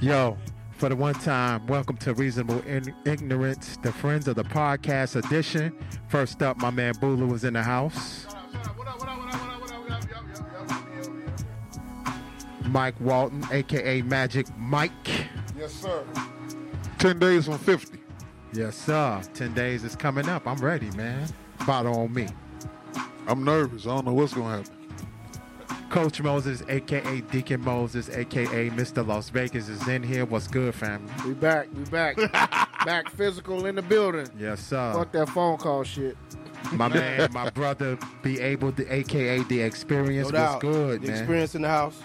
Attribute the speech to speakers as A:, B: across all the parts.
A: Yo, for the one time, welcome to Reasonable In- Ignorance, the Friends of the Podcast edition. First up, my man Bulu was in the house. Mike Walton, aka Magic Mike.
B: Yes, sir. 10 days from 50.
A: Yes, sir. 10 days is coming up. I'm ready, man. Bottle on me.
B: I'm nervous. I don't know what's going to happen.
A: Coach Moses, aka Deacon Moses, aka Mr. Las Vegas, is in here. What's good, family?
C: We back. We back. back physical in the building.
A: Yes, sir.
C: Fuck that phone call shit.
A: My man, my brother, be able to, aka the experience.
D: No
A: What's
D: doubt.
A: good,
D: the
A: man?
D: experience in the house.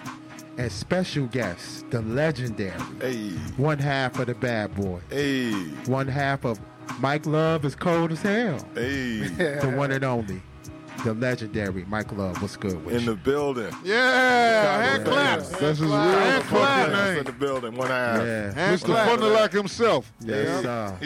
A: And special guest, the legendary,
E: Hey,
A: one half of the bad boy,
E: hey,
A: one half of Mike Love is cold as hell.
E: hey.
A: The one and only, the legendary Mike Love. What's good with
E: In
A: you?
E: the building.
B: Yeah, hand
E: Yeah.
B: claps.
E: That's
B: his real
E: Hand
B: fucking
E: In the
B: name.
E: building. One half.
A: yeah.
B: Mr. Funderlock himself.
A: Yes, sir.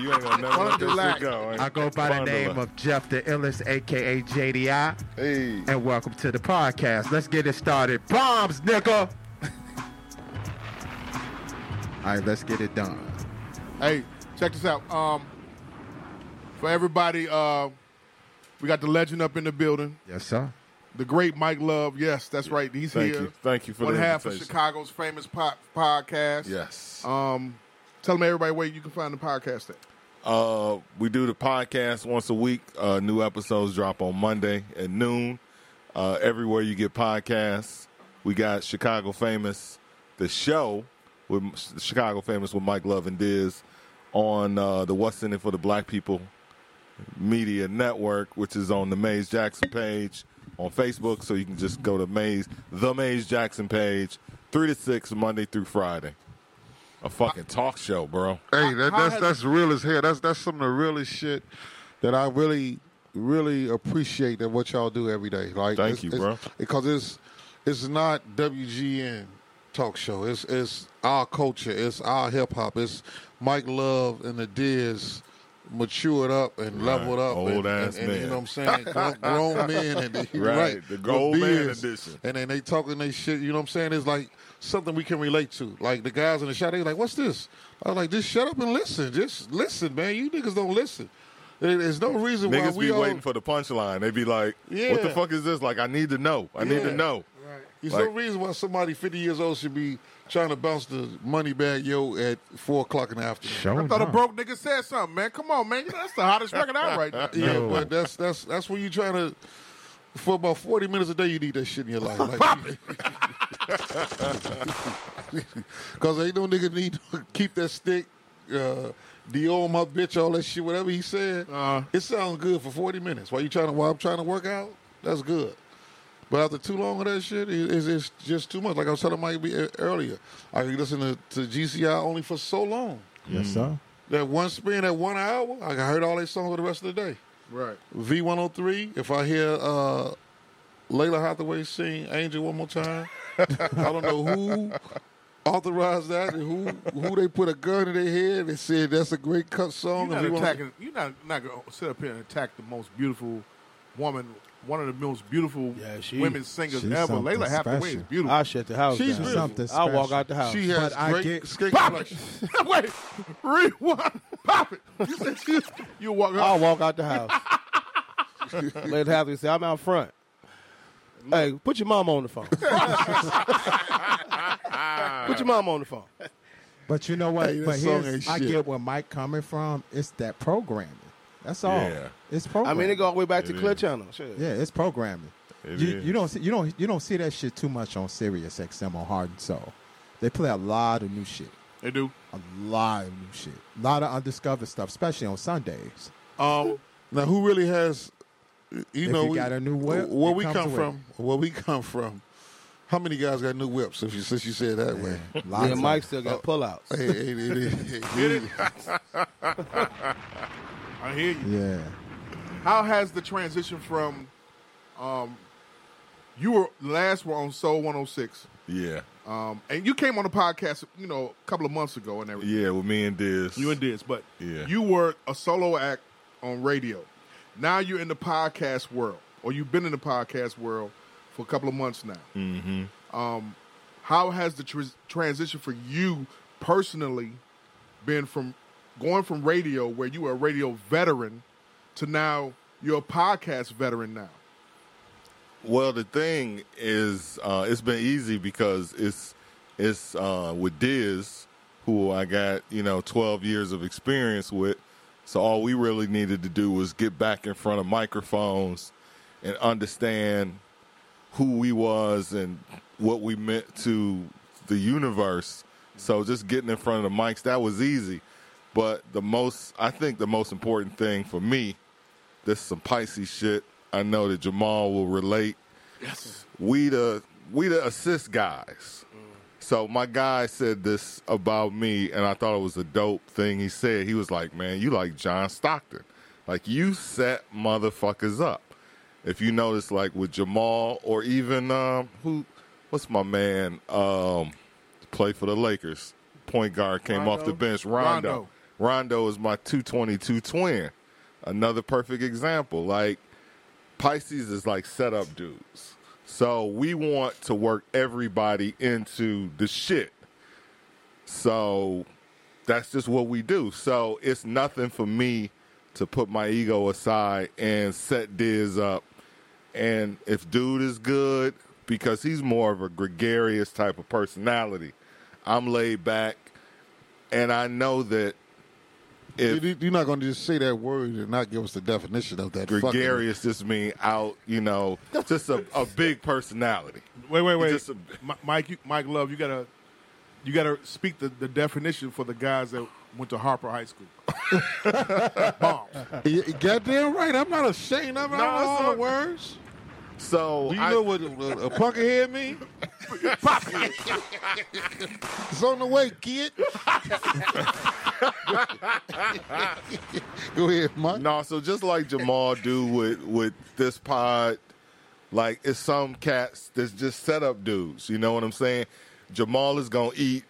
E: You ain't gonna never let this
C: Bundle
E: shit go. eh? ain't
A: I go by the
E: Bundle
A: name
E: up.
A: of Jeff the Illest, aka JDI,
E: Hey.
A: and welcome to the podcast. Let's get it started. Bombs, nigga. All right, let's get it done.
B: Hey, check this out. Um, for everybody, uh, we got the legend up in the building,
A: Yes, sir.
B: the great Mike Love. Yes, that's right. He's
E: Thank
B: here.
E: you. Thank you for
B: One
E: the
B: half of
E: invitation.
B: Chicago's famous pop podcast.
E: Yes.
B: Um, tell them everybody where you can find the podcast at.
E: Uh, we do the podcast once a week. Uh, new episodes drop on Monday at noon. Uh, everywhere you get podcasts, we got Chicago Famous, the show with Chicago Famous with Mike Love and Diz on uh, the What's in It for the Black People Media Network, which is on the Maze Jackson page on Facebook. So you can just go to Maze the Maze Jackson page, three to six Monday through Friday. A fucking talk show, bro.
B: How-
F: Hey, that,
B: how
F: that's
B: has-
F: that's real as hell. That's that's some of the realest shit that I really really appreciate that what y'all do every day. Like,
E: Thank
F: it's-
E: you,
F: it's- Because it's it's not WGN talk show. It's it's our culture. It's our hip hop. It's Mike Love and the Diz matured up and
E: Right.
F: leveled up.
E: Old
F: and,
E: ass
F: and- and, You
E: man.
F: know what I'm saying? grown, grown men and the,
E: Right.
F: right.
E: The
F: with
E: old man
F: beards.
E: edition.
F: And then they talking they shit. You know what I'm saying? It's like something we can relate to. Like the guys in the shot, they like, "What's this?" I was like, "Just shut up and listen. Just listen, man. You niggas don't listen. There- There's no reason why
E: Niggas
F: we
E: be
F: all.
E: waiting for the punchline. They be like, "What the
F: Yeah.
E: fuck is this?" Like, I need to know. I need to
F: Yeah.
E: know.
F: there's no
E: like-
F: reason why somebody 50 years old should be trying to bounce the money bag yo at four o'clock in the afternoon.
A: Show
B: I thought a broke nigga said something, man. Come on, man. You know, that's the hottest record out right now.
F: Yeah,
A: No.
F: but that's that's that's when you trying to. For about forty minutes a day, you need that shit in your life. Because ain't no nigga need to keep that stick. Uh, the old my bitch, all that shit, whatever he said.
B: Uh-huh.
F: It sounds good for forty minutes. While you trying to, while I'm trying to work out, that's good. But after too long of that shit, it, it's, it's just too much. Like I was telling Mike B- e, earlier, I can listen to, to GCI only for so long.
A: Yes,
G: Mm.
A: sir.
F: That one spin, that one hour, I heard all their songs for the rest of the day.
B: Right.
F: V103, if I hear uh, Layla Hathaway sing Angel one more time, I don't know who authorized that and who, who they put a gun in their head and said that's a great cut
B: You're
F: song.
B: not
F: and oh we want-
B: attacking. You're not not gonna sit up here and attack the most beautiful woman, one of the most beautiful
D: Yeah, she-
B: women singers
G: she's
B: ever.
G: something
B: Layla Hathaway is
G: special.
B: beautiful.
D: I'll shut the house
F: She's
D: down.
F: real.
G: Something
D: I'll walk
G: special.
D: out the house.
F: she has
G: But I
F: great
G: get-
F: skin
B: Pop
F: complexion.
B: it! Wait, rewind. Pop it! You said you, you walk
D: I'll
B: up.
D: walk out the house. Let Hathaway say, I'm out front. Hey, put your mom on the phone. put your mom on the phone.
G: But you know what?
F: Hey, that
G: but
F: song
G: here's,
F: ain't
G: I
F: shit.
G: get where Mike coming from. It's that programming. That's all.
E: Yeah.
G: It's programming.
D: I mean, it go all the way back to
E: It
D: Clear
E: is.
D: Channel. Shit.
G: Yeah, it's programming.
E: It
G: you,
E: is.
G: you don't see you don't you don't see that shit too much on Sirius XM on Hard and Soul. They play a lot of new shit.
B: They do.
G: A lot of new shit. A lot of undiscovered stuff, especially on Sundays.
B: Um,
F: Now, who really has, you know,
G: you
F: we-
G: got a new whip,
F: where
G: it
F: we
G: comes
F: come
G: with
F: from, where we come from, how many guys got new whips if you, since you said that way?
G: Lots
D: Yeah,
G: of-
D: Mike still got pullouts.
F: Hey, hey, hey, hey, hey.
B: I hear you.
G: Yeah.
B: How has the transition from, um, you were last were on Soul 106,
E: Yeah,
B: um, and you came on the podcast, you know, a couple of months ago and everything.
E: yeah. With me and Diz.
B: You and Diz, but
E: Yeah.
B: you were a solo act on radio. Now you're in the podcast world, or you've been in the podcast world for a couple of months now. Mm-hmm. Um, How has the tr- transition for you personally been from going from radio, where you were a radio veteran, to now you're a podcast veteran now?
E: Well, the thing is, uh, it's been easy because it's it's uh, with Diz, who I got you know 12 years of experience with. So all we really needed to do was get back in front of microphones and understand who we was and what we meant to the universe. So just getting in front of the mics that was easy. But the most, I think, the most important thing for me this is some Pisces shit. I know that Jamal will relate. Yes. We the we the assist guys. So my guy said this about me, and I thought it was a dope thing he said. He was like, "Man, you like John Stockton, like you set motherfuckers up." If you notice, like with Jamal or even um, who, what's my man? Um, play for the Lakers, point guard came off the bench. Rondo. Rondo is my two twenty two twin. Another perfect example. Like Pisces is like setup dudes. So we want to work everybody into the shit. So that's just what we do. So it's nothing for me to put my ego aside and set Diz up. And if dude is good, because he's more of a gregarious type of personality, I'm laid back. And I know that if
F: You, are not going to just say that word and not give us the definition of that. fucking-
E: gregarious just mean out, you know, just a, a big personality.
B: Wait, wait, wait,
E: Just a-
B: Mi- Mike, you, Mike Love, you gotta, you gotta speak the, the definition for the guys that went to Harper High School. Bombs.
F: You- you Goddamn right. I'm not ashamed of it. I know all the words.
E: So
F: Do you
E: I-
F: know what a, a punkerhead mean? it's on the way, kid. Go ahead, Mike.
E: No, so just like Jamal do with with this pod, like it's some cats that's just setup dudes. You know what I'm saying? Jamal is gonna eat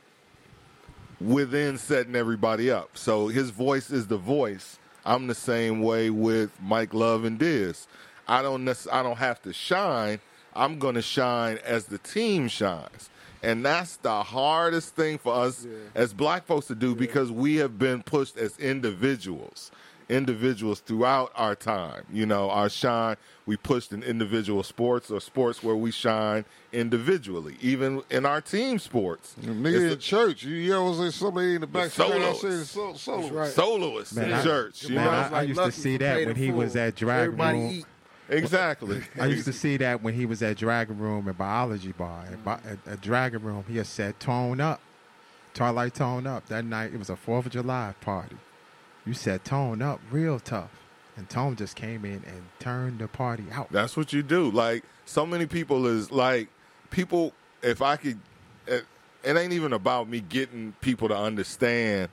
E: within setting everybody up. So his voice is the voice. I'm the same way with Mike Love and Diz. I don't necess- I don't have to shine. I'm gonna shine as the team shines. And that's the hardest thing for us as black folks to do because we have been pushed as individuals. Individuals throughout our time. You know, our shine, we pushed in individual sports or sports where we shine individually, even in our team sports.
F: Nigga
E: It's
F: in
E: the-
F: church, you, you always say somebody in the back.
E: solos.
F: I say so, solo. Right.
E: soloist in
A: Man, I-
E: church. You
A: man,
E: know?
A: I- I used to see that when he was at Dragon
C: Everybody
A: Room.
C: eat.
E: exactly.
A: I used to see that when he was at Dragon Room and Biology Bar. At, bi- at, at Dragon Room, he had said "Tone Up," Twilight Tone Up. That night, it was a Fourth of July party. You said "Tone Up" real tough, and Tone just came in and turned the party out.
E: That's what you do. Like so many people is like people. If I could, it, it ain't even about me getting people to understand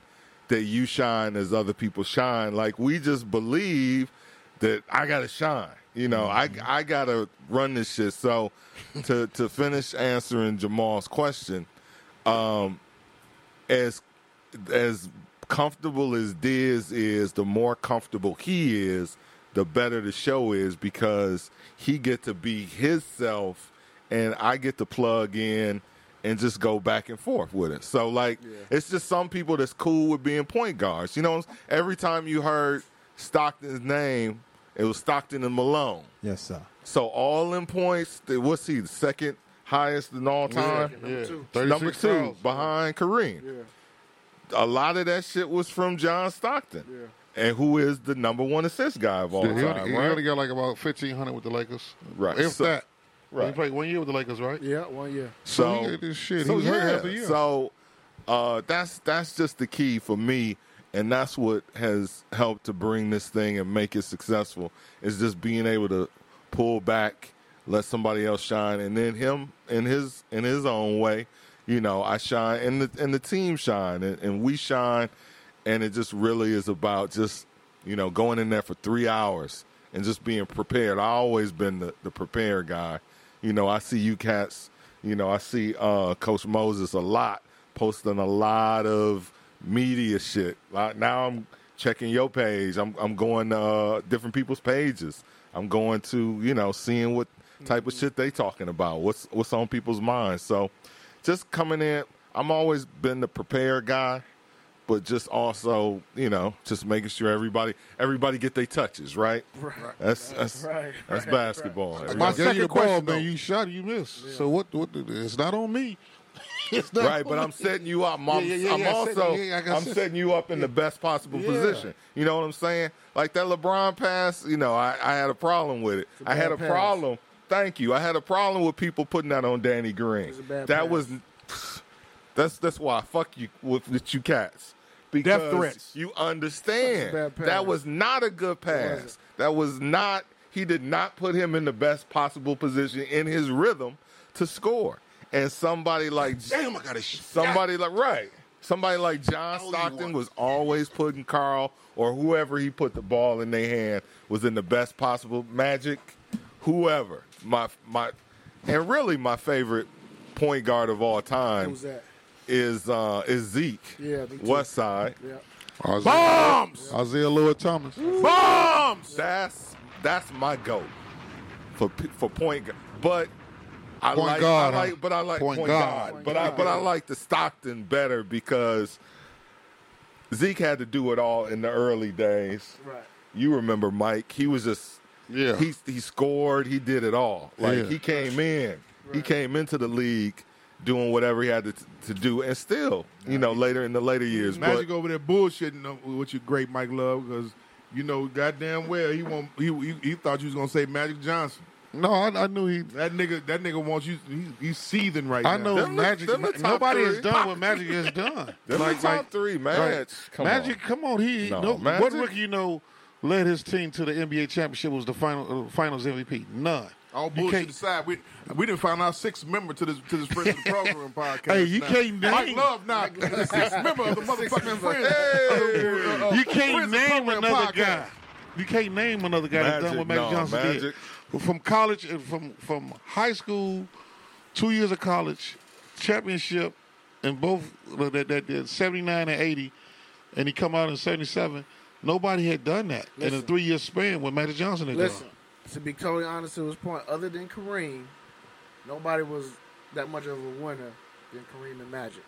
E: that you shine as other people shine. Like we just believe that I gotta shine. You know,
A: Mm-hmm.
E: I I gotta run this shit. So to to finish answering Jamal's question, as as comfortable as Diz is, the more comfortable he is, the better the show is because he get to be his self and I get to plug in and just go back and forth with it. So like it's just some people that's cool with being point guards. You know, every time you heard Stockton's name, it was Stockton and Malone.
G: Yes, sir.
E: So all in points, th- what's he the second highest in all time?
F: Yeah.
E: Number
F: 36
E: two
F: fouls.
E: behind Kareem. A lot of that shit was from John Stockton, and who is the number one assist guy of all
F: Yeah, he,
E: time,
F: only, he
E: right?
F: only got like about fifteen hundred with the Lakers.
E: Right.
F: If
E: So-
F: that. He
E: Right.
F: played one year with the Lakers, right?
C: Yeah, one year.
F: So,
E: So,
F: he got this shit.
E: so
F: he was hurt half the
E: yeah.
F: year.
E: So uh, that's that's just the key for me, and that's what has helped to bring this thing and make it successful is just being able to pull back, let somebody else shine, and then him in his in his own way, you know, I shine and the and the team shine and, and we shine, and it just really is about just you know going in there for three hours and just being prepared. I always been the, the prepared guy. You know, I see you cats. You know, I see uh, Coach Moses a lot posting a lot of media shit. Like now, I'm checking your page. I'm I'm going to uh, different people's pages. I'm going to you know seeing what type of shit they talking about. What's what's on people's minds. So, just coming in. I'm always been the prepared guy, but just also, you know, just making sure everybody everybody get their touches right. That's that's that's basketball.
F: My
E: Everybody-
B: second
F: second you the ball,
B: question, though.
F: man. You shot, you missed. So what? What? the- It's not on me. It's not
E: Right,
F: on
E: but
F: me.
E: I'm setting you up. I'm,
F: Yeah, yeah, yeah,
E: I'm
F: yeah, I said-
E: also
F: yeah, I got
E: I'm
F: you.
E: setting you up in the best possible position. You know what I'm saying? Like that LeBron pass, you know, I, I had a problem with it. I had a
C: pass.
E: problem. Thank you. I had a problem with people putting that on Danny Green. That
C: pass.
E: was that's that's why I fuck you with with you cats. Because
B: threats.
E: You understand.
C: That's a bad
E: That
C: pass.
E: was not a good pass. That was not he did not put him in the best possible position in his rhythm to score. And somebody like
F: Damn, I got a shot.
E: Somebody like right. Somebody like John
F: you
E: Stockton
F: want-
E: was always putting Carl or whoever he put the ball in their hand was in the best possible magic. Whoever my my and really my favorite point guard of all time
C: Who's that?
E: is uh, is Zeke
C: Yeah, me too.
E: Westside.
C: Yeah.
F: Isaiah,
B: Bombs!
F: Isaiah Lewis Thomas.
B: Bombs!
E: That's that's my goat for p- for point guard. But I
F: Point
E: like,
F: guard,
E: I
F: huh?
E: like, but I like point,
F: Point
E: guard.
F: guard.
E: But I but I like the Stockton better because Zeke had to do it all in the early days.
C: Right.
E: You remember Mike? He was just
F: Yeah.
E: He he scored. He did it all. Like
F: Yeah.
E: he came in. He came into the league doing whatever he had to, to do, and still, you know, later in the later years. but,
B: Magic over there bullshitting them with your great Mike Love because you know goddamn well he won't. He, he, he thought you was gonna say Magic Johnson.
F: No, I, I knew he.
B: That nigga, that nigga wants you. He's, he's seething right
F: I
B: now.
F: know
E: Them the-
F: Magic.
E: them the top
F: nobody
E: three.
F: has done what Magic has done.
E: Them the top three, man. Come on.
F: Magic, come on. He
E: No,
F: no,
E: Magic-
F: what rookie you know led his team to the NBA championship was the final uh, Finals MVP. None.
B: All
F: You
B: bullshit
F: can't-
B: aside, we we didn't find our sixth member to this to this friends of the program podcast.
F: Hey, you
B: now.
F: can't
B: Mike
F: name-
B: Love now the sixth member of the motherfucking friends. of the- uh, uh,
F: You
B: friends
F: can't
B: of the
F: name
B: program
F: another
B: podcast.
F: guy. You can't name another guy that's done
E: Magic,
F: what Magic
E: no,
F: Johnson
E: Magic.
F: did. From college, and from from high school, two years of college, championship, and both uh, that that, that seventy nine and eighty, and he come out in seventy seven. Nobody had done that in a
C: Listen.
F: three year span with Magic Johnson had
C: Listen,
F: done.
C: to be totally honest to his point, other than Kareem, nobody was that much of a winner than Kareem and Magic.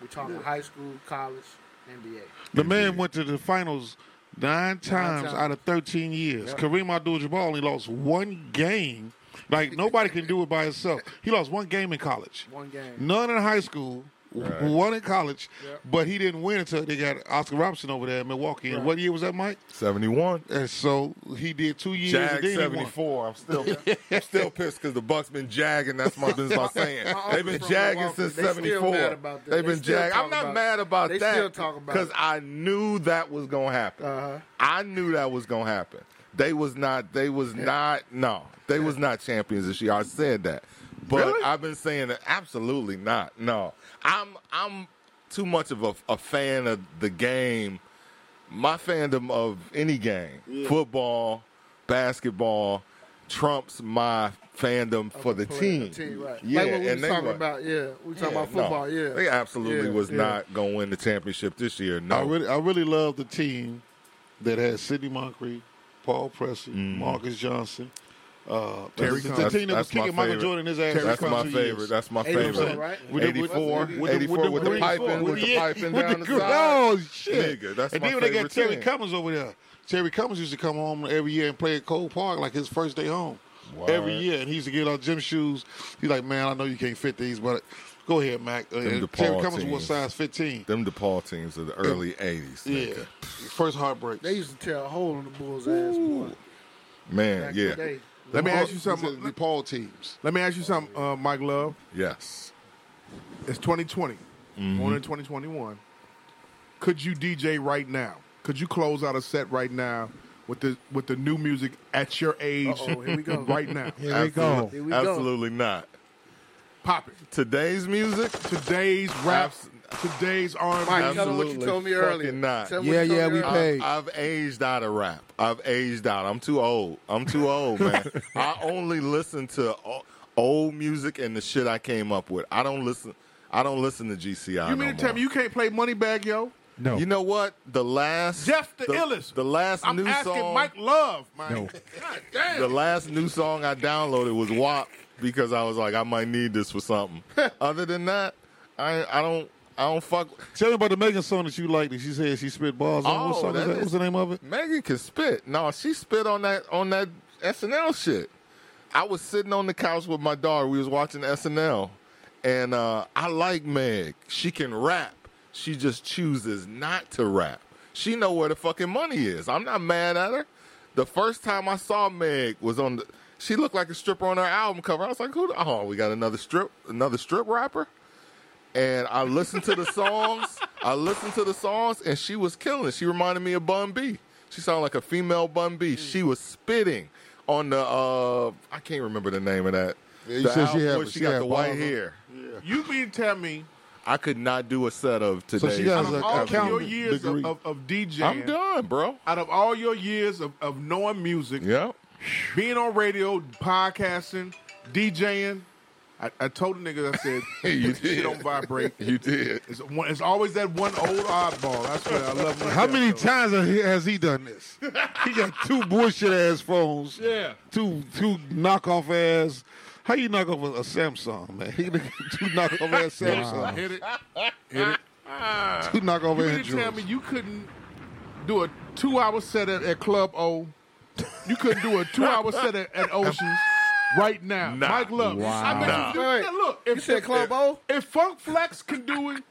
C: We're talking high school, college, NBA.
F: The man went to the finals nine times,
C: times.
F: out of 13 years. Kareem Abdul-Jabbar only lost one game. Like nobody can do it by himself. He lost one game in college,
C: One game.
F: none in high school, w- one in college.
C: Yep.
F: But he didn't win until they got Oscar Robertson over there in Milwaukee. And what year was that, Mike?
E: 71.
F: And so he did two years. and
E: Jag
F: then he won.
E: 74. I'm still I'm still pissed because the Bucks been jagging. That's my business. I'm saying they've been
C: from
E: jagging
C: Milwaukee.
E: since
C: They still
E: '74.
C: mad about that.
E: They've
C: They
E: been
C: still
E: jagging.
C: talk
E: I'm not
C: about it.
E: mad about
C: They
E: that
C: still talk about
E: because
C: it.
E: I knew that was gonna happen.
C: Uh-huh.
E: I knew that was gonna happen. They was not. They was not. No, they was not champions this year. I said that, but I've been saying that absolutely not. No, I'm I'm too much of a, a fan of the game my fandom of any game, football, basketball, trumps my fandom for the team.
C: Team, right.
E: Yeah,
C: like what we
E: and
C: was
E: they
C: talking
E: were-
C: about, yeah. We were talking
E: Yeah,
C: about
E: no.
C: football, yeah.
E: They absolutely
C: Yeah,
E: was
C: yeah.
E: not going to win the championship this year. No.
F: I Oh, really, I really love the team that has Sidney Moncrief, Paul Presley, Marcus Johnson. Uh,
B: Terry
F: the,
B: Collins.
F: team that was
E: That's my
F: kicking Michael
E: favorite.
F: Jordan in his ass.
E: That's
F: for
E: my
F: two
E: favorite.
F: years.
E: That's my
C: 84,
E: favorite.
C: right?
F: With the- with the-
E: 84,
F: with the-
E: 84 with the
F: green-
E: piping, with the
F: yeah,
E: piping
F: with
E: down the
F: gr-
E: side.
F: Oh shit!
E: Nigga, that's
F: and
E: my
F: then when they
E: favorite
F: got Terry
E: team.
F: Cummins over there, Terry Cummins used to come home every year and play at Cole Park like his first day home
E: Word.
F: every year, and he used to get our gym shoes. He's like, man, I know you can't fit these, but go ahead, Mac. Uh,
E: Them
F: Terry
E: DePaul
F: Cummins wore
E: teams.
F: size fifteen.
E: Them DePaul teams of the early 80s.
F: Yeah,
E: nigga.
F: first heartbreak.
C: They used to tear a hole in the Bulls' ass, boy.
E: Man,
C: Back in the
E: yeah.
C: day.
B: Let me ask you something.
F: The Paul teams.
B: Let me ask you something, uh, Mike Love.
E: Yes.
B: It's 2020, going into 2021. Could you DJ right now? Could you close out a set right now with the with the new music at your age?
C: Uh-oh, here we go.
B: Right now,
G: Here we go.
C: Here we go.
E: Absolutely not.
B: pop it.
E: Today's music,
B: Today's raps, today's R&B.
C: Mike, tell them what you
E: Absolutely
C: told me
E: fucking
C: earlier.
E: not.
C: Tell them what
G: Yeah,
C: you told
G: yeah,
C: me
G: we
C: earlier.
G: paid. Hey.
E: I, I've aged out of rap. I've aged out. I'm too old. I'm too old, man. I only listen to o- old music and the shit I came up with. I don't listen. I don't listen to GCI.
B: you mean
E: no
B: to tell
E: more.
B: me you can't play Moneybag Yo?
G: No,
E: You know what? The last
B: Jeff the illest.
E: The last
B: I'm
E: new
B: asking
E: song.
B: Mike Love, Mike.
G: No.
B: God damn.
E: the last new song I downloaded was WAP because I was like, I might need this for something. Other than that, I I don't I don't fuck.
F: Tell me about the Megan song that you like that she said she spit balls on. what
E: Oh,
F: song is
E: that
F: that?
E: is-
F: What's the name of it?
E: Megan can spit. No, she spit on that on that SNL shit. I was sitting on the couch with my daughter. We was watching SNL, and uh, I like Meg. She can rap. She just chooses not to rap. She know where the fucking money is. I'm not mad at her. The first time I saw Meg was on the. She looked like a stripper on her album cover. I was like, "Who? The, oh, we got another strip, another strip rapper." and I listened to the songs. I listened to the songs, and she was killing. it. She reminded me of Bun B. She sounded like a female Bun
F: Mm.
E: B. She was spitting on the. uh I can't remember the name of that.
F: Yeah, you
E: the
F: said she
E: album
F: had-
E: where
F: she
E: got
F: had
E: the white
F: balls on-
E: hair.
B: You mean to tell me
E: I could not do a set of
F: she
E: today.
F: got
B: out
F: As
B: of
F: a
B: all your
F: accountant
B: years
F: degree.
B: of, of, of DJing,
E: I'm done, bro.
B: out of all your years of, of knowing music,
E: Yep.
B: being on radio, podcasting, DJing, I, I told the niggas I said,
E: You
B: this shit
E: did.
B: don't vibrate.
E: You did.
B: It's, one, it's always that one old oddball. That's what I love. myself,
F: How many
B: though.
F: times has he- has he done this? He got two bullshit ass phones.
B: Yeah.
F: Two two knockoff ass. How you knock off a, a Samsung, man? He got two knockoff ass Samsung.
B: Hit it. Hit it.
F: Two knockoff
B: You mean to tell
F: Androids.
B: me you couldn't do a two hour set at, at Club O? You couldn't do a two hour set at, at Oceans right now.
E: Nah.
B: Mike Love. I bet you
C: Nah.
B: do yeah, Look, if,
C: You said
B: if-
C: Club O?
B: If Funk Flex can do it,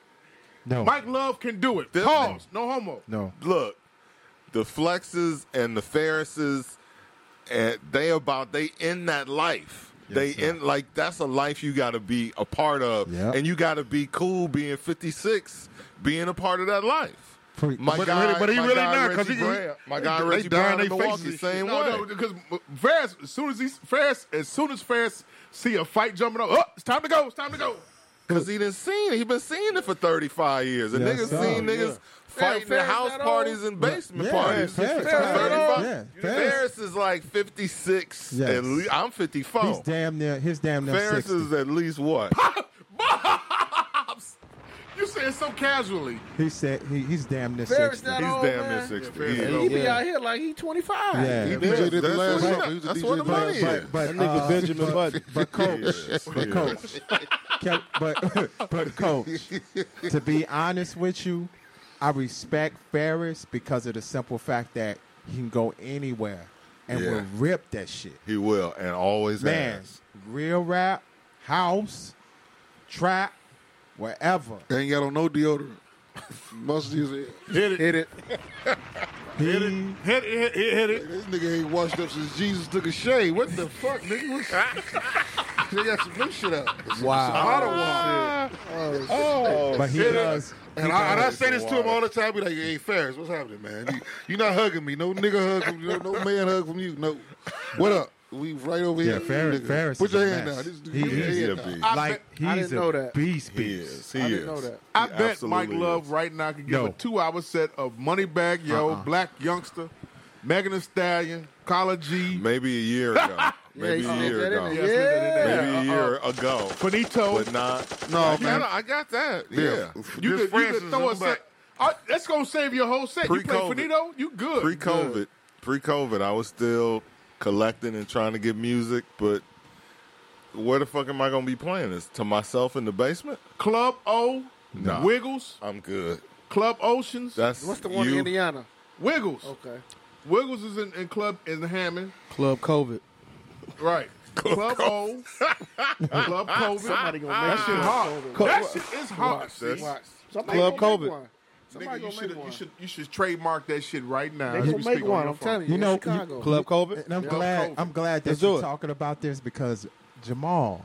A: No,
B: Mike Love can do it.
E: This-
B: Pause. No homo.
A: no.
E: look, the Flexes and the Ferrises, and they about they in that life. they in like that's a life you got to be a part of,
A: Yep.
E: and you got to be cool being fifty six, being a part of that life.
A: Pre-
E: My
F: But
E: guy,
F: really- but he
E: my
F: really
E: guy
F: not, 'cause
E: Reggie
F: he-
E: Brown- my guy
F: they
E: Reggie
F: dying
E: Brown
F: they
E: in
F: faces
E: Milwaukee,
F: and
E: same
B: No,
E: way.
B: no, because Ferris, as soon as he's Ferris, as soon as Ferris see a fight jumping up, oh, it's time to go, it's time to go.
E: Cause he done seen it. He been seeing it for thirty five years, and
A: Yes,
E: niggas
A: sir.
E: seen niggas fighting
C: Ferris
E: at house
C: that old?
E: parties and basement
A: Yeah,
E: parties.
A: Ferris,
E: For
A: Ferris.
E: 35.
A: Yeah, Ferris.
E: Ferris is like fifty six.
A: Yes.
E: At least I'm fifty
A: He's
E: four.
A: damn near. He's damn near
E: Oh. Ferris
A: 60.
E: is at least what?
B: You said it so casually.
A: He said he, he's damn near
C: Ferris
A: 60.
C: that
E: He's
C: old
E: damn near
C: man.
E: 60.
B: Yeah, fair
E: Yeah.
C: He be out here like he 25.
A: Yeah.
F: He
A: Yeah.
F: DJed it the
E: That's
F: last
E: what-
F: summer. He was a
E: that's
F: DJ
E: what the money
F: last
E: is.
F: summer.
A: But but
D: That nigga
A: uh,
D: Benjamin Button.
A: but coach, but coach, Kev- but but coach. To be honest with you, I respect Ferris because of the simple fact that he can go anywhere and
E: Yeah.
A: will rip that shit.
E: He will, and always
A: Man,
E: has.
A: real rap, house, trap, wherever.
F: They ain't got on no deodorant. Must use it.
B: Hit it. Hit it.
A: He,
B: Hit it. Hit it. Hit it.
F: This nigga ain't washed up since Jesus took a shave. What the fuck, nigga? What's- they got some new shit out.
A: wow.
B: Ah.
F: Ottawa. Oh,
A: But he does.
F: And I, and I say this to him all the time. Be like, "Hey, Ferris, what's happening, man? You, you not hugging me. No nigga hug from you. No, no man hug from you. No. What up? We right over
A: Yeah,
F: here.
A: Ferris-
F: Nigga,
A: Ferris
F: Put
A: is
F: your
A: a
F: hand
A: mess.
F: down. This dude,
A: He
F: put your
A: is.
F: hand
E: He's a
F: down.
E: beast.
B: I
A: Like he's
C: bet- I didn't
A: a
C: know that.
A: beast,
E: He
A: beast.
E: is. He
C: I
E: is.
C: didn't know that.
B: I
E: He
B: bet Mike
E: absolutely
B: Love
E: is.
B: right now could give
A: No.
B: a two-hour set of Moneybag Yo,
E: Uh-uh.
B: Black Youngster, Megan Thee Stallion, Collar G,
E: Maybe a year ago. Maybe
C: he
E: a
C: said
E: year
C: that
E: ago.
C: in
B: Yeah.
C: there. Yeah.
E: Maybe a year ago.
B: Finito.
E: But not.
F: No,
B: Oh,
E: I
F: man.
E: Got, I got that. Yeah.
B: You
F: Just
B: could, you
F: Francis
B: could throw a
F: on the
B: set.
F: back.
B: Uh, that's gonna save your whole set. You play
E: Pre-COVID.
B: Finito, you good.
E: Pre COVID. Pre COVID, I was still collecting and trying to get music, but where the fuck am I going to be playing this? To myself in the basement?
B: Club O,
E: Nah.
B: Wiggles,
E: I'm good.
B: Club Oceans,
E: That's
C: What's the one
E: you.
C: in Indiana?
B: Wiggles.
C: Okay.
B: Wiggles is in, in Club in Hammond,
D: Club COVID.
B: right? Club O, Club COVID.
C: Somebody gonna make
B: that shit
C: one.
B: hard.
D: Co-
B: That shit is hard.
E: That's-
B: see?
C: Watch. Somebody
D: Club
C: gonna
D: COVID.
C: Make one. Somebody
B: Nigga, you
C: gonna
B: should
C: make one.
B: you should you should trademark that shit right now.
C: They
B: as we
C: gonna
B: speak
C: make
B: on
C: one.
B: your
C: I'm
B: phone.
C: telling you.
A: You
C: in
A: know, you-
C: Chicago.
D: Club COVID.
A: And I'm
B: Yeah.
A: glad.
B: Covid.
A: I'm glad that
D: Let's do
A: you're
D: it.
A: talking about this because Jamal.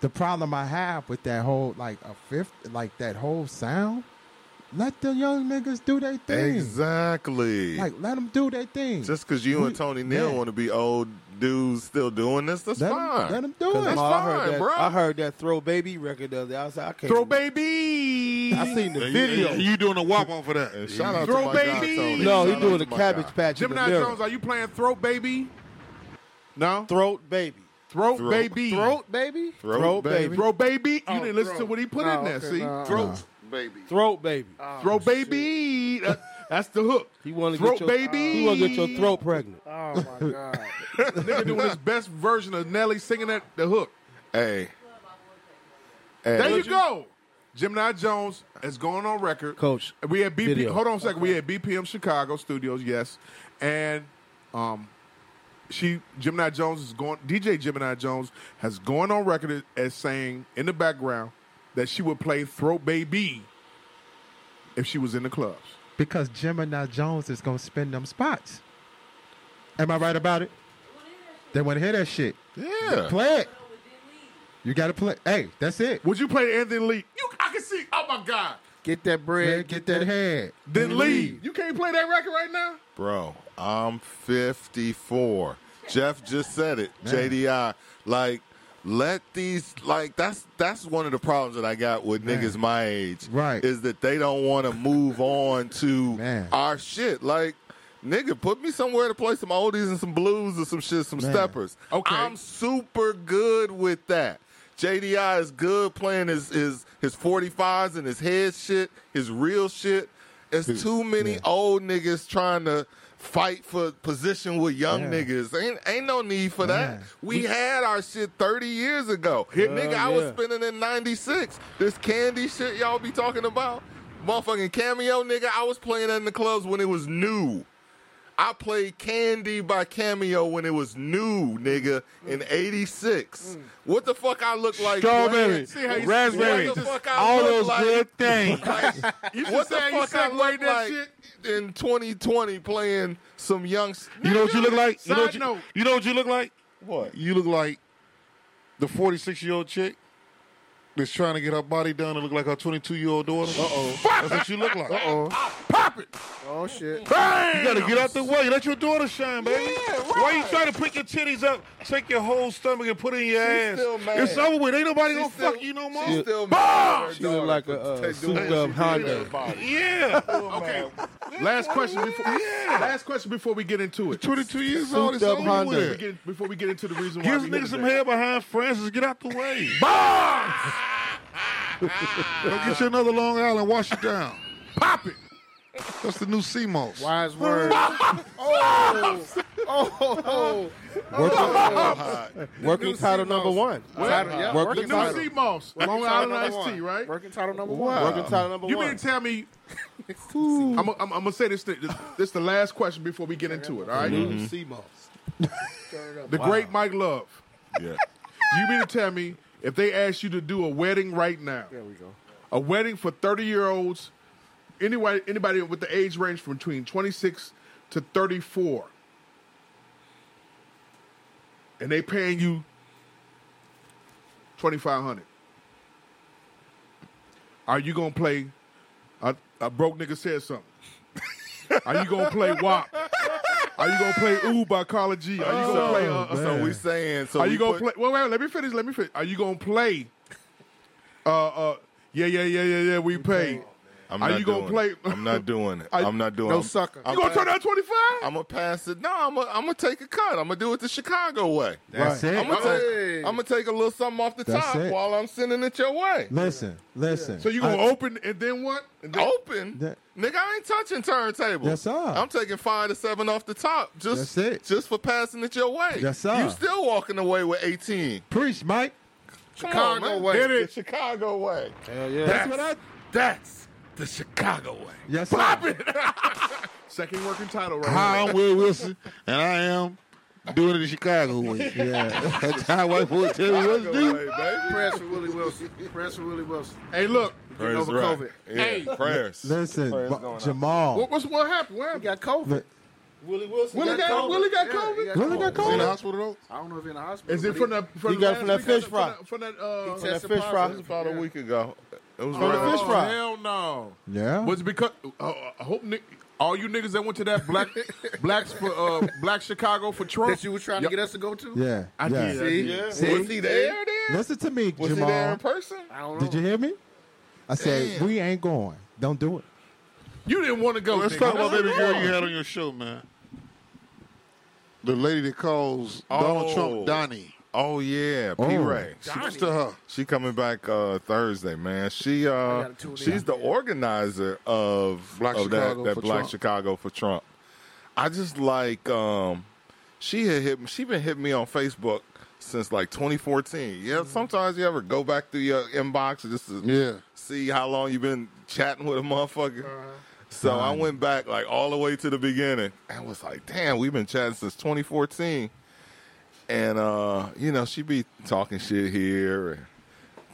A: The problem I have with that whole like a fifth, like that whole sound, let the young niggas do their thing.
E: Exactly.
A: Like let them do their thing.
E: Just because you and Tony Neal
A: Yeah.
E: want to be old dudes still doing this, that's
A: let
E: fine.
A: them, let them do
D: 'Cause
A: it.
D: Ma, I heard
E: fine,
D: that,
E: bro.
D: I heard that Throw Baby record the other day. I said, I can't.
B: Throw baby.
D: I seen the
E: Yeah,
D: video.
E: yeah,
F: You doing a wop on for that?
E: And shout out
B: Throw
E: to my guy,
B: baby.
E: Tony.
D: No, he
E: Shout out
D: doing
E: to
D: a
E: my
D: cabbage
E: guy.
D: patch.
B: Gemini
D: in the mirror.
B: Jones, are you playing Throat Baby? No,
D: Throat Baby.
B: Throat,
E: Throat.
B: Baby.
C: Throat baby.
E: Throat,
D: Throat
E: baby.
D: baby.
B: Throat Baby. You
C: Oh,
B: didn't listen to
C: throat.
B: what he put
C: No,
B: in there.
C: okay,
B: see,
C: no.
B: Throat,
F: baby.
D: Throat Baby.
C: Oh,
B: Throat
C: shit.
B: Baby. That- that's the hook.
D: He want to
B: Throat
D: get your
B: Baby.
D: He want to get your throat pregnant.
C: Oh my god.
B: Nigga doing his best version of Nelly singing at the hook.
E: Hey.
B: There
E: Hey.
B: you go. Gemini Jones has gone on record.
D: Coach,
B: We had BP.
D: video.
B: Hold on a second. We had BPM Chicago Studios, yes, and um, she Gemini Jones is going. DJ Gemini Jones has gone on record as saying in the background that she would play Throat Baby if she was in the clubs.
A: because Gemini Jones is gonna spin them spots. Am I right about it? They want to hear that shit.
E: Yeah.
A: Play it. You gotta play. Hey, that's it.
B: Would you play Anthony Lee? You, I can see. Oh my God!
C: Get that
A: Play
C: bread.
A: it, get that head.
B: Then leave. You can't play that record right now.
E: Bro, I'm 54. Jeff just said it. JDI, like, let these like that's that's one of the problems that I got with niggas my age.
A: Right.
E: is that they don't want to move on to
A: Man.
E: our shit. Like, nigga, put me somewhere to play some oldies and some blues or some shit, some steppers.
B: Okay.
E: I'm super good with that. JDI is good playing his his his 45s and his head shit, his real shit. It's too many old niggas trying to fight for position with young niggas. Ain't ain't no need for that. We, had our shit 30 years ago. Nigga, I was
D: yeah.
E: spinning in 96. This candy shit y'all be talking about, motherfucking cameo nigga, I was playing that in the clubs when it was new. I played Candy by Cameo when it was new, nigga, in 86. What the fuck I look like?
D: Strawberry,
E: playing-
B: how you-
D: raspberry,
E: What the fuck I
D: all
E: look
D: those
E: like?
D: good things.
B: You
E: what
B: should
E: the
B: say you
E: fuck I
B: segued
E: look like in 2020 playing some young. s-
F: You know what you look like? You know what
B: Side
F: you,
B: note.
F: you know what you look like?
E: What?
F: You look like the 46 year old chick that's trying to get her body done and look like her 22 year old daughter. Uh oh. That's what you look like. Uh oh.
C: Oh shit.
F: You gotta get out the way. Let your daughter shine, baby. Why you trying to pick your titties up, take your whole stomach and put it in your ass?
E: still mad.
F: It's over with. Ain't nobody gonna
E: still-
F: fuck you no more.
E: She still mad at her
D: She look
E: daughter
D: like
E: for
D: a uh,
E: take- doing
D: souped
E: what
D: up
E: she did to
D: Honda.
E: her body.
F: Yeah.
B: Okay. Last question before. Last question before we get into it.
F: 22 years old. It's
D: up
F: over
D: Honda.
B: Before we
F: with.
B: get, before we get into the reason why
F: Give
B: we
F: this
B: here
F: nigga some
B: today.
F: hair behind Francis. Get out the way. Go get you another Long Island. Wash it down.
B: Pop it.
F: That's the new CMOS.
C: Wise words. Oh,
D: Working title number one.
C: Title- yeah,
D: Working
B: The new
D: title.
B: Sea Moss, Long Island Iced Tea, right?
C: Working title number one.
D: Working title number
B: You
D: one.
B: mean to tell me? I'm, I'm, I'm gonna say this. Thing, this, this the last question before we get into it. All right?
H: Mm-hmm.
B: The great Mike Love.
E: Yeah.
B: You mean to tell me if they asked you to do a wedding right now? There we go. A wedding for thirty year olds, anybody anybody with the age range from between twenty six to thirty four, and they paying you twenty five hundred. Are you gonna play? A, a broke nigga said something. Are you gonna play WAP? Are you gonna play Ooh by Carla G? Are you gonna play? Uh, uh,
E: So we saying so.
B: are
E: we
B: you gonna
E: put-
B: play? Wait, wait, let me finish. Let me finish. Are you gonna play? Uh, uh, yeah, yeah, yeah, yeah, yeah. We pay.
E: I'm
B: Are
E: not
B: you gonna
E: doing it.
B: play-
E: I'm not doing it.
B: Are you-
E: I'm not doing
C: no
E: it.
C: sucker.
E: I'm,
B: You gonna turn down twenty five?
E: I'm gonna pass it. No, I'm gonna I'm gonna take a cut. I'm gonna do it the Chicago way.
A: That's it.
E: I'm gonna,
C: Hey.
E: take, I'm gonna take a little something off the
A: That's
E: top
A: it.
E: while I'm sending it your way.
A: Listen, listen.
B: So you gonna open and then what? And then,
E: Open,
A: That-
E: nigga. I ain't touching turntable.
A: Yes, sir.
E: I'm taking five to seven off the top. Just
A: That's it.
E: Just for passing it your way.
A: Yes, sir.
E: You still walking away with 18.
A: preach, Mike.
E: Come on,
C: Chicago
E: man.
C: way.
E: Get it. The Chicago way.
D: Hell yeah.
A: That's what I.
E: That's the Chicago way.
A: Yes, sir.
B: Second working title right
F: Hi, I'm Will Wilson, and I am doing it in Chicago way.
A: Yeah.
F: That's how white boy tell me what to
E: Chicago
F: do.
E: way, baby.
C: Prayers for Willie Wilson. Prayers for Willie Wilson.
B: now. Hey, look.
E: Prayers
C: over
E: right.
C: COVID.
E: Yeah, prayers.
A: Listen,
E: going
A: but
E: up.
A: Jamal.
B: What, what's what happened? What
C: He
B: happened?
C: got COVID.
A: Look.
D: Willie Wilson.
B: Willie got, Willie got
C: Yeah,
B: COVID.
C: he got
A: Really got
F: You in the
A: COVID?
F: hospital though?
C: I don't know if he's in the hospital.
B: Is it
C: but
B: from the from
D: He got it from that
B: last
D: fish
B: week?
D: fry.
B: From that, from that
C: He
B: uh,
D: That
C: tested
D: fish fry.
C: positive.
E: About a week ago. It was
D: From the
E: right.
D: fish fry.
B: Hell no.
A: Yeah.
B: Was it because uh, I hope ni- all you niggas that went to that black blacks for uh, black Chicago for Trump
C: That you were trying to get us to go to?
A: Yeah.
B: I
A: yeah.
B: did.
C: See?
B: Yeah.
C: See?
E: Was he there then?
A: Listen to me,
E: Was he there in
A: Jamal.
E: person?
C: I don't know.
A: Did you hear me? I said we ain't going. Don't do it.
B: You didn't want to go.
F: Let's
B: nigga.
F: talk about baby girl you had on your show, man. The lady that calls Donald
E: Oh.
F: Trump Donnie.
E: Oh yeah, P
A: Oh.
E: Ray. She,
F: What's to her?
E: she coming back uh, Thursday, man. She uh,
C: gotta tune
E: she's
C: in.
E: the organizer of,
F: Black
E: of that,
F: Chicago
E: that
F: for
E: Black
F: Trump.
E: Chicago for Trump. I just like um, she had hit she been hitting me on Facebook since like 2014. Yeah, sometimes you ever go back through your inbox just to
F: Mm-hmm. Yeah. Uh-huh.
E: see how long you've been chatting with a motherfucker. So I went back like all the way to the beginning. I was like, damn, we've been chatting since 2014. And uh, you know, she be talking shit here and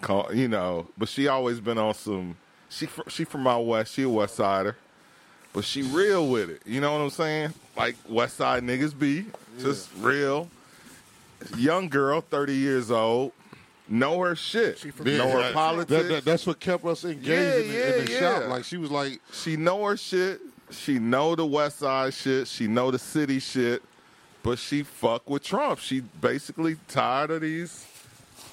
E: call, you know, but she always been on some she fr- she from my west, she a west sider. But she real with it. You know what I'm saying? Like west side niggas be just real. Young girl, 30 years old, know her shit.
C: She from-
E: know her
F: That-
E: politics.
F: That, that, that's what kept us engaged
E: Yeah,
F: in the, in the
E: yeah, yeah.
F: shop. Like she was like,
E: she know her shit. She know the West Side shit. She know the city shit. But she fuck with Trump. She basically tired of these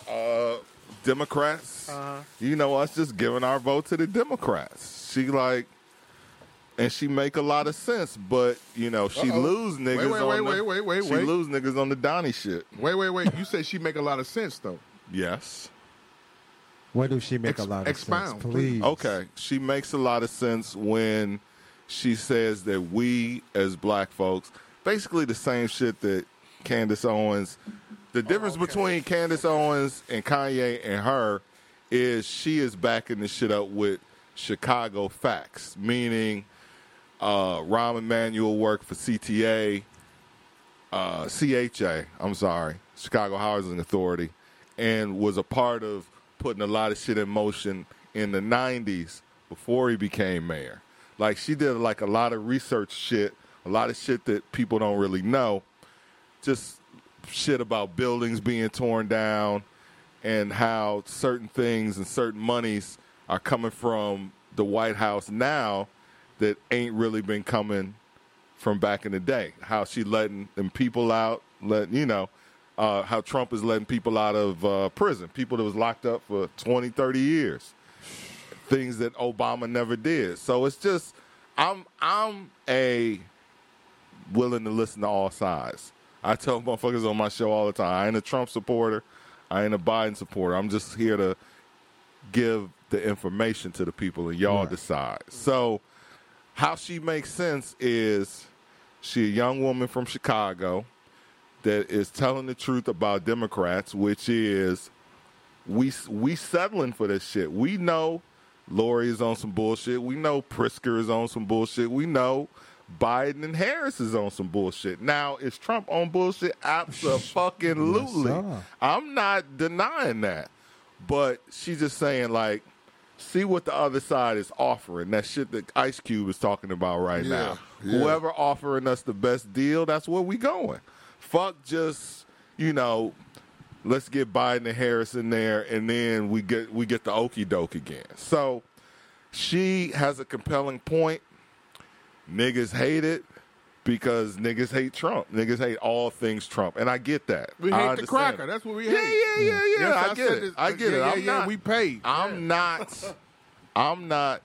E: uh, Democrats.
B: Uh-huh.
E: You know us just giving our vote to the Democrats. She like, and she make a lot of sense. But you know she
B: Uh-oh.
E: lose niggas.
B: wait,
E: on
B: wait,
E: the,
B: wait, wait, wait,
E: She
B: wait.
E: lose niggas on the Donnie shit.
B: Wait, wait, wait. You say she make a lot of sense though.
E: Yes.
A: What do she make
B: Ex-
A: a lot of
B: expound,
A: sense?
B: please.
A: Please.
E: Okay. She makes a lot of sense when she says that we as black folks basically the same shit that Candace Owens the difference between Candace Owens and Kanye and her is she is backing this shit up with Chicago facts, meaning uh Rahm Emanuel worked for CTA, uh, CHA, I'm sorry, Chicago Housing Authority, and was a part of putting a lot of shit in motion in the 90s before he became mayor. Like she did like a lot of research shit, a lot of shit that people don't really know. Just shit about buildings being torn down and how certain things and certain monies are coming from the White House now that ain't really been coming from back in the day. How she letting them people out, letting you know, uh, how Trump is letting people out of uh, prison, people that was locked up for 20, 30 years, things that Obama never did. So it's just, I'm, I'm a willing to listen to all sides. I tell motherfuckers on my show all the time, I ain't a Trump supporter, I ain't a Biden supporter. I'm just here to give the information to the people and y'all all decide. So how she makes sense is she a young woman from Chicago that is telling the truth about Democrats, which is we we settling for this shit. We know Lori is on some bullshit. We know Prisker is on some bullshit. We know Biden and Harris is on some bullshit. Now is Trump on bullshit? Absolutely.
A: sir.
E: I'm not denying that, but she's just saying like. See what the other side is offering. That shit that Ice Cube is talking about right now.
F: yeah.
E: Whoever offering us the best deal, that's where we going. Fuck just, you know, let's get Biden and Harris in there, and then we get we get the okie doke again. So she has a compelling point. Niggas hate it because niggas hate Trump. Niggas hate all things Trump, and I get that.
B: We
E: I
B: hate the
E: understand.
B: cracker. That's what we hate.
E: Yeah, yeah, yeah, yeah.
B: Yes,
E: I, get
B: said
E: it.
B: this-
E: I get
B: yeah,
E: it.
B: Yeah,
E: I'm
B: yeah,
E: not.
B: We paid.
E: I'm not. I'm not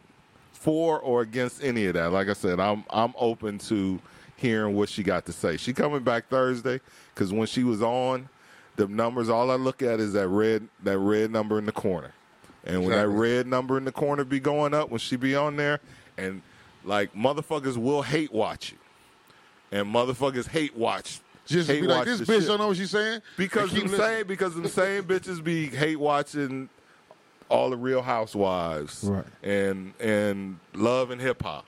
E: for or against any of that. Like I said, I'm I'm open to hearing what she got to say. She coming back Thursday because when she was on, the numbers. All I look at is that red that red number in the corner, and when that red number in the corner be going up, when she be on there, and like motherfuckers will hate watch you, and motherfuckers hate watch.
F: just
E: hate
F: be like, this
E: watch the
F: bitch
E: shit.
F: don't know what she's saying. And
E: Because
F: keep
E: them
F: listening.
E: same because them same bitches be hate watching all the Real Housewives
A: Right.
E: and and Love and Hip Hop.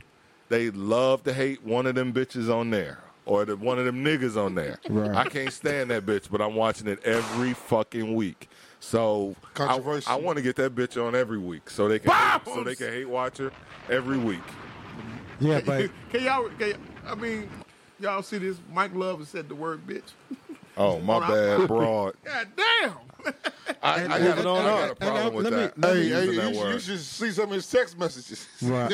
E: They love to hate one of them bitches on there or the, one of them niggas on there.
A: Right.
E: I can't stand that bitch, but I'm watching it every fucking week. So I,
F: Controversial.
E: I want to get that bitch on every week so they can so they can hate watch her every week.
A: Yeah, but
B: can y'all? Can y'all I mean, y'all see this? Mike Love has said the word bitch.
E: Oh my bad, broad.
B: God damn.
E: I, I, got, a- I got a
A: And- and-
E: problem with
A: let me-
E: that.
F: Hey, hey,
E: using
F: you,
E: that
F: should-
E: word.
F: you should see some of his text messages.
A: right.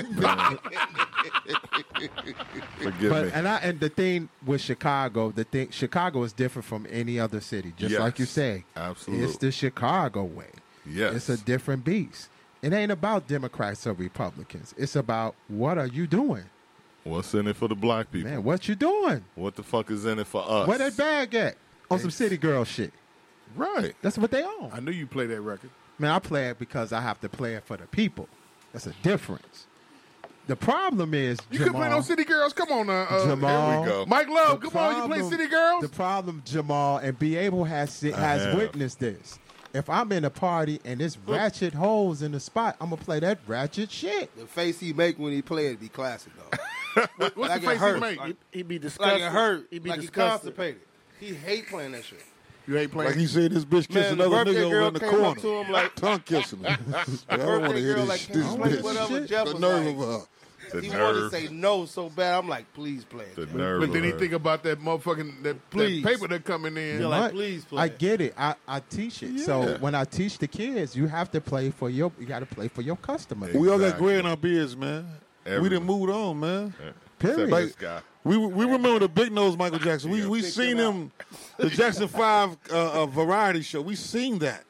E: Forgive
A: But
E: me.
A: and I and the thing with Chicago, the thing Chicago is different from any other city, just like you
E: Yes.
A: say.
E: Absolutely.
A: it's the Chicago way.
E: Yes.
A: it's a different beast. It ain't about Democrats or Republicans. It's about what are you doing,
E: What's in it for the black people?
A: man? What you doing?
E: What the fuck is in it for us?
A: Where that bag at? On some city girl shit.
E: Right.
A: That's what they own.
B: I knew you play that record.
A: Man, I play it because I have to play it for the people. That's a difference. The problem is
B: You
A: Jamal,
B: could play no City Girls. Come on now. Uh,
A: Jamal,
E: Here we go.
B: Mike Love,
A: The
B: Oh, come on. You play
A: problem-
B: City Girls?
A: The problem, Jamal, and be able has si- has
E: have.
A: witnessed this. If I'm in a party and there's
B: Oh.
A: ratchet holes in the spot, I'm gonna play that ratchet shit.
H: The face he make when he play it be classic though. like
B: What's the
H: it
B: face he
H: hurt.
B: make?
C: He, he be
H: Like
C: disgusted.
H: it hurt.
C: He be
H: like he
C: disgusted.
H: constipated. He hate playing that shit.
B: You ain't playing.
F: Like he said, this bitch kissed
D: Man, the
F: another
D: birthday
F: nigga over
D: girl
F: in the
D: came
F: corner.
D: up to him like-
F: tongue kissing him. I don't want to
H: Birthday
F: hear
H: girl
F: this,
H: like
F: this
H: can't play
F: bitch.
H: whatever Jeff
F: The
H: was
F: nerve
H: like.
F: of her.
E: The
H: he wanted to
E: nerve.
H: say no so bad. I'm like, please play it.
E: The
H: Jeff.
E: nerve.
B: But then he
E: of her.
B: think about that motherfucking that, that
H: Please.
B: paper that coming in.
H: You're like,
A: What?
H: please play.
A: I
H: it.
A: get it. I, I teach it. So when I teach the kids, you have to play for your you got to play for your customers.
F: We all got
E: Exactly.
F: gray in our beards, man. We
E: Everybody.
F: done moved on, man.
A: Period.
E: Except this guy.
F: We we remember the big nose Michael Jackson. We we seen him, the Jackson Five uh, uh, variety show. We seen that.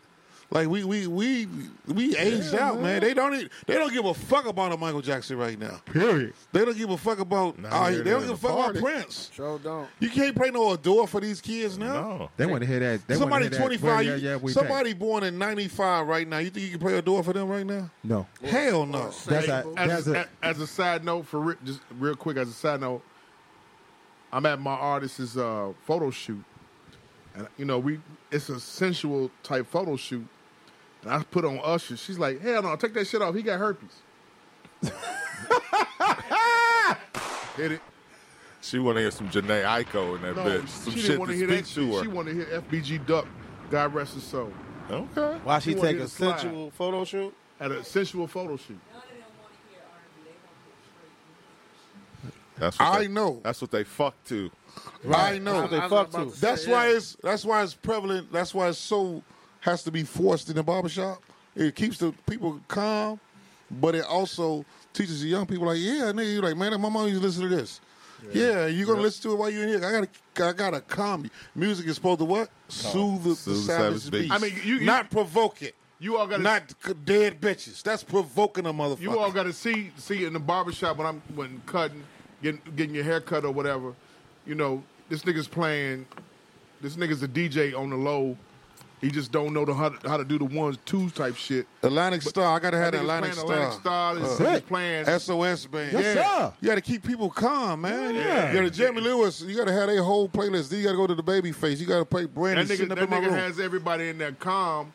F: Like we we we we aged out, man. They don't e- they don't give a fuck about a Michael Jackson right now.
A: Period.
F: They don't give a fuck about.
E: Nah,
F: uh,
E: they're
F: they don't
E: in
F: give a
E: the
F: fuck
E: party.
F: about Prince.
C: Sure don't.
F: You can't play no adore for these kids now.
E: No.
A: They want to hear that. They wanna
F: Somebody
A: hear that,
F: twenty
A: well,
F: five,
A: Yeah, yeah, we
F: somebody born in ninety five right now. You think you can play adore for them right now?
A: Paid. No,
F: Hell no.
A: that's a,
B: as,
A: that's a,
B: a, as a side note, for re- just real quick, as a side note, I'm at my artist's uh, photo shoot, and you know we it's a sensual type photo shoot, and I put on Usher. She's like, "Hell no, take that shit off. He got herpes." Hit it.
E: She want to hear some Janae Aiko in that
B: No,
E: bitch. Some
B: she
E: shit
B: didn't want
E: to
B: to hear
E: speak
B: that
E: to
B: shit.
E: her.
B: She wanted to hear FBG Duck. God rest his soul.
E: okay.
D: Why she,
B: She wanna
D: take
B: get
D: a
B: a slide.
D: sensual photo shoot?
B: At a sensual photo shoot.
E: That's what
F: I
E: they,
F: know.
E: That's what they fuck to.
F: I know.
D: They
C: I was
D: fuck
C: about
D: to.
C: to say-
F: That's
C: Yeah.
F: why it's that's why it's prevalent. That's why it's so has to be forced in the barbershop. It keeps the people calm, but it also teaches the young people like, yeah, nigga, you like, man, my mom used to listen to this. Yeah, you're gonna listen to it while you're in here. I gotta, I gotta calm you. Music is supposed to what? Soothe the,
E: Soothe
F: the savage beast.
E: beast.
B: I mean, you- you-
F: not provoke it.
B: You all got to
F: Not c- dead bitches. That's provoking a motherfucker.
B: You all got to see see in the barbershop when I'm when cutting, getting getting your hair cut or whatever. You know, this nigga's playing. This nigga's a DJ on the low. He just don't know the, how, to, how to do the ones twos type shit.
F: Atlantic Star. I gotta have
B: That
F: the
B: nigga's
F: Atlantic Uh-huh.
B: playing Atlantic
F: Star.
B: Star. This
A: Uh,
B: nigga's playing.
F: SOS band.
A: Yes,
F: yeah.
A: sir.
F: You got to keep people calm, man.
B: Yeah.
F: You got to Jamie Lewis. You got to have their whole playlist. Then you got to go to the baby face. You got to play Brandon
B: that nigga,
F: sitting up
B: that
F: in my
B: nigga
F: room.
B: has everybody in there calm,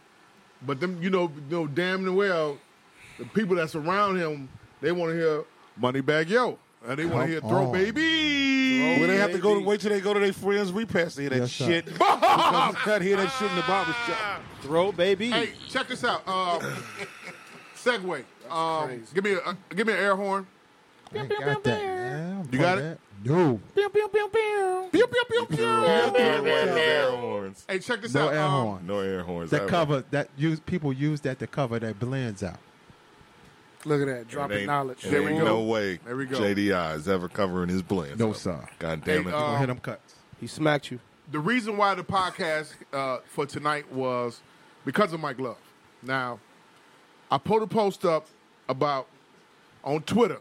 B: but them you know know damn well the people that's around him they want to hear money bag yo and they want to hear throw
A: on.
B: baby.
F: Well, they have to go to wait till they go to their friends' repast to hear that
A: Yes, sir.
F: shit. Because you got to hear that shit in the barbershop.
D: Throw baby.
B: Hey, check this out. Uh, Segway. Um, give me a uh, give me an air horn.
A: I ain't got that, man.
B: You got
A: Fuck
B: it?
A: that. No,
B: Pew, pew, pew, pew.
E: No air horns.
B: Hey, check this
A: no
B: out.
A: air
B: Um,
A: horn.
E: No air horns.
A: That
E: ever.
A: cover that use people use that to cover their blends out.
C: Look at that.
E: It
C: Dropping
E: ain't-
C: knowledge.
E: it
B: There we
E: ain't
B: go.
E: No way.
B: There we go.
E: JDI is ever covering his blend.
A: No, sir.
E: God damn
B: Hey,
E: it.
B: uh,
A: Don't hit
G: Um,
A: them cuts.
D: He smacked you.
B: The reason why the podcast uh, for tonight was because of Mike Love. Now, I put a post up about on Twitter.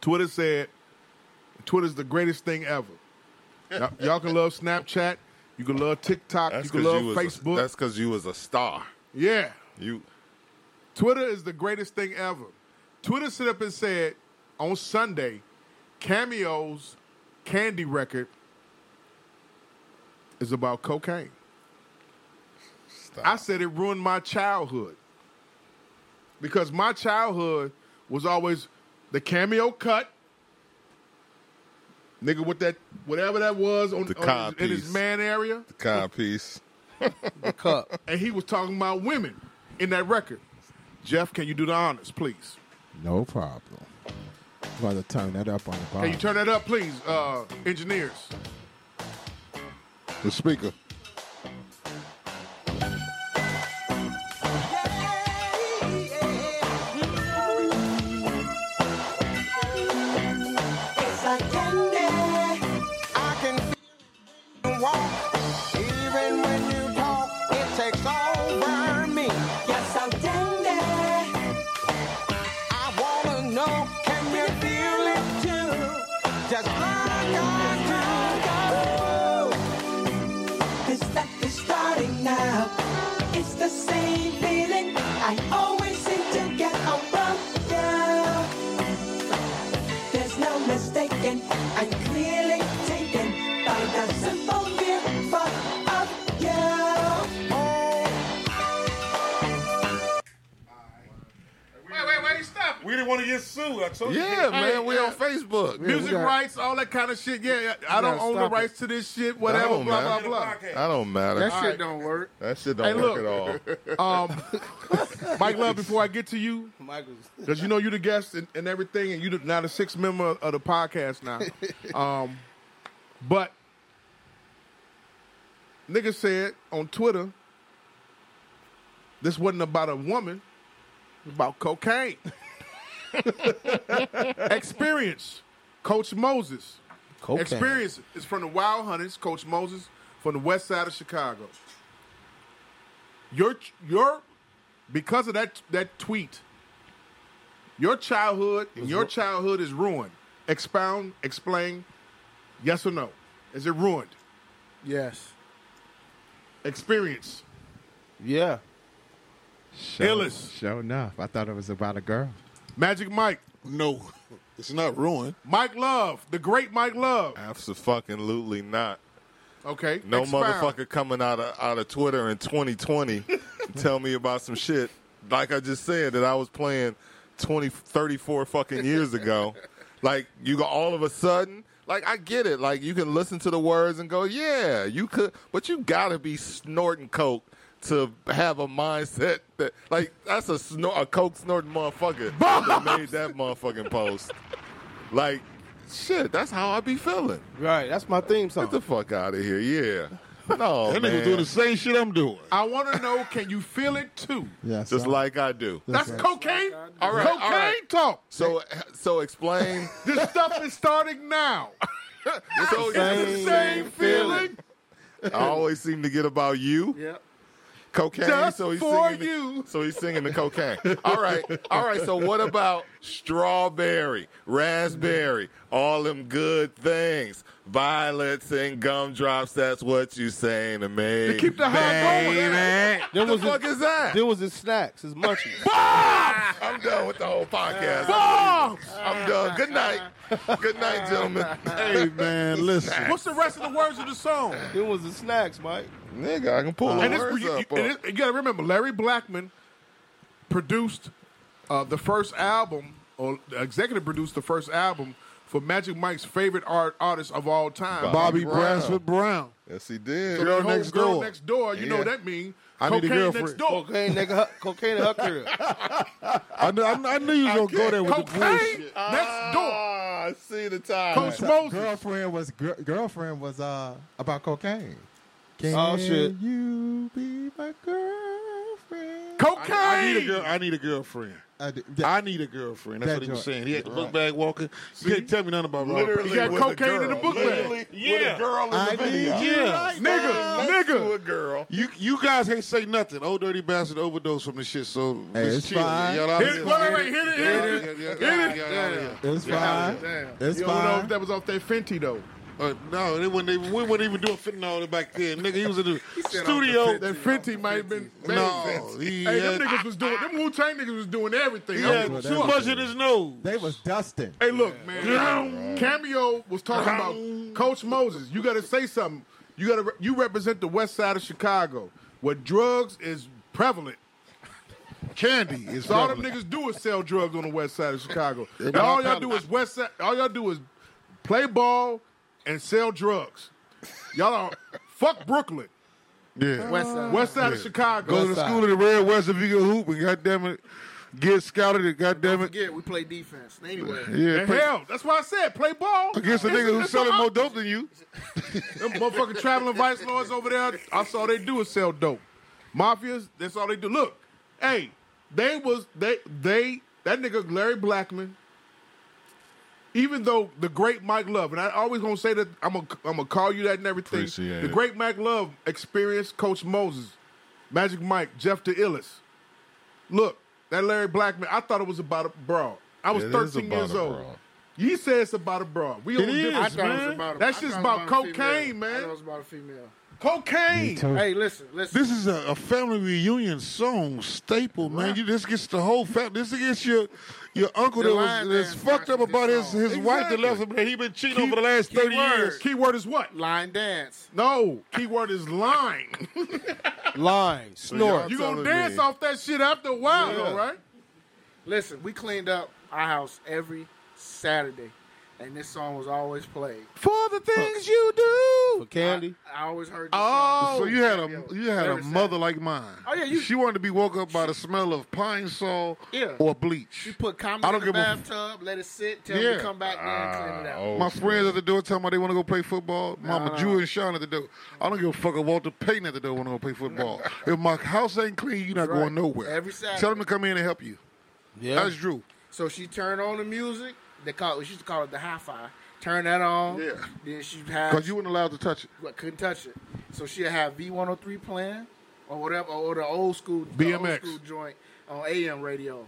B: Twitter said, "Twitter's the greatest thing ever." Y'all- Y'all can love Snapchat. You can love TikTok.
E: that's
B: you can
E: because
B: love
E: you, was
B: Facebook.
E: A, that's 'cause you was a star.
B: yeah.
E: You
B: Twitter is the greatest thing ever. Twitter stood up and said on Sunday, Cameo's candy record is about cocaine. I said it ruined my childhood because my childhood was always the cameo cut. Nigga with that whatever that was on,
E: The
B: on in his
E: codpiece.
B: man area,
E: God peace.
D: The cup.
B: and he was talking about women in that record. Jeff, can you do the honors, please?
A: No problem. I'm about to turn that up on the bar.
B: Can you turn that up, please, uh, engineers?
F: The speaker.
I: Just like I do. We didn't want to get sued. I told you.
F: Yeah, man, we
B: yeah.
F: on Facebook.
B: Music
C: we got-
B: rights, all that kind of shit. Yeah, yeah, I don't
C: gotta
B: own the
C: stop it.
B: rights to this shit. Whatever,
F: Don't,
B: blah
F: man.
B: blah blah.
E: I don't matter.
C: That
E: That,
C: shit don't work.
E: shit don't
B: Hey,
E: work
B: look.
E: at all.
B: Um, Mike Love, before I get to you,
H: Michael's.
B: because you know you're the guest and, and everything, and you're the- now the sixth member of the podcast now. um, but nigga said on Twitter, this wasn't about a woman, it was about cocaine. Experience, Coach Moses. Experience is from the Wild Hunters, Coach Moses, from the west side of Chicago. Your your because of that that tweet, your childhood and your childhood is ruined. Expound, explain, yes or no. Is it ruined?
C: Yes.
B: Experience.
D: Yeah.
A: Show,
B: Illis.
A: Show enough. I thought it was about a girl.
B: Magic Mike.
F: No, it's not ruined.
B: Mike Love, the great Mike Love.
E: Absolutely not.
B: Okay.
E: No
B: expound.
E: motherfucker coming out of out of Twitter in 2020 to tell me about some shit like I just said that I was playing 20 34 fucking years ago. like you go all of a sudden like I get it. Like you can listen to the words and go, "Yeah, you could," but you got to be snorting coke to have a mindset that like that's a snor- a coke snorting motherfucker that made that motherfucking post. like shit, that's how I be feeling.
D: Right. That's my theme song.
E: Get the fuck out of here, yeah. No,
F: That nigga
E: man.
F: doing the same shit I'm doing.
B: I want to know can you feel it too?
G: Yes.
E: just like I do.
B: That's cocaine.
E: All right, all
B: cocaine
E: right.
B: talk.
E: So, so explain.
B: This stuff is starting now.
E: so
B: It's the same feeling
E: I always seem to get about you,
C: Yep.
E: cocaine.
B: just
E: so he's
B: for
E: singing the-
B: you.
E: so he's singing the cocaine. All right, all right. So what about strawberry, raspberry, all them good things, violets and gumdrops? That's what you saying to me?
B: To keep the high going.
E: Baby.
D: There
E: What
D: was
E: the fuck
D: a-
E: is that?
D: There was his snacks, his munchies.
E: I'm done with the whole podcast.
B: Oh,
E: I'm done. Good night. Good night, gentlemen.
F: Hey man, listen.
B: What's the rest of the words of the song?
D: it was his snacks, Mike.
E: Nigga, I can pull the
B: And it's,
E: words
B: you,
E: up.
B: you- and it- you gotta remember, Larry Blackman produced uh, the first album, or executive produced the first album for Magic Mike's favorite art artist of all time,
F: Bobby
E: Brown.
F: Brassford Brown.
E: yes, he did.
B: So that
F: Girl
B: whole
F: Next
B: girl
F: Door.
B: next door. You know
E: Yeah.
B: what that means.
F: I need a
B: Cocaine next
F: girlfriend.
B: door.
D: Cocaine, nigga, cocaine, and her
F: I knew, I knew- I knew you was gonna go there with the
B: Cocaine
F: bullshit.
B: next door.
E: Ah, I see the time.
B: Coach Moses.
G: girlfriend was gr- girlfriend was uh about cocaine. Can
D: Oh, shit.
G: you be my girlfriend?
B: Cocaine.
F: I need a girl. I need a girlfriend.
G: I did-
F: I need a girlfriend. That's
G: That
F: what he was
G: joint.
F: saying. He had the book bag walking. You can't tell me nothing about
E: Literally,
F: Robert.
B: got
E: with a
B: cocaine in
E: girl.
B: the book bag.
E: Literally, with
I: Yeah.
E: a girl in
G: I
E: the video.
G: need you right
B: Nigga,
E: To
B: nigga.
E: a girl.
F: You you guys ain't say nothing. Old dirty bastard overdosed from the shit. So
G: Hey,
F: just
G: it's
F: chill.
G: fine.
F: Y'all out
B: Hit
F: here.
B: it, wait, wait, wait, hit it,
F: Y'all out
B: hit it.
F: here. Y'all out
B: Hit it.
F: here. Y'all out here.
G: It's fine. It's
B: You don't know if
G: fine.
B: that was off that Fenty though.
F: Uh, no, they wouldn't. Even, we wouldn't even do a fitting all back then, nigga. He was in the studio.
B: That Fenty might have been. Man,
F: No, he
B: Hey,
F: had,
B: them niggas was doing. Them Wu Tang niggas was doing everything.
F: he
B: I
F: had
B: don't give a
F: too
B: fuck.
F: much in his nose.
G: They was dusting.
B: Hey, look, man. Cameo was talking about Coach Moses. You got to say something. You got to. Re- you represent the West Side of Chicago, where drugs is prevalent.
F: Candy is
B: So all them
F: prevalent.
B: niggas do is sell drugs on the West Side of Chicago. and
F: buy
B: all y'all
F: powder.
B: do is West Side. All y'all do is play ball and sell drugs. Y'all are fuck Brooklyn,
F: Yeah.
C: West side.
B: West Side of Chicago.
F: Go to the school of the Red West if you can hoop and goddamn it, get scouted and goddamn it.
C: Yeah, we play defense. Anyway.
F: Yeah,
B: And
F: play-
B: hell, that's why I said play ball
F: against a
B: It's-
F: nigga who's
B: it's
F: selling
B: all-
F: more dope than you.
B: Them motherfucking traveling vice lords over there, that's all they do is sell dope. Mafias, that's all they do. Look, hey, they was they they that nigga Larry Blackman. Even though the great Mike Love, and I always gonna say that I'm gonna I'm gonna call you that and everything.
E: Appreciate
B: the
E: it.
B: great Mike Love experienced Coach Moses, Magic Mike, Jeff the Illis. Look, that Larry Blackman, I thought it was about a broad. I was
E: It is
B: 13
E: about
B: years
E: a
B: old.
E: broad.
B: He said it's about a broad. We on different-
C: I thought it was about a,
B: That's
C: I
B: just
C: thought
B: about
C: it was a
B: cocaine,
C: female.
B: man.
C: I thought it was about a female.
B: cocaine.
D: Hmm.
C: Hey, listen, listen.
F: This is a, a family reunion song staple, man. You this gets the whole family. This gets your your uncle
C: The
F: that
C: line
F: was that's
C: dance
F: fucked up
C: version
F: about his
C: is
F: his wife that left him.
B: Exactly.
F: That he been cheating over the last
B: Key
F: thirty
B: word.
F: years.
B: Key word is what?
C: Line dance.
B: No, keyword is line.
D: Line, snort.
B: you gonna
E: telling
B: dance
E: me.
B: off that shit after a while, though, right?
C: Listen, we cleaned up our house every Saturday, and this song was always played.
B: For the things you do.
D: For candy.
C: I, I always heard. This
F: Oh,
C: song.
F: so you had a
C: Yo,
F: you had a
C: every
F: mother like mine.
C: Oh, yeah, you-
F: she wanted to be woke up by the smell of pine saw
C: Yeah.
F: or
C: You
F: bleach.
C: put
F: I
C: comedy
F: don't
C: in the
F: give a f-
C: bathtub, let it sit, tell me
F: Yeah.
C: to come back there and clean it out.
E: Oh,
F: My friends at the door telling me they want to go play football. Mama Drew and Sean at the door. I don't give a fuck if Walter Payton at the door want to go play football. if my house ain't clean, you're not
C: Right.
F: going nowhere.
C: Every
F: Tell
C: Saturday.
F: them to come in and help you.
D: Yeah.
F: That's Drew.
C: So she turned on the music. They call it, she used to call it the hi-fi. Turn that on.
F: Yeah.
C: Then she'd have
F: Because you weren't allowed to touch it.
C: But couldn't touch it. So she'd have V103 playing or whatever, or the old school the old
F: BMX.
C: school joint on AM radio.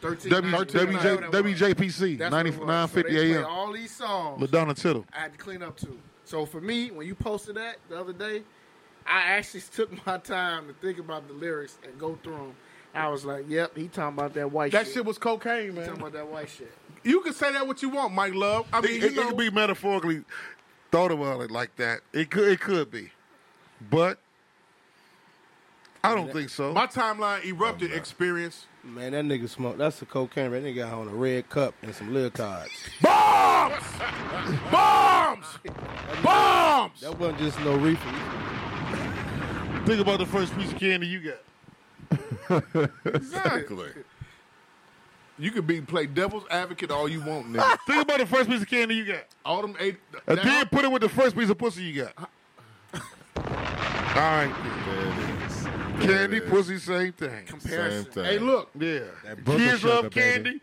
C: 13,
F: W,
C: 13, whatever
F: WJ,
C: that was.
F: WJPC,
C: That's what it was.
F: 9950
C: So they played
F: AM.
C: All these songs
F: LaDonna Tittle.
C: I had to clean up too. So for me, when you posted that the other day, I actually took my time to think about the lyrics and go through them. I was like, "Yep, he talking about that white
B: That
C: shit.
B: shit was cocaine,
C: He talking
B: man.
C: about that white shit."
B: You can say that what you want, Mike Love. I mean,
F: It,
B: you
F: it, it
B: know,
F: could be metaphorically thought about it like that. It could it could be. But I don't think so.
B: my timeline erupted
F: Oh,
B: experience.
D: Man, that nigga smoked. That's the cocaine. That nigga got on a red cup and some leotards.
B: Bombs! Bombs! Bombs!
D: That wasn't just no reefer.
F: Think about the first piece of candy you got.
E: Exactly.
B: You can be play devil's advocate all you want, nigga.
F: Think about the first piece of candy you got.
B: all them eight.
F: And
B: that-
F: then put it with the first piece of pussy you got. All right.
E: There it is.
F: Candy, pussy, same thing.
E: Same
C: Comparison.
E: thing.
B: hey, look.
F: Yeah.
G: booger
F: Kids
G: sugar,
F: love candy.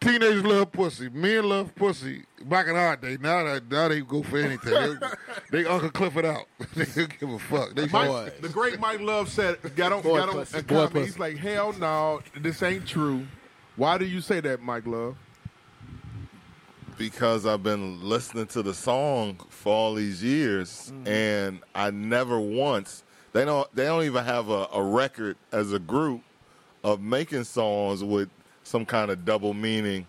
F: Teenagers love pussy. Men love pussy. Back in our day, now that now they go for anything. they, they Uncle Clifford out. they don't give a fuck. They
B: Mike,
D: Boys.
B: the great Mike Love said, got on,
D: Boy
B: got on
D: pussy.
B: a
D: Boy
B: comment.
D: pussy.
B: He's like, hell no, this ain't true. Why do you say that, Mike Love?
E: because I've been listening to the song for all these years, and I never once they don't they don't even have a, a record as a group of making songs with some kind of double meaning.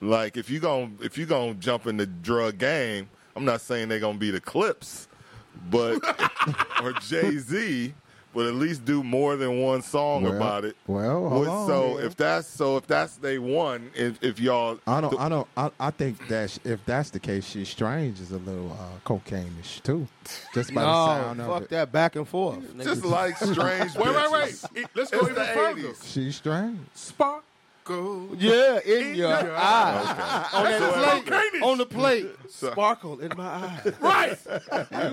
E: Like if you going if you gonna jump in the drug game, I'm not saying they're gonna be the Clips, but or Jay Z, but at least do more than one song
G: Well,
E: about it.
G: well, hold
E: With-
G: on,
E: so
G: man.
E: if that's so if that's they one, if, if y'all
G: I don't.
E: the-
G: I don't. I, I think that sh- if that's the case, she strange is a little uh, cocaine-ish too, just by the
D: No,
G: sound of
D: fuck
G: it.
D: that back and forth. nigga.
E: just like strange.
B: Wait, wait,
E: bitches.
B: wait. It- let's go
E: It's
B: even
E: the
B: further.
E: 80s.
G: She strange.
B: Sparkle.
D: yeah, in, your
B: your
D: eye.
E: Okay.
D: On that
B: That's
D: plate.
B: cocaine-ish.
D: On the plate. Sparkle in my eye.
B: Right.
E: You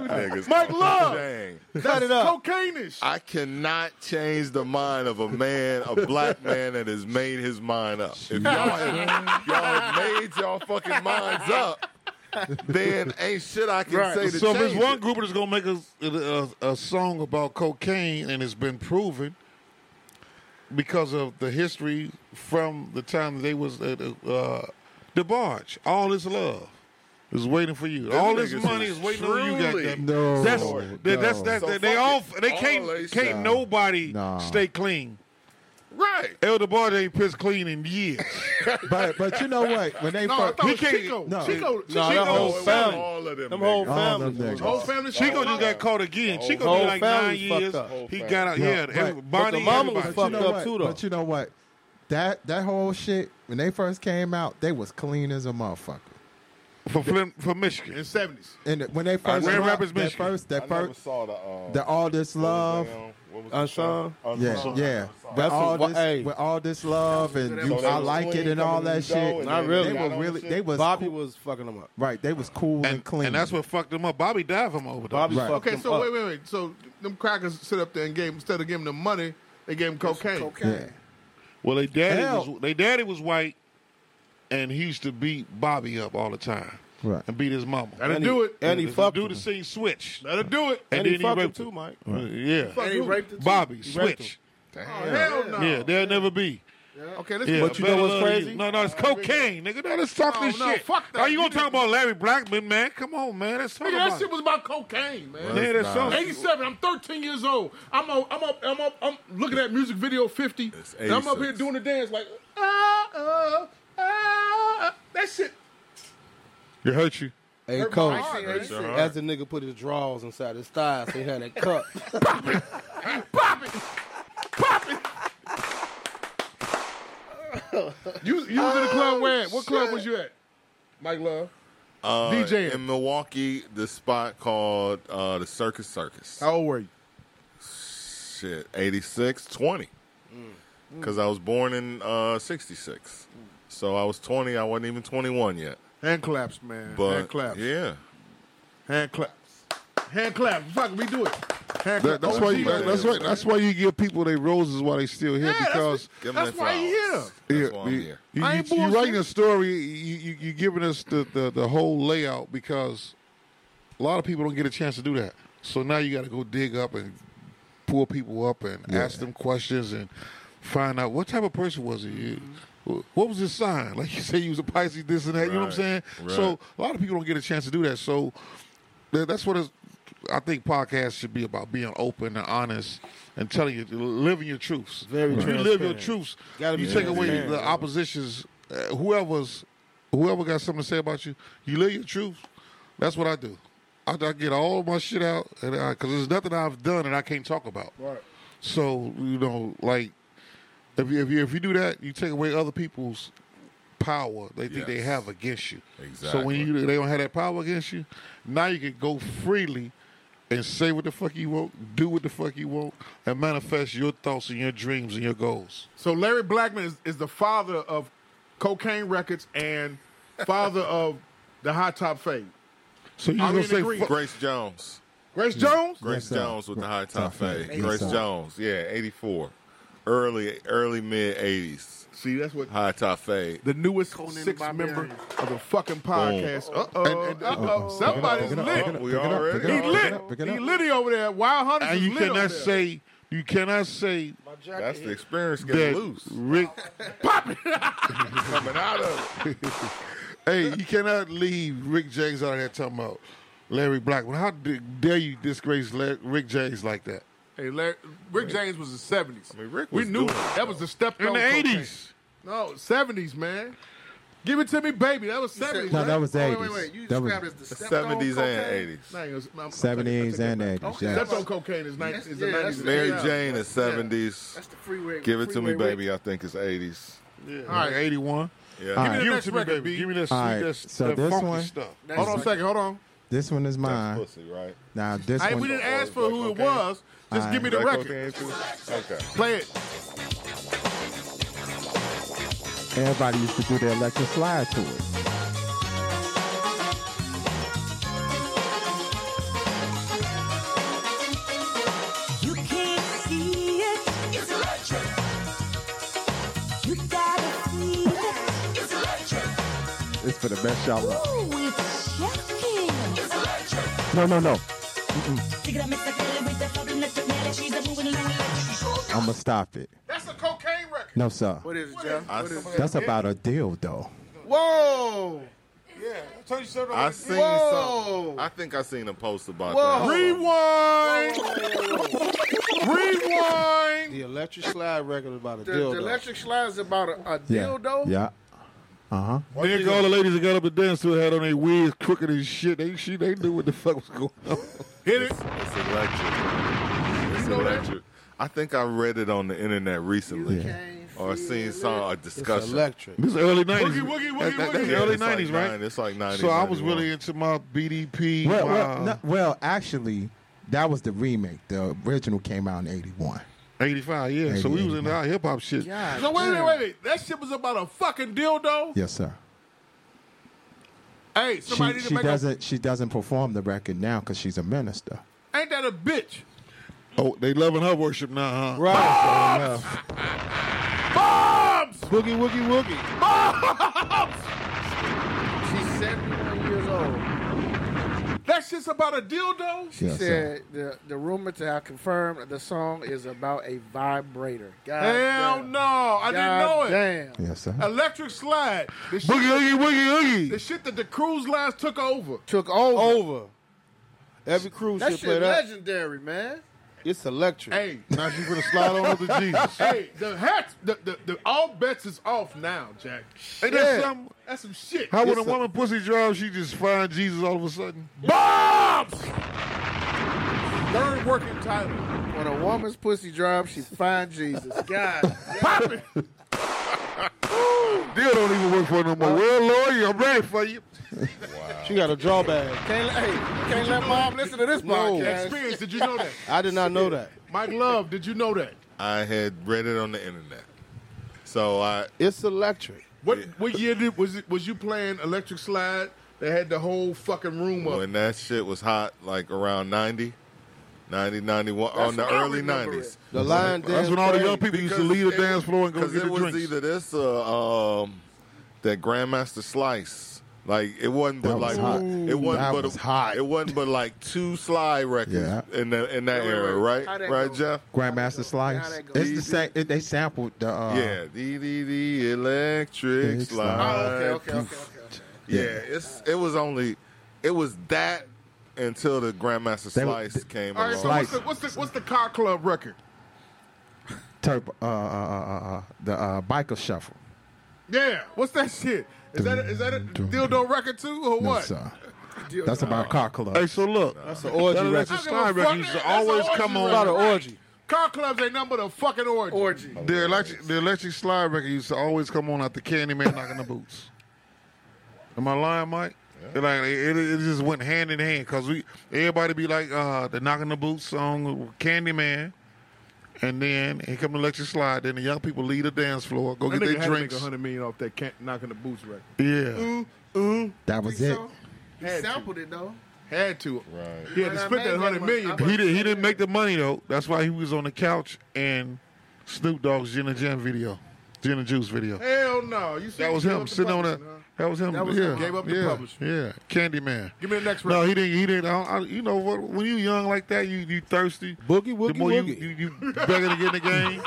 E: niggas.
B: Mike Love.
E: Dang.
D: Cut it up.
B: Cocaine-ish.
E: I cannot change the mind of a man, a black man that has made his mind up. If y'all have, y'all have made y'all fucking minds up, then ain't shit I can say to
F: So if
E: change
F: there's one
E: it.
F: group that's gonna make a, a a song about cocaine and it's been proven because of the history from the time that they was at uh, DeBarge, all this love is waiting for you. all this
E: niggas
F: money
E: is
F: is waiting on you.
E: truly- Oh,
F: Goddamn.
G: No,
F: that's,
G: no.
F: that, that's that's
E: So
F: they
E: fuck
F: all
E: it.
F: they
E: All
F: can't
E: they
F: can't
E: say.
F: nobody
G: Nah.
F: stay clean.
E: Right.
F: El DeBarge ain't pissed clean in years.
G: But but you know what? When they
B: no, I
G: first,
B: thought
F: He
B: it was
F: can't-
B: Chico.
G: no.
B: Chico.
D: No, that
B: Chico.
D: whole
E: it was
D: family.
E: all of them.
D: Them whole
E: niggas.
G: All them
D: families. was-
G: niggas.
B: Whole family.
F: Chico just got
E: Oh,
B: Chico.
F: caught again. Chico
D: whole
F: did like nine
D: family fucked
F: years.
D: up.
F: He got out.
G: Yeah,
F: Yeah,
G: but-
F: every-
G: but
F: Bonnie.
D: the mama was
F: everybody.
D: fucked
G: you know
D: up
G: what?
D: too, though.
G: But you know what? That that whole shit when they first came out, they was clean as a motherfucker.
F: for Flint, for Michigan.
B: In seventies.
G: And when they first
F: Red
G: dropped
F: Rapids,
G: that
F: Michigan.
G: first
E: I
G: that
E: never
G: first
E: saw the. Um,
G: the all this love.
E: what was the uh,
D: Unsung.
E: song?
G: Yeah,
E: Unsung.
G: yeah.
D: That's
G: with, all
D: what-
G: this,
D: hey.
G: with all this love and
E: So
G: you,
E: they
G: I
E: was
G: like
E: clean
G: it and all
E: coming
G: that
E: to the door
G: shit.
E: and
D: Not
E: then
D: really.
G: They
E: got
G: were
E: on
G: really,
E: shit.
G: they was
D: Bobby
G: cool-
D: was fucking them up.
G: right. They was cool and,
F: and,
G: clean.
F: and that's what fucked him up. Bobby died from overdose.
D: Bobby
G: Right.
D: fucked
B: Okay,
D: them
B: so
D: up.
B: wait, wait, wait. So them crackers sit up there and gave instead of giving them money, they gave them cocaine.
C: Cocaine.
G: Yeah.
F: Well, they daddy
G: Hell.
F: was they daddy was white, and he used to beat Bobby up all the time
G: right.
F: and beat his mama.
B: That'll
D: And
B: do
D: he-
B: it.
D: And he fucked
F: Do
D: him.
F: the scene switch,
B: That'll do it.
F: and,
D: And he
F: then he
D: fucked him
F: raped
D: too, Mike.
F: Yeah,
B: Fuck
C: And he
B: who?
C: raped it.
F: Bobby
D: raped
F: switch.
B: Oh, hell no.
F: Yeah, they'll never be.
B: Okay, let's
F: Yeah,
B: go.
D: But you know
F: better
D: what's
F: love
D: crazy?
F: you. No, no, it's cocaine, nigga. No, let's talk
B: No,
F: this
B: no,
F: shit.
B: fuck that.
F: Are you
B: You
F: gonna talk
B: didn't-
F: about Larry Blackman, man? Come on, man. Let's talk
B: Nigga,
F: about
B: that shit was about cocaine, man.
F: it. Yeah, that's
E: Nah.
F: something.
B: 87. I'm 13 years old. I'm up, I'm up, I'm up, I'm looking at music video 50.
E: It's
B: And I'm up here
E: 86.
B: doing the dance like, ah, ah, ah. That shit.
F: It hurt you.
D: Hey,
B: hurt my
D: coach.
B: heart, man.
E: your heart.
D: As the nigga put his drawers inside his thighs, so he had that cup.
B: Pop it. Pop it. You, you was in the club where? at? What club was you at? Mike Love.
E: Uh,
B: DJing.
E: in Milwaukee, the spot called uh, the Circus Circus.
B: How old were you?
E: Shit, 86, 20.
B: Mm.
E: Because I was born in uh, 66. So I was 20. I wasn't even 21 yet.
B: Hand claps, man.
E: But
B: Hand claps.
E: Yeah.
B: Hand claps. Hand claps. Fuck, we do it. Hand
F: That,
B: claps.
F: that's
B: Oh,
F: why.
B: gee,
F: You, that-
B: man.
F: that's why. That's why you give people their roses while they still here
B: Yeah, that's
F: because
E: Give 'em
B: That's
E: their
B: why you
E: flowers.
F: Yeah,
E: That's why I'm
F: you-
E: here.
F: You,
B: I ain't
F: you- you
B: bullshitting.
F: writing a story. You, you you giving us the, the the whole layout because a lot of people don't get a chance to do that. So now you got to go dig up and pull people up and ask them questions and find out what type of person was he. You- What was his sign? Like you say, he was a Pisces, this and that. You know what I'm saying?
E: Right, right.
F: So a lot of people don't get a chance to do that. So that- that's what it's, I think podcasts should be about: being open and honest and telling you, living your truths.
D: Very
F: if you live your
D: transparent.
F: truths,
D: Gotta be
F: you take away
D: transparent.
F: the oppositions, uh, whoever's whoever got something to say about you, you live your truth. That's what I do. I, I get all my shit out, and because there's nothing I've done and I can't talk about.
B: Right.
F: So you know, like if you, if you if you do that, you take away other people's power they think they
E: Yes.
F: have against you. So
E: Exactly.
F: when you they don't have that power against you, now you can go freely and say what the fuck you want, do what the fuck you want, and manifest your thoughts and your dreams and your goals.
B: So Larry Blackman is, is the father of cocaine records and father of the high top fade.
F: So you
B: I'm
F: gonna
B: in
F: say
B: agreement.
F: fuck-
E: Grace Jones.
B: Grace Jones.
E: Grace
G: sir.
E: Jones with the high top fade.
G: fade.
E: Grace
G: Yes, sir.
E: Jones, yeah, eighty four, early early mid eighties,
B: See, that's what
E: high top fade.
B: the newest
C: Conan the
B: six member
C: Barbarian.
B: of the fucking podcast. Uh oh.
F: And- and-
B: Uh oh. Somebody's
G: Pick it up, pick it
B: lit.
G: up,
E: We
G: pick it up,
E: already-
G: pick
B: He
G: it up, pick it
B: lit.
G: up, pick it
B: He
G: up.
B: lit over there. Wild Hunters
F: and
B: is
F: you
B: lit over
F: cannot
B: there.
F: say you cannot say
E: That's the experience
F: that
E: getting loose.
F: Rick.
E: Coming out of it.
F: hey, you cannot leave Rick James out of that talking about Larry Blackman. How d- dare you disgrace La- Rick James like that?
B: Hey, Larry, Rick James was the seventies.
E: mean, Rick
B: we
E: was
B: knew
E: doing
B: that.
E: it,
B: that was the step
F: In the eighties.
B: No, seventies, man. Give it to me, baby. That was seventies.
G: No, that was
C: Wait, wait,
G: 80s.
C: wait. You
G: That was-
C: described it as the
E: Seventies and eighties.
G: Seventies and eighties.
C: Okay.
G: Yes.
B: Stepped on cocaine is nineties. Is the
C: Yeah, that's-
B: nineties.
E: Mary
B: yeah.
E: Jane is seventies.
C: That's the freeway.
E: Give it to me,
C: freeway
E: baby. I think it's eighties.
F: All right, eighty one.
E: Yeah.
G: All right.
B: Give
F: Give
B: me the
F: it
B: next
F: to me,
B: record,
F: baby.
B: B.
F: Give me that,
G: All
F: sweet,
G: right,
F: that,
G: so
F: that
G: this
F: funky
G: one-
F: stuff.
C: That's
B: Hold on a
C: like-
B: second. Hold on.
G: This one is
E: That's
G: mine.
E: pussy, right?
G: Now this
B: Hey,
G: one.
B: we didn't ask for who it
E: Okay.
B: was. Just give me the
E: Is that
B: record.
E: cocaine too? Okay.
B: Play it.
G: Everybody used to do their electric slide to it.
J: You can't see it. It's electric. You gotta feel it. It's electric.
G: It's for the best y'all. love.
J: Ooh, it's shocking. It's electric.
G: No, no, no.
A: Um.
J: I'm
G: I'ma stop it.
B: That's a cocaine record.
G: No, sir.
C: What is it, Jeff?
E: I,
G: That's about a deal, though.
C: Whoa!
I: Yeah, I told you something.
E: I seen
C: Whoa.
E: something. I think I seen a post about
C: Whoa.
E: that.
B: Rewind. Rewind.
D: The electric slide record about a
C: The,
D: dildo.
C: the electric slide is about a, a
G: Yeah.
C: dildo.
G: Yeah. Uh huh.
F: There go all the ladies that got up and danced to it had on their wigs crooked and shit. They she they knew what the fuck was going on.
B: Hit it.
E: It's electric. It's electric. I think I read it on the internet recently, or seen some a discussion.
D: it's electric.
F: This is early nineties.
B: Woogie, woogie, woogie,
F: That's
B: woogie.
E: Yeah,
F: early
E: it's like
F: nineties, right?
E: nine- it's like ninety.
F: so I was really into my BDP.
G: Well,
F: my
G: well, no, well, actually, that was the remake. The original came out in '81.
F: eighty-five. Yeah, so we was in our hip hop shit.
C: God.
B: No, wait a minute, wait a minute. That shit was about a fucking dildo.
G: Yes, sir.
B: Hey, somebody
G: She,
B: need to
G: she
B: make
G: doesn't. She doesn't perform the record now because she's a minister.
B: a. Ain't that a bitch?
F: Oh, they loving her worship now, huh?
D: Right.
B: Bombs.
D: Boogie woogie woogie.
C: She's 71 years old.
B: That shit's about a dildo.
C: She
G: Yes, sir.
C: said the, the rumor to have confirmed that the song is about a vibrator. God
B: Hell
C: damn.
B: no! I didn't know
C: God
B: it.
C: Damn.
G: Yes, sir.
B: Electric slide. The shit,
F: Boogie oogie woogie
B: the
F: oogie.
B: shit that the cruise lines took over.
C: Took over.
D: Over. Every cruise
C: that
D: ship
C: shit
D: played up.
C: legendary, man.
D: It's electric.
B: Hey,
F: Now she gonna slide on over to Jesus.
B: hey, the hats, the, the, the all bets is off now, Jack.
F: Ain't that something?
B: That's some shit.
F: How when a woman pussy drives, she just find Jesus all of a sudden?
B: Bombs! Third working title.
C: When a woman's pussy drops, she finds Jesus. God.
B: Pop it!
F: Deal don't even work for no more. Well, lawyer, I'm ready for you.
D: She got a drawbag.
K: Can't, let- hey, can't let mom listen to this
D: No.
K: podcast.
B: Experience, did you know that?
D: I did not know that.
B: Mike Love, did you know that?
E: I had read it on the internet. So I
D: It's electric.
B: What what year did was it was you playing Electric Slide? They had the whole fucking room up.
E: when that shit was hot, like around 90, 90, 91, on the
B: when I
E: early
B: remember
E: nineties.
D: The lion dance.
F: That's when all the
D: party.
F: young people used to leave the dance floor and go
E: Because
F: get
E: it
F: the
E: was
F: drinks.
E: either this or um, that Grandmaster Slice. Like it wasn't but
A: That was
E: like
A: hot.
E: it wasn't
A: That
E: but
A: was hot.
E: it wasn't but like two Sly records
A: Yeah.
E: in the, in that era, right?
K: How'd that
E: Right,
K: go?
E: Jeff?
A: Grandmaster
K: Now
A: Slice.
K: that goes.
A: It's the same. It, they sampled the.
F: Uh-huh.
A: Uh,
E: yeah, the the the electric
A: Big Slide.
E: slide.
K: Oh,
F: Uh,
K: okay, okay, okay, okay. okay.
E: Yeah, it's it was only it was that until the Grandmaster
A: They were-
E: Slice came
B: All right, so
E: along.
B: what's the, what's the what's the car club record?
A: Turbo. Uh, uh, uh, uh, uh, the uh, biker shuffle.
B: Yeah, what's that shit? Is that a, is that a dildo record too or
A: No,
B: what?
A: sir. That's about car club.
F: Hey, so look,
D: It's an orgy
F: that
D: record.
F: electric
B: I give a
F: slide
B: fuck.
F: record used
B: That's
F: to
B: an
F: always
B: orgy
F: come
D: It's
F: on.
D: not an orgy.
B: Car clubs ain't nothing but a fucking orgy.
K: Orgy.
F: The electric, the electric slide record used to always come on after Candyman knocking the boots. Am I lying, Mike? It like it, it just went hand in hand because we everybody be like uh, the knocking the boots song, with Candyman, and then here come the electric slide. Then the young people leave the dance floor, go
B: That
F: get
B: nigga
F: their
B: had to make
F: drinks.
B: a hundred million off that can't knocking the boots record.
F: Yeah,
A: That was it.
K: He sampled it though.
B: Had to.
E: Right.
B: He had
K: When
B: to
K: I
B: split
K: made
B: that
K: that
B: hundred
K: one,
B: million.
K: I
B: bro.
F: he did. He didn't make the money though. That's why he was on the couch and Snoop Dogg's Gin and Jam video, Gin and Juice video.
B: Hell no. You said
F: That
B: you
F: was
B: gave
F: him
B: up the
F: sitting on that.
B: publishing, huh?
F: That was him.
B: That was
F: yeah.
B: him. Gave up the
F: yeah.
B: publishing.
F: Yeah, Candyman.
B: Give me the next
F: No,
B: record.
F: he didn't. He didn't. I, don't- I, you know what? When you young like that, you you thirsty.
D: Boogie
F: The
D: woogie
F: more you,
D: woogie.
F: you you begging to get in the game.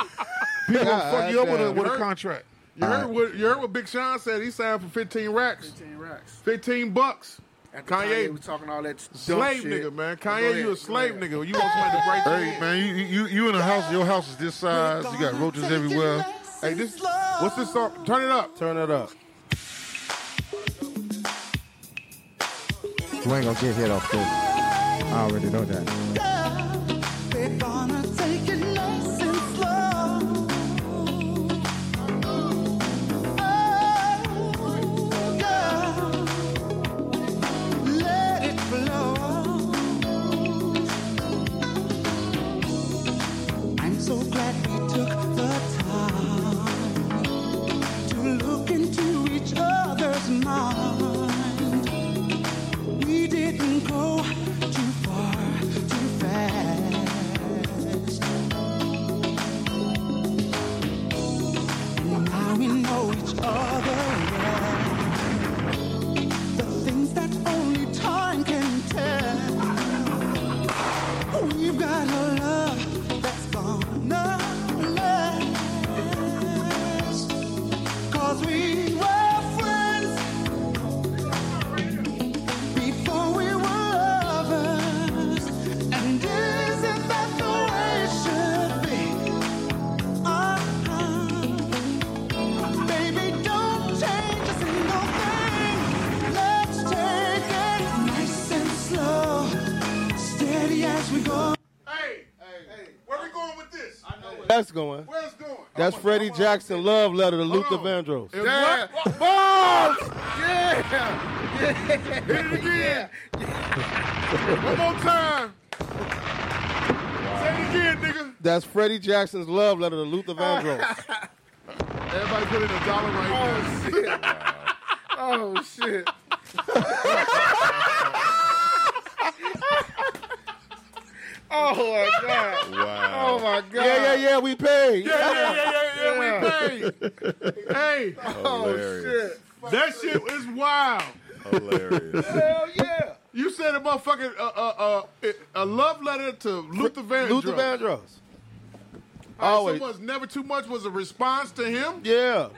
F: People gonna
D: Yeah,
F: fuck you up with a,
D: goddamn.
F: with a contract.
B: You heard, what, you heard what Big Sean said. He signed for 15 racks,
K: 15 racks.
B: 15 bucks.
K: At the
B: Kanye-
K: Kanye, was talking all that dumb
B: Slave
K: shit.
B: nigga, man.
K: Go
B: Kanye,
K: ahead,
B: you a slave
K: go ahead.
B: nigga. You want somebody to break
F: Hey man, you you you in a house. Your house is this size. You got roaches everywhere.
B: Hey, this. What's this song? Turn it up.
D: Turn it up.
A: You ain't gonna get hit off this. I already know that.
C: We're gonna take it nice and slow. Oh, girl, let it flow. I'm so glad we took the time to look into each other's mind. We didn't go too far, too fast. And now we know each other well. The things that only time can tell. We've got a love that's gonna last. 'Cause we were friends before we were lovers, and isn't that the way it should be? Uh-huh. Baby, don't change a single thing. Let's take it nice and slow, steady as we go.
B: Hey, hey, where we going with this? I know where.
D: That's going.
B: Where's it going? Oh,
D: That's Freddie Jackson love letter to Luther
B: on.
D: Vandross.
B: Yeah. Hit it again. One more time. Say it again, nigga.
D: That's Freddie Jackson's love letter to Luther
B: Oh,
D: Vandross.
B: Everybody put in a dollar right now.
K: Oh shit. oh my god.
E: Wow.
K: Oh my god.
D: yeah, yeah, yeah. We paid.
B: Yeah, yeah, yeah, yeah, yeah, we paid. Hey,
E: Oh, Hilarious.
B: that shit is wild.
E: Hilarious.
K: Hell yeah.
B: You said a motherfucking uh, uh, uh, a love letter to Luther Vandross.
D: Luther Vandross.
B: All right,
D: Always.
B: So was never too much was a response to him.
D: Yeah.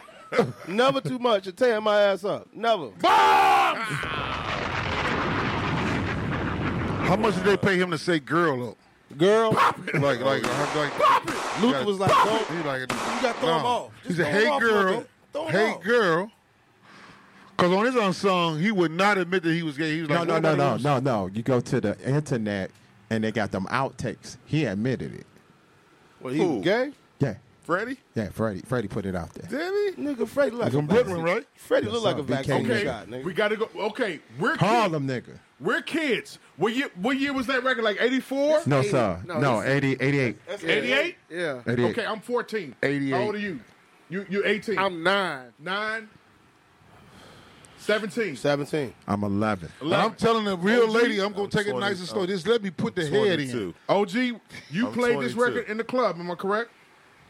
D: Never too much. You're tearing my ass up. Never.
F: How much did they pay him to say "girl" up?
D: Girl,
F: Like like like.
D: Luther was like, don't.
F: He like, you
D: gotta throw him off.
F: He
D: Just
F: said,
D: throw him
F: "Hey
D: off a little
F: girl,
D: bit. Throw him
F: hey
D: off."
F: girl," because on his unsung, he would not admit that he was gay. He was
A: No,
F: like,
A: no, no,
F: "Nobody
A: no,
F: was-"
A: no, no. You go to the internet and they got them outtakes. He admitted it.
D: Well, he was
E: Who?
D: gay?
A: Yeah.
E: Freddie?
A: Yeah, Freddie. Freddie put it out there.
E: Did he?
L: Nigga, Freddie like
F: from
L: a vaccine-
F: Brooklyn, right?
L: Freddie
A: Yes,
L: look like a
A: sir.
L: vaccine
A: BK.
B: Okay,
L: shot, nigga.
B: we got to go. Okay, we're kids.
A: Harlem nigga.
B: We're kids. What year, what year was that record? Like 84?
A: No,
D: 80.
A: sir.
D: No,
A: No,
D: that's-
A: 80, 88.
D: That's
B: 88?
D: Yeah.
A: 88.
B: Okay, I'm 14.
F: 88.
B: How old are you? You you 18.
D: I'm nine.
B: 9 17.
L: 17.
A: I'm 11.
F: I'm telling the real
B: OG,
F: lady, I'm gonna take it
E: 20,
F: nice and
E: I'm
F: slow. Just let me put the head in.
E: 22.
B: OG, you
E: I'm
B: played this
E: 22.
B: record in the club, am I correct?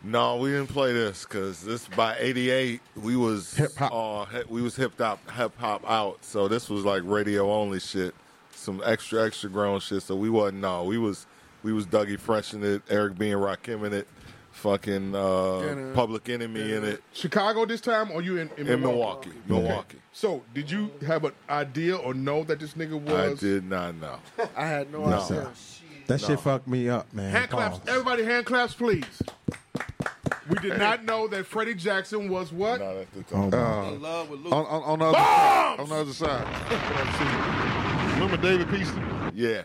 E: No, we didn't play this because this by '88 we was hip
A: Hip-hop.
E: we was hip hop hip hop out, so this was like radio only shit, some extra extra grown shit. So we wasn't no, we was we was Dougie Fresh in it, Eric B and Rakim in it, fucking uh, Public Enemy in it
B: Chicago this time, or you in, in,
E: in Milwaukee, Milwaukee.
B: So, did you have an idea or know that this nigga
E: I
B: was?
E: did not know.
D: I had no,
A: No,
D: idea.
A: sir. That shit fucked me up, man.
B: Hand claps.
A: Pause.
B: Everybody, hand claps, please. We did not know that Freddie Jackson was what?
E: Not at the time.
A: Oh, my.
M: In love
D: Uh-huh.
M: with Luke.
F: On, on, on the other side. On the other side. Remember David Peaston
E: Yeah,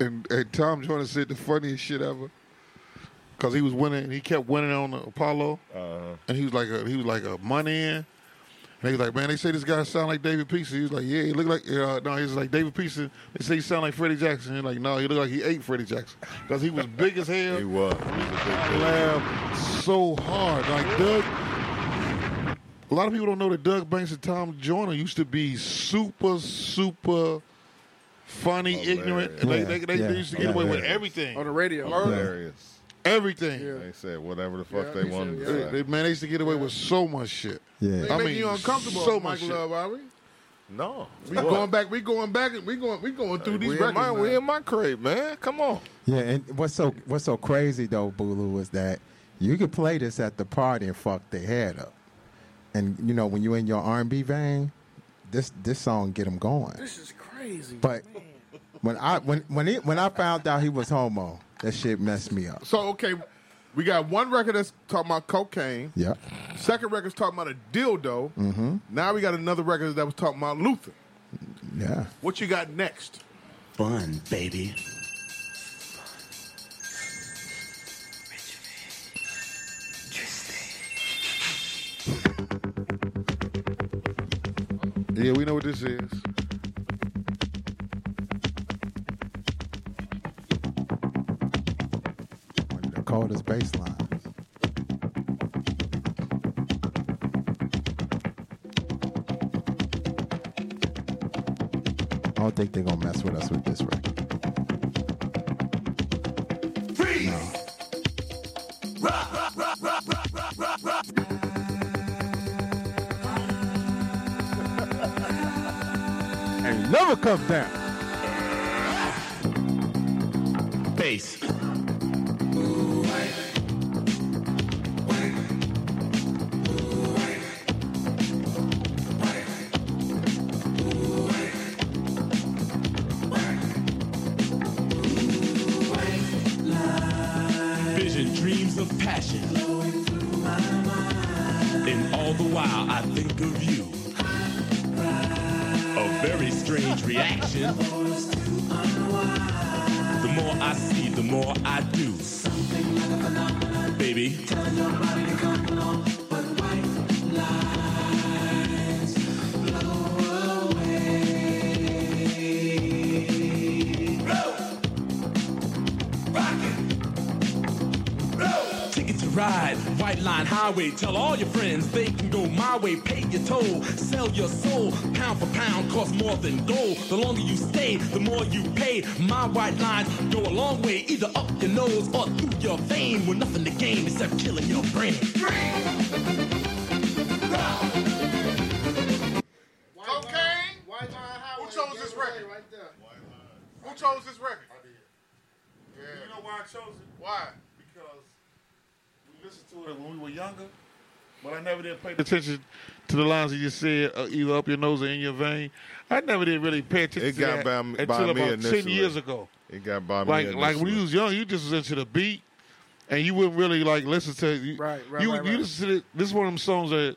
F: and, and Tom Joyner said the funniest shit ever. Cause he was winning, and he kept winning on the Apollo, and he was like a he was like a money in, and he was like, man, they say this guy sound like David Peason. He was like, yeah, he look like uh, no, he was like David Peason. They say he sound like Freddie Jackson. He's like, no, he look like he ate Freddie Jackson because he was big as hell.
E: he was. He was a big
F: I
E: dude.
F: laughed so hard. Like Doug, a lot of people don't know that Doug Banks and Tom Joyner used to be super, super funny, ignorant, and
A: Yeah,
F: they, they, they,
A: yeah,
F: they used to get away with
E: hilarious.
F: everything,
D: On the radio.
E: Hilarious.
F: everything.
E: They said whatever the fuck
D: Yeah,
E: they
D: they
E: wanted.
D: said,
E: to
F: They,
E: say.
F: they- man, they used to get away with so much shit.
A: Yeah.
F: I
B: Making
F: mean,
B: you uncomfortable,
F: so much
B: Mike
F: shit.
B: Love, are we?
E: No,
B: We
E: What?
B: going back. We going back. We going. We going through
E: We
B: these
E: in,
B: records.
E: my,
B: now.
E: we in my crib, man. Come on.
A: Yeah, and what's so what's so crazy though, Bulu, is that you could play this at the party and fuck their head up. And you know, when you in your R&B vein, this this song get them going.
D: This is crazy.
A: But when I when when he, when I found out he was homo, that shit messed me up.
B: So okay, we got one record that's talking about cocaine.
A: Yeah.
B: Second record's talking about a dildo. Mm-hmm. Now we got another record that was talking about Luther.
A: Yeah.
B: What you got next?
N: Fun, baby.
F: Yeah, we know what this is.
A: One of the coldest bass lines. I don't think they're gonna mess with us with this record. And never come down.
N: Bass.
C: vision, dreams of passion. And all the while I think of you. A very strange reaction. The more I see, the more I do. Baby. Ticket to ride, white line highway. Tell all your friends they can go my way. Pay your toll, sell your soul. Pound for pound, cost more than gold. The longer you stay, the more you pay. My white lines go a long way, either up your nose or through your vein. With nothing to gain except killing your brain.
B: Cocaine. Who chose this record? Who chose this record? I did. Yeah. You know why I chose it? Why?
F: because we listened to it when we were younger, but I never did pay attention to the lines that you said, uh, either up your nose or in your vein. I never did really pay attention
E: It
F: to
E: got
F: that
E: by m-
F: until
E: by me
F: about ten
E: initially.
F: years ago.
E: It got by me.
F: Like like
E: initially.
F: when you was young, you just was into the beat, and you wouldn't really like listen to it. You,
D: Right, right,
F: you,
D: right,
F: you
D: right.
F: listen to it. This is one of them songs that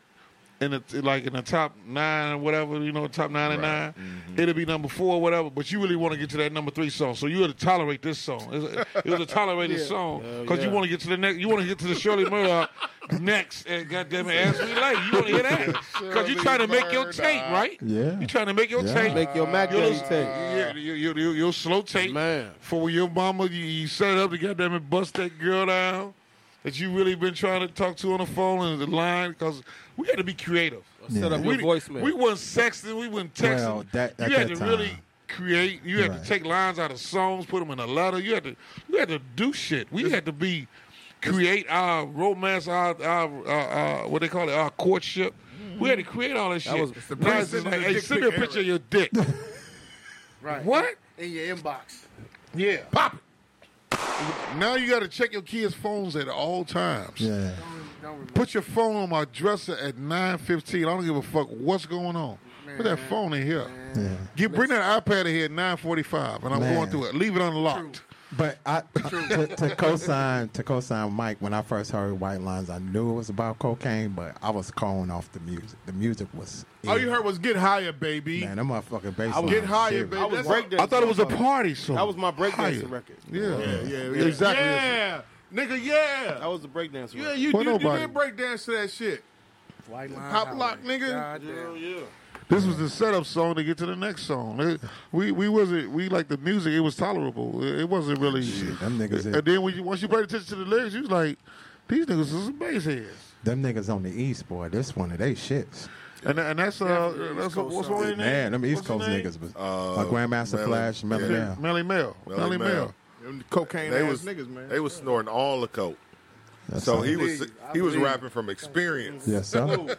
F: in the like in the top nine or whatever, you know, top nine and 9
G: Mm-hmm.
F: it'll be number four or whatever. But you really want to get to that number three song, so you had to tolerate this song. It's a- It was a tolerated
B: Yeah.
F: song
B: Hell
F: because
B: yeah.
F: you want to get to the next. You want to get to the Shirley Murdoch next. And goddamn it, ask me like you want to hear that because you trying to make your tape right.
G: Yeah.
F: You trying to make your
G: Yeah.
F: tape,
G: Make
D: your Mac
F: your,
D: Daddy tape.
F: your, your, your, your, your slow tape, man. For when your mama, you, you set up to goddamn it, bust that girl down that you really been trying to talk to on the phone and the line because we had to be creative.
D: Set up
F: we,
D: your voicemail.
F: We wasn't sexting, we wasn't texting.
G: Well, that- at
F: you had
G: that
F: to really
G: time.
F: create. You had
G: Right.
F: to take lines out of songs, put them in a letter. You had to, you had to do shit. We had to be create our romance, our, our, our, our what they call it, our courtship. We had to create all that shit.
D: That was-
F: Now it's just like, hey, send me a picture of your dick.
C: Right.
F: What?
C: In your inbox.
F: yeah, pop it.
B: Now you got to check your kids' phones at all times.
G: Yeah.
F: Put your phone on my dresser at nine fifteen. I don't give a fuck what's going on.
B: Put that phone in here.
G: Yeah.
F: Get bring that iPad in here at nine forty five, and I'm
G: Man.
F: going through it. Leave it unlocked.
G: But I, to, to co-sign to co-sign Mike when I first heard White Lines, I knew it was about cocaine, but I was calling off the music. The music was
F: Oh,
B: All you heard was "Get Higher, Baby."
G: man, that motherfucking bass.
B: I was-
G: line
B: Get
G: was
B: higher,
G: serious.
B: baby.
D: I
B: That's
D: was breakdancing.
F: I thought it was a party song.
D: That was my breakdancing record.
F: Yeah.
B: Yeah, yeah,
D: Yeah. Exactly.
B: Yeah, nigga, yeah.
D: That was the breakdancing
B: Yeah,
D: record.
B: you,
F: Well,
B: you, you
F: nobody-
B: did break dance to that shit.
C: White line.
B: Pop lock,
C: highway.
B: nigga.
C: Goddamn.
F: This was the setup song to get to the next song. It- we we wasn't we like the music. It was tolerable. It, it wasn't really.
G: Them niggas,
F: And then when you, once you paid attention to the lyrics, you was like, these niggas is some bass heads.
G: them niggas on the East, boy. This one of they shits.
F: And and that's uh that's what's on name.
G: Man, them East
F: What's her
G: Coast
F: name?
G: niggas was
E: Uh,
G: my Grandmaster
E: Melly-
G: Flash, Melly
E: yeah.
G: Mel.
F: Melly Mel.
E: Melly
F: Melly
E: Mel.
F: Mel.
B: Them cocaine
E: They
B: ass
E: was
B: niggas, man.
E: They was snorting all the coke. so he was he was rapping from experience.
G: Yes, sir.
B: Melly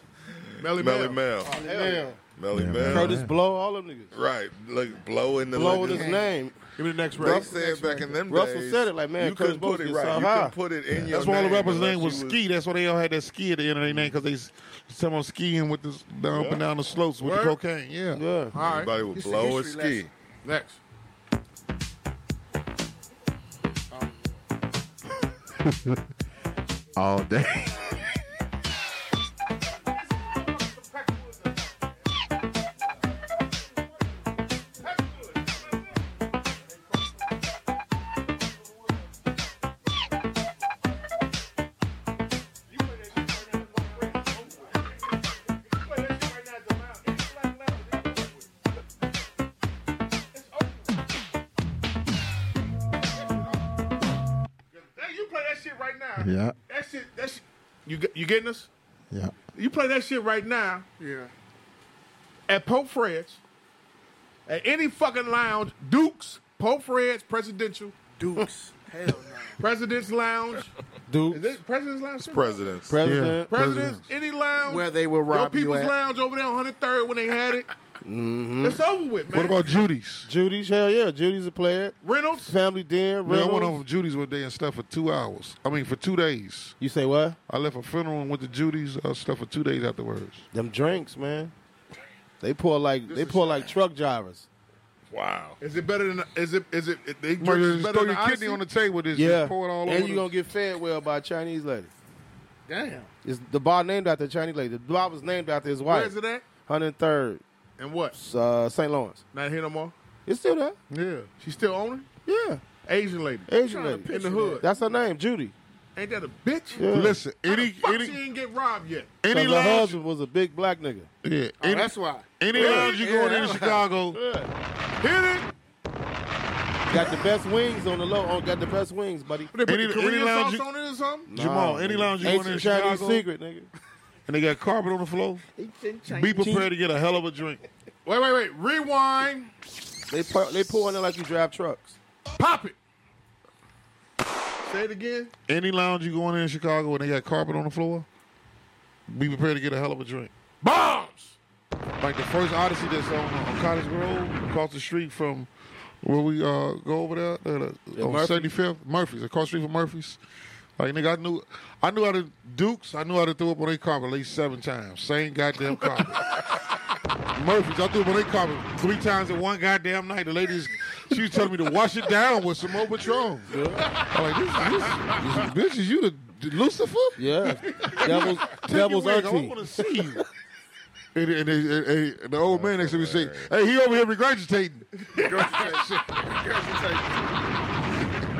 E: Melly
B: Mel.
E: Mel.
D: Damn.
E: Melly
G: Yeah,
E: Mel.
D: Curtis Blow, all them niggas.
E: Right. Look, blowing the
D: Blow with
E: niggas.
D: his name.
B: Give me the next
E: They
B: record.
E: said back in them
D: Russell
E: days,
D: said it like, man,
E: you
D: Curtis
E: couldn't put
D: Blow
E: it
D: gets
E: right.
D: so
E: You
D: high.
E: couldn't put it in your
F: That's why all the rappers'
E: unless
F: name was
E: you
F: Ski. That's why they all had that ski at the end of their name because they s- someone skiing with this down up and down the slopes with the
B: Word.
F: cocaine. Yeah.
D: Yeah.
B: All right,
E: Everybody would
C: It's a
E: blow a
C: history
E: ski.
B: next.
G: All day.
B: Hey, you play that shit right now.
G: Yeah.
B: That shit. That shit. You get- you getting us?
G: Yeah.
B: You play that shit right now
C: Yeah.
B: at Pope Fred's, at any fucking lounge, Duke's, Pope Fred's, Presidential,
C: Dukes. Hell no.
B: President's Lounge.
D: Dude,
B: Is this President's Lounge? still?
E: Presidents.
D: president.
B: President's, any lounge.
C: Where they will
B: Your
C: rob you
B: people's
C: at.
B: lounge over there on 103rd when they had it. It's over with, man.
F: What about Judy's?
D: Judy's, hell yeah. Judy's a player.
B: Reynolds?
D: Family Den,
F: Man, I went
D: Reynolds.
F: over to Judy's one day and stuff for two hours. I mean, for two days.
D: You say what?
F: I left a funeral and went to Judy's uh, stuff for two days afterwards.
D: Them drinks, man. They pour like they pour like truck drivers.
E: Wow.
B: Is it better than? Is it? Is it? They drink
F: Throw
B: is better
F: your
B: than
F: kidney on the table. Just,
D: Yeah,
F: just pour it all
D: and
F: over.
D: you
F: the-
D: gonna get fed well by a Chinese lady.
C: Damn.
D: It's the bar named after a Chinese lady. The bar was named after his
B: Where is
D: wife.
B: it at?
D: Hundred third,
B: And what?
D: uh, St. Lawrence.
B: Not here no more.
D: It's still there.
B: Yeah, she still on
D: Yeah,
B: it. Asian lady.
D: Asian
B: Trying to
D: lady.
B: picture In the hood.
D: that's her name, Judy.
B: Ain't that a bitch?
D: Yeah.
F: Listen,
B: Any,
F: any
B: fuck
F: any
B: she ain't get robbed yet.
F: any
D: 'Cause her
F: lounge,
D: husband was a big black nigga.
F: yeah,
C: Oh,
F: any,
C: that's why.
F: any lounge you going into Chicago,
B: Hit it.
D: Got the best wings on the low. Oh, got the best wings, buddy.
B: They put
F: Any-
B: the
F: any
B: Korean
F: lounge
B: sauce
F: you-
B: on it or something.
F: Jamal, any lounge you going
D: Ancient
F: into
D: Chinese
F: Chicago,
D: secret, nigga.
F: and they got carpet on the floor, be prepared to get a hell of a drink.
B: Wait, wait, wait. Rewind.
D: They pour, they pour in there like you drive trucks.
B: Pop it. Say it again.
F: Any lounge you going in in Chicago and they got carpet on the floor, be prepared to get a hell of a drink.
B: Bombs.
F: Like the first Odyssey that's on, uh, on Cottage Grove, across the street from where we uh, go over there, uh, on
D: Murphy.
F: 75th, Murphy's, across the street from Murphy's. Like nigga, I knew, I knew how to Dukes, I knew how to throw up on their carpet at least seven times. Same goddamn carpet. Murphy's, I threw up on their carpet three times in one goddamn night. The ladies, she was telling me to wash it down with some more Patron. I'm like, this, this, this bitch, is you the, the Lucifer?
D: Yeah, devil's
F: Take your
D: devil's
F: wig off. I
D: auntie.
F: want to see you. And, and, and- and- and the old man next to me say, "Hey, he over here regurgitating."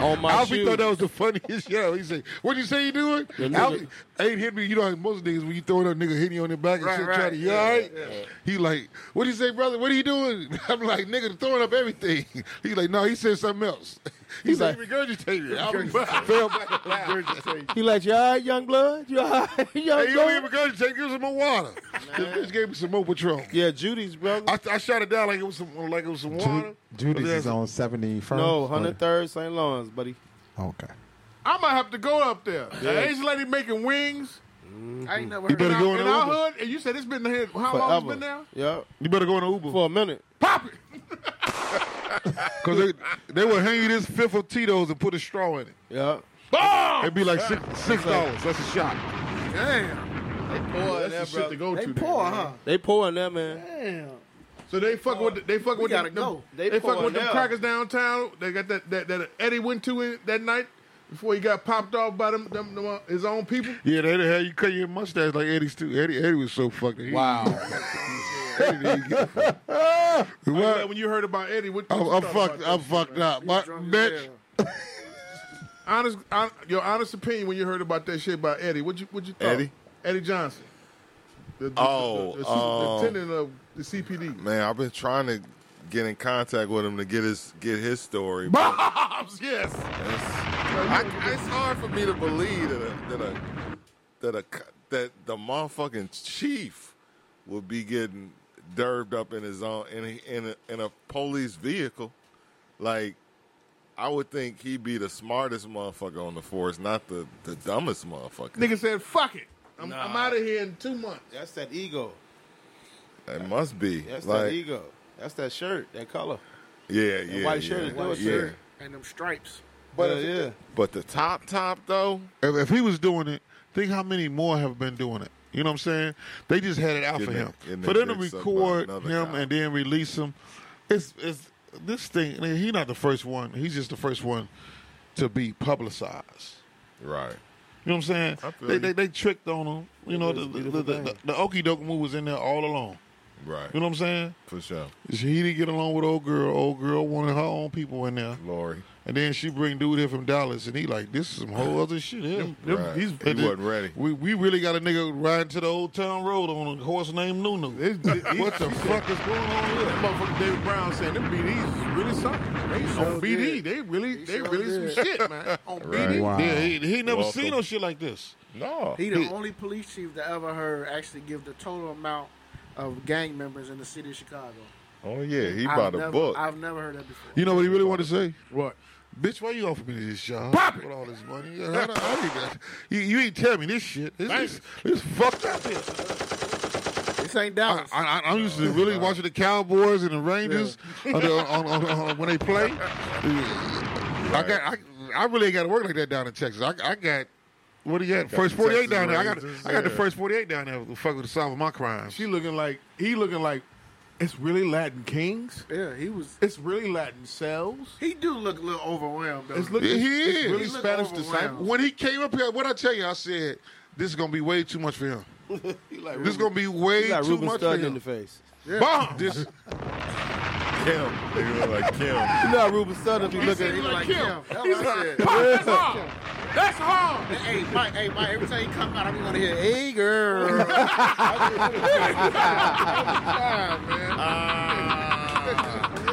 D: On my
F: Alfie
D: shoes.
F: thought that was the funniest show. He said, "What you say you doing?"
D: The nigga-
F: Alfie ain't hit me. You know, how most niggas when you throw it up, nigga hit you on the back and
B: Right,
F: shit.
B: right.
F: Try to, you
B: Yeah,
F: all right?
B: yeah.
F: He like, "What you say, brother? What are you doing?" I'm like, "Nigga, throwing up everything." He like, "No, he said something else." He
D: He's
F: like,
D: like-
F: "Regurgitated." Alfie fell back. Regurgitated.
D: He like, you all right, young blood? You all right, young
F: Hey, you over here
D: blood?
F: regurgitating? Give us some more water. This bitch gave me some more Patron.
D: Yeah, Judy's brother.
F: I, I shot it down like it was some like it was some water.
G: Judy's is on 71st.
D: No,
G: but-
D: 103rd St. Lawrence, buddy.
G: Okay.
B: I might have to go up there.
D: Yeah.
B: The Asian lady making wings.
C: I ain't never
F: You
C: heard
F: better
B: in
F: go
B: our,
F: in
B: in
F: the
B: our
F: Uber.
B: hood, and you said it's been here. How long it's been there?
D: Yeah.
F: You better go in the Uber.
D: For a minute.
B: Pop it.
F: Cause they, they would hang you this fifth of Tito's and put a straw in it.
D: Yeah.
B: Boom!
F: It'd be like six six dollars. That's a shot.
B: Damn. They
D: poor
B: That's
D: in
B: the
D: there, bro.
B: shit to go
C: They
B: to.
C: poor,
B: then,
C: huh?
B: man.
D: They pouring that, man.
C: Damn.
B: So they fuck with the, they fuck
C: We
B: with
C: gotta
B: them, them-
C: go.
B: They,
D: They
B: fuck
D: poor
B: with them
D: now.
B: crackers downtown. They got that that, that Eddie went to in, that night before he got popped off by them, them, them, uh, his own people.
F: Yeah, they done had you cut your mustache like Eddie's too. Eddie Eddie was so fucked. He,
G: Wow.
F: Eddie didn't get fucked.
B: I'm
F: What?
B: glad when you heard about Eddie, what, what
F: I'm,
B: you
F: I'm
B: thought
F: fucked.
B: about
F: I'm
B: that?
F: fucked up. My,
C: drunk as
F: bitch.
C: hell.
B: Honest, hon, your honest opinion when you heard about that shit about Eddie. What you what you thought?
E: Eddie?
B: Eddie Johnson. The, the,
E: Oh,
B: the, the, the,
E: um,
B: tenant of the CPD.
E: Man, I've been trying to get in contact with him to get his get his story. but
B: Bobs, yes.
E: it's- I- it's hard for me to believe that a, that a that a c- that the motherfucking chief would be getting derved up in his own in a, in a, in a police vehicle. Like, I would think he'd be the smartest motherfucker on the force, not the the dumbest motherfucker.
B: Nigga said, "Fuck it, I'm,
H: Nah.
B: I'm out of here in two months."
H: That's that ego.
E: It must be
H: That's
E: like,
H: that ego. That's that shirt, that color.
E: yeah, yeah,
H: white
E: yeah,
H: shirt and
E: yeah.
H: white shirt.
C: And them stripes.
H: But yeah,
E: But the top top though,
F: If, if he was doing it, think how many more have been doing it. You know what I'm saying? They just had it out
E: Getting
F: for
E: their-
F: him.
E: getting
F: For
E: their
F: them to
E: dick sucked by
F: record him
E: another guy.
F: and then release him, it's it's this thing. He's not the first one. He's just the first one to be publicized.
E: right?
F: You know what I'm saying?
E: I feel
F: They,
E: you.
F: they they tricked on them. You know the the, the, the, the okey doke move was in there all along.
E: Right.
F: You know what I'm saying?
E: For sure.
F: He didn't get along with old girl. Old girl wanted her own people in there,
E: Lori.
F: and then she bring dude here from Dallas, and he like this is some whole other shit here.
E: Right. He
F: And then
E: wasn't ready.
F: We we really got a nigga riding to the old town road on a horse named Nunu. what the fuck is going on here?
B: That motherfucker David Brown saying them BDs is really something. They on BD, they really, they really some shit, man. On BD,
G: Wow.
F: Yeah, he, he never
E: Welcome.
F: seen no shit like this.
E: No.
C: He the only police chief that ever heard actually give the total amount of gang members in the city of Chicago.
E: Oh yeah, he
C: I've
E: bought a
C: never,
E: book.
C: I've never heard that before.
F: You know what he really wanted to say?
B: what?
F: Bitch, why you offer me this job? With all this money, I, don't- I ain't got- you, you ain't tell me this shit. This, this, this fucked up. here.
C: This ain't
F: I,
C: Dallas.
F: I, I- I'm used
B: Oh,
F: to really watching the Cowboys and the Rangers on the- on- on- on- when they play. I got I, I really ain't got to work like that down in Texas. I, I got what do you got? First
E: the
F: 48
E: Texas
F: down there. I got
E: Rangers,
F: I got the
E: yeah.
F: first 48 down there. to Fuck with the solve of my crimes.
B: She looking like he looking like it's really Latin Kings.
C: yeah, he was.
B: It's really Latin cells.
C: He do look a little overwhelmed though.
B: It's looking
F: Yeah, he
B: it's
F: is.
B: really
C: He look
B: Spanish
C: overwhelmed.
B: disciple.
F: When he came up here, what I tell you, I said this is gonna be way too much for him. this is gonna be way
D: He got
F: too
D: Ruben
F: much for
D: Studd in
F: him.
D: the face.
F: Bomb. This,
E: Kim. He look like Kim. Oh,
D: You know how Ruben Studd if you
C: He
D: look
C: said
D: at
C: he look like
B: Kim.
C: him. That's what I said.
B: That's hard. That's hard.
C: Hey, Mike, hey, Mike, every time he come out, I'm going to hear, hey, girl.
D: Ah.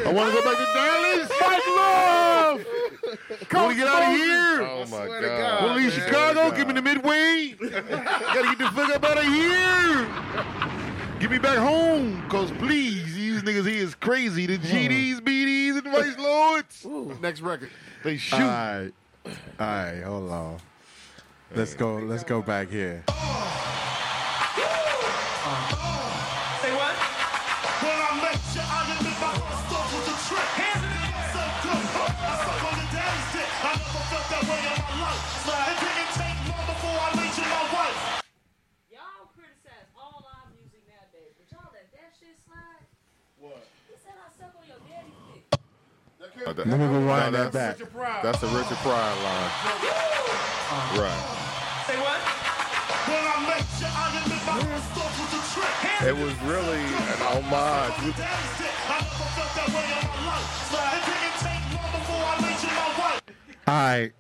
F: I want to go back to Dallas. Fight love. Come on, get out of here.
E: Oh my
C: swear
E: god.
C: to God,
F: Well, leave Chicago. Give me the midway. Gotta get the fuck up out of here. Get me back home, cause please, these niggas here is crazy. The GDs, BDs, and Vice Lords.
B: Next record.
F: They shoot.
G: All
A: Uh.
G: right. All right, hold on. Let's go. Let's go back here.
J: Say what? When I met you, I remember how I started the trip. Hands in the air. So good, huh? I suck on the daddy's dick. I never felt that way in my life. It didn't take long before I made you my wife.
O: Y'all criticize all our music nowadays, but y'all let that shit slide. What? He said I suck on your daddy's dick.
E: Let
G: Let me rewind that back.
E: That's a Richard Pryor line. Right.
J: Say what? When I met you, I remember how I started the trip. Hands
E: It was really an homage.
A: All right.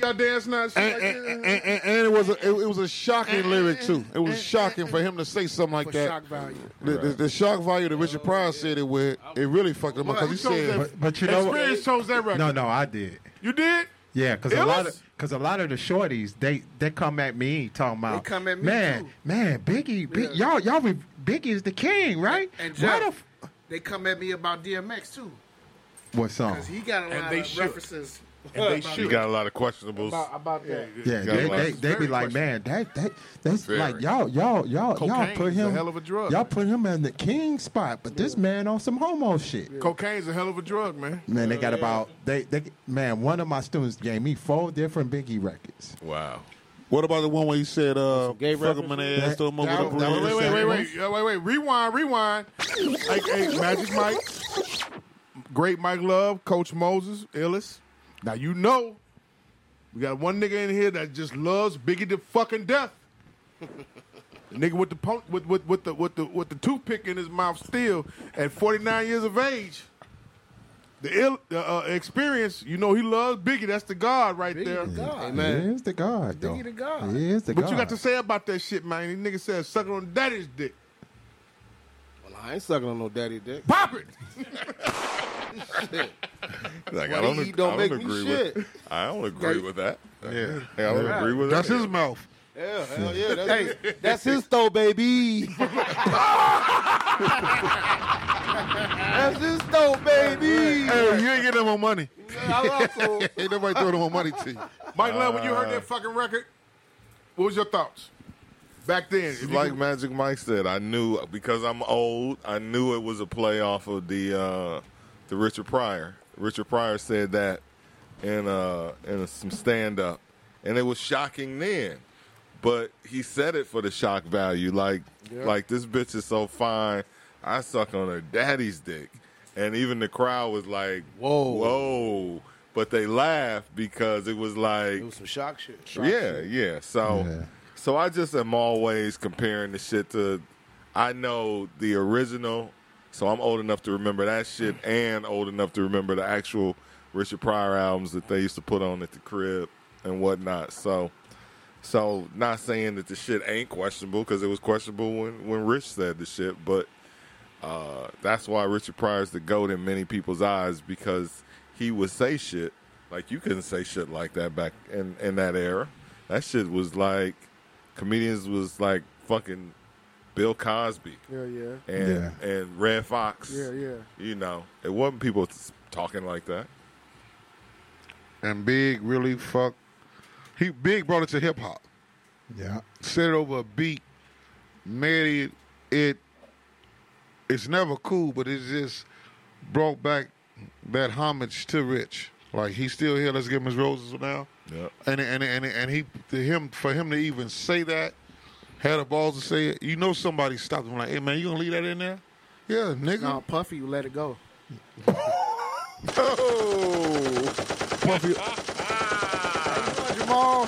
B: Y'all dance now. and shit
F: And,
B: like
F: and,
B: that?
F: and, and- and it was a, it, it was a shocking lyric too. It was shocking for him to say something like
C: For
F: that.
C: shock value. Oh,
F: The, the, the shock value that Richard Pryor said it with, it really fucked him up because he said,
A: but, but you know what?
B: Experience chose that record.
A: No, no, I did.
B: You did?
A: Yeah, because a lot
B: Illest?
A: of because a lot of the shorties they they come at me talking about
C: They come at me,
A: man
C: too.
A: man Biggie Big, y'all y'all re- Biggie is the king right
C: And
A: Why
C: Jeff,
A: the f-
C: they come at me about DMX too,
A: what song
C: because he got a
B: And
C: lot
B: they
C: of
B: should.
C: references.
B: And they
C: about-
E: You got a lot of questionables.
C: about, about that.
A: yeah
E: Got a
A: they
E: lot
A: they,
E: of-
A: they be like man that that that's
E: Very.
A: like y'all y'all y'all y'all
B: Cocaine's
A: put
B: a
A: him
B: hell of a drug,
A: y'all
B: man.
A: put him in the king spot but this man on some homo shit
B: Cocaine's a hell of a drug, man.
A: man they got about they they man one of my students gave me four different Biggie records
E: Wow.
F: "What about the one where he said, uh,
D: gay
F: fuck him in the ass, throw him over the
B: Wait, wait,
F: bridge?"
B: wait, wait, wait, wait, Yeah, wait, wait. Rewind, rewind. hey, hey, Magic Mike, great Mike Love, Coach Moses, Illis. Now you know we got one nigga in here that just loves Biggie to fucking death. The nigga with the punk, with, with with the with the with the toothpick in his mouth still at 49 years of age. The ill the, uh, experience, you know, he loves Biggie. That's the god right there.
C: God,
A: he is the god though
C: Biggie the God.
A: he is the
B: What
A: god
B: you got to say about that shit, man? These niggas said sucking on daddy's dick.
D: Well, I ain't sucking on no daddy dick.
B: Pop it.
E: Like,
D: Why
E: I don't,
D: he
E: ag-
D: don't
E: I
D: make
E: don't
D: me
E: agree
D: shit?
E: with. I don't agree with that. Yeah, I don't agree with
F: That's
E: that.
F: his mouth.
D: Yeah, hell yeah. That's, that's his though, baby. that's his though, baby.
F: Hey, you ain't getting no more money.
D: I love you.
F: Ain't nobody throwing no more money to you. Uh.
B: Mike Love, when you heard that fucking record, what was your thoughts back then? If you
E: like
B: could-
E: Magic Mike said, I knew because I'm old. I knew it was a play off of the uh, the Richard Pryor. Richard Pryor said that in uh, in some stand up, and it was shocking then. But he said it for the shock value. Like like this bitch is so fine. I suck on her daddy's dick, and even the crowd was like,
D: Whoa.
E: whoa. But they laughed because it was like
D: It was some shock shit.
E: yeah, yeah. So, so I just am always comparing the shit to. I know the original, so I'm old enough to remember that shit, and old enough to remember the actual Richard Pryor albums that they used to put on at the crib and whatnot. So, so not saying that the shit ain't questionable because it was questionable when when Rich said the shit, but uh, that's why Richard Pryor's the goat in many people's eyes because he would say shit like you couldn't say shit like that back in in that era. That shit was like comedians was like fucking Bill Cosby
C: Yeah, yeah,
E: and and Red Fox.
C: yeah, yeah.
E: You know, it wasn't people t- talking like that.
F: And Big really fucked. He Big brought it to hip hop.
A: yeah
F: Set it over a beat, made it. it it's never cool, but it just brought back that homage to Rich. Like he's still here. Let's give him his roses now.
E: Yeah.
F: And and and and he to him for him to even say that had the balls to say it. You know somebody stopped him like, hey man, you gonna leave that in there? Yeah, nigga.
C: No, Puffy, you let it go.
F: Puffy.
C: Hi, Jamal.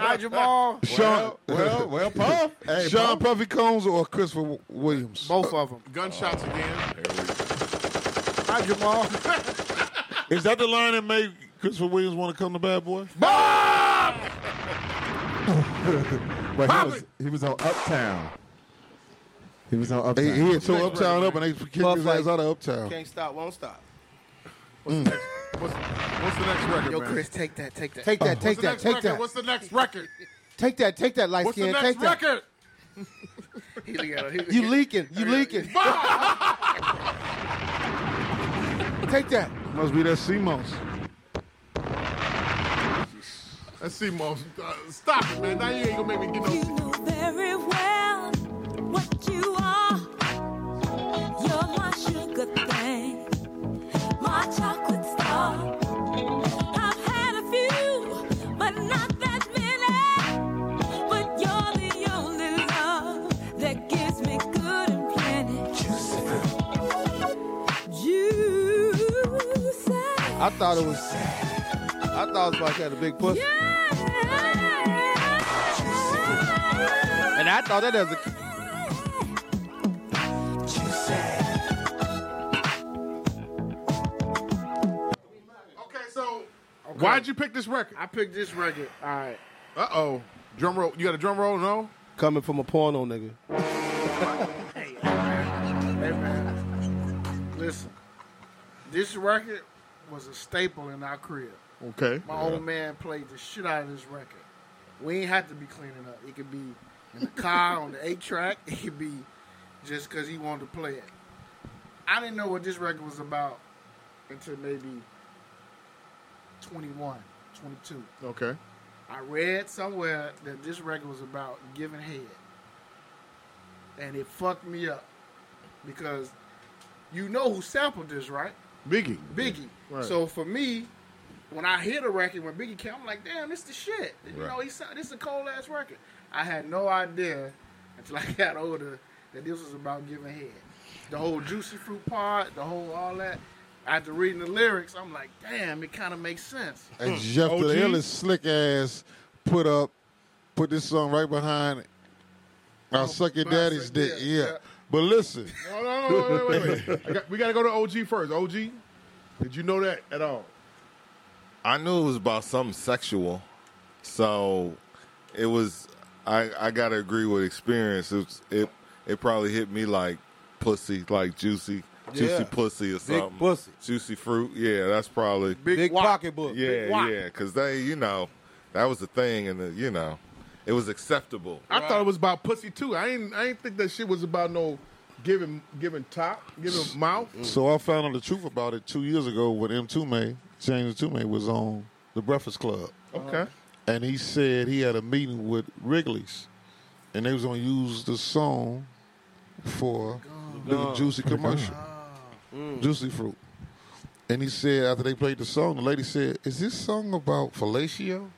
C: Hi, Jamal.
F: Sean,
A: well well Puff hey,
F: Sean Puffy Combs or Christopher W- Williams?
C: Both of them.
B: gunshots again.
C: Hi, Jamal.
F: Is that the line that made Christopher Williams want to come to Bad Boy?
A: But he was he was on Uptown. He was on Uptown.
F: He, he had tore Uptown up and they kicked
D: Puff
F: his
D: like-
F: ass out of Uptown.
D: Can't stop, won't stop.
B: What's, what's the next record,
C: Yo,
B: man?
C: Chris, take that, take that.
D: Take that,
B: what's
D: take
B: the
D: that,
B: next
D: take
B: record?
D: that.
B: What's the next record?
D: Take that, take that, light
B: What's the
D: skin.
B: next
D: Take that.
B: record?
C: He, yeah, he,
D: You leaking, you leaking. take that.
F: Must be that CMOS.
B: Let's see, Mo. Uh, stop it, man. Now you ain't gonna make me get no.
O: You know very well what you are. You're my sugar thing, my chocolate star. I've had a few, but not that many. But you're the only love that gives me good and plenty. Juice.
D: I thought it was. I thought it was like had a big pussy.
O: Yeah.
D: And I thought that as a
B: Okay, so why'd you pick this record?
C: I picked this record. All right.
B: Uh oh. Drum roll. You got a drum roll? No.
D: coming from a porno nigga.
C: Hey man, listen. This record was a staple in our crib.
B: Okay.
C: My old man played the shit out of this record. We ain't have to be cleaning up. It could be in the car on the eight track. It could be just because he wanted to play it. I didn't know what this record was about until maybe 21, 22.
B: Okay.
C: I read somewhere that this record was about giving head. And it fucked me up because you know who sampled this, right?
B: Biggie.
C: Biggie.
B: Right.
C: So for me, when I hear the record when Biggie came, I'm like, damn, this the shit. You
B: Right.
C: know, he sound- this is a cold ass record. I had no idea until I got older that this was about giving head. The whole juicy fruit part, the whole all that. After reading the lyrics, I'm like, damn, it kind of makes sense.
F: And Jeff the
C: OG?
F: illest slick ass put up, put this song right behind I'll Oh, suck your
B: but I
F: daddy's
B: said,
F: dick.
B: yeah,
F: Yeah.
B: yeah.
F: But listen,
B: No, no, no, wait, wait, wait. wait. I got, we got to go to OG first. OG, did you know that at all?
E: I knew it was about something sexual, so it was. I I gotta agree with experience. It was, it it probably hit me like pussy, like juicy,
D: Yeah.
E: juicy pussy or
D: Big
E: something.
D: pussy.
E: juicy fruit. Yeah, that's probably
D: Big, pocketbook.
E: Yeah, yeah, because they, you know, that was the thing, and the, you know, it was acceptable.
B: I thought it was about pussy too. I ain't. I ain't think that shit was about no giving, giving top, giving mouth.
F: so I found out the truth about it two years ago when M. Tume, James Tume, was on The Breakfast Club.
B: Okay.
F: And he said he had a meeting with Wrigley's and they was going to use the song for the Ah. Mm.
B: Gone.
F: Juicy commercial. Juicy Fruit. And he said after they played the song, the lady said, "Is this song about fellatio?"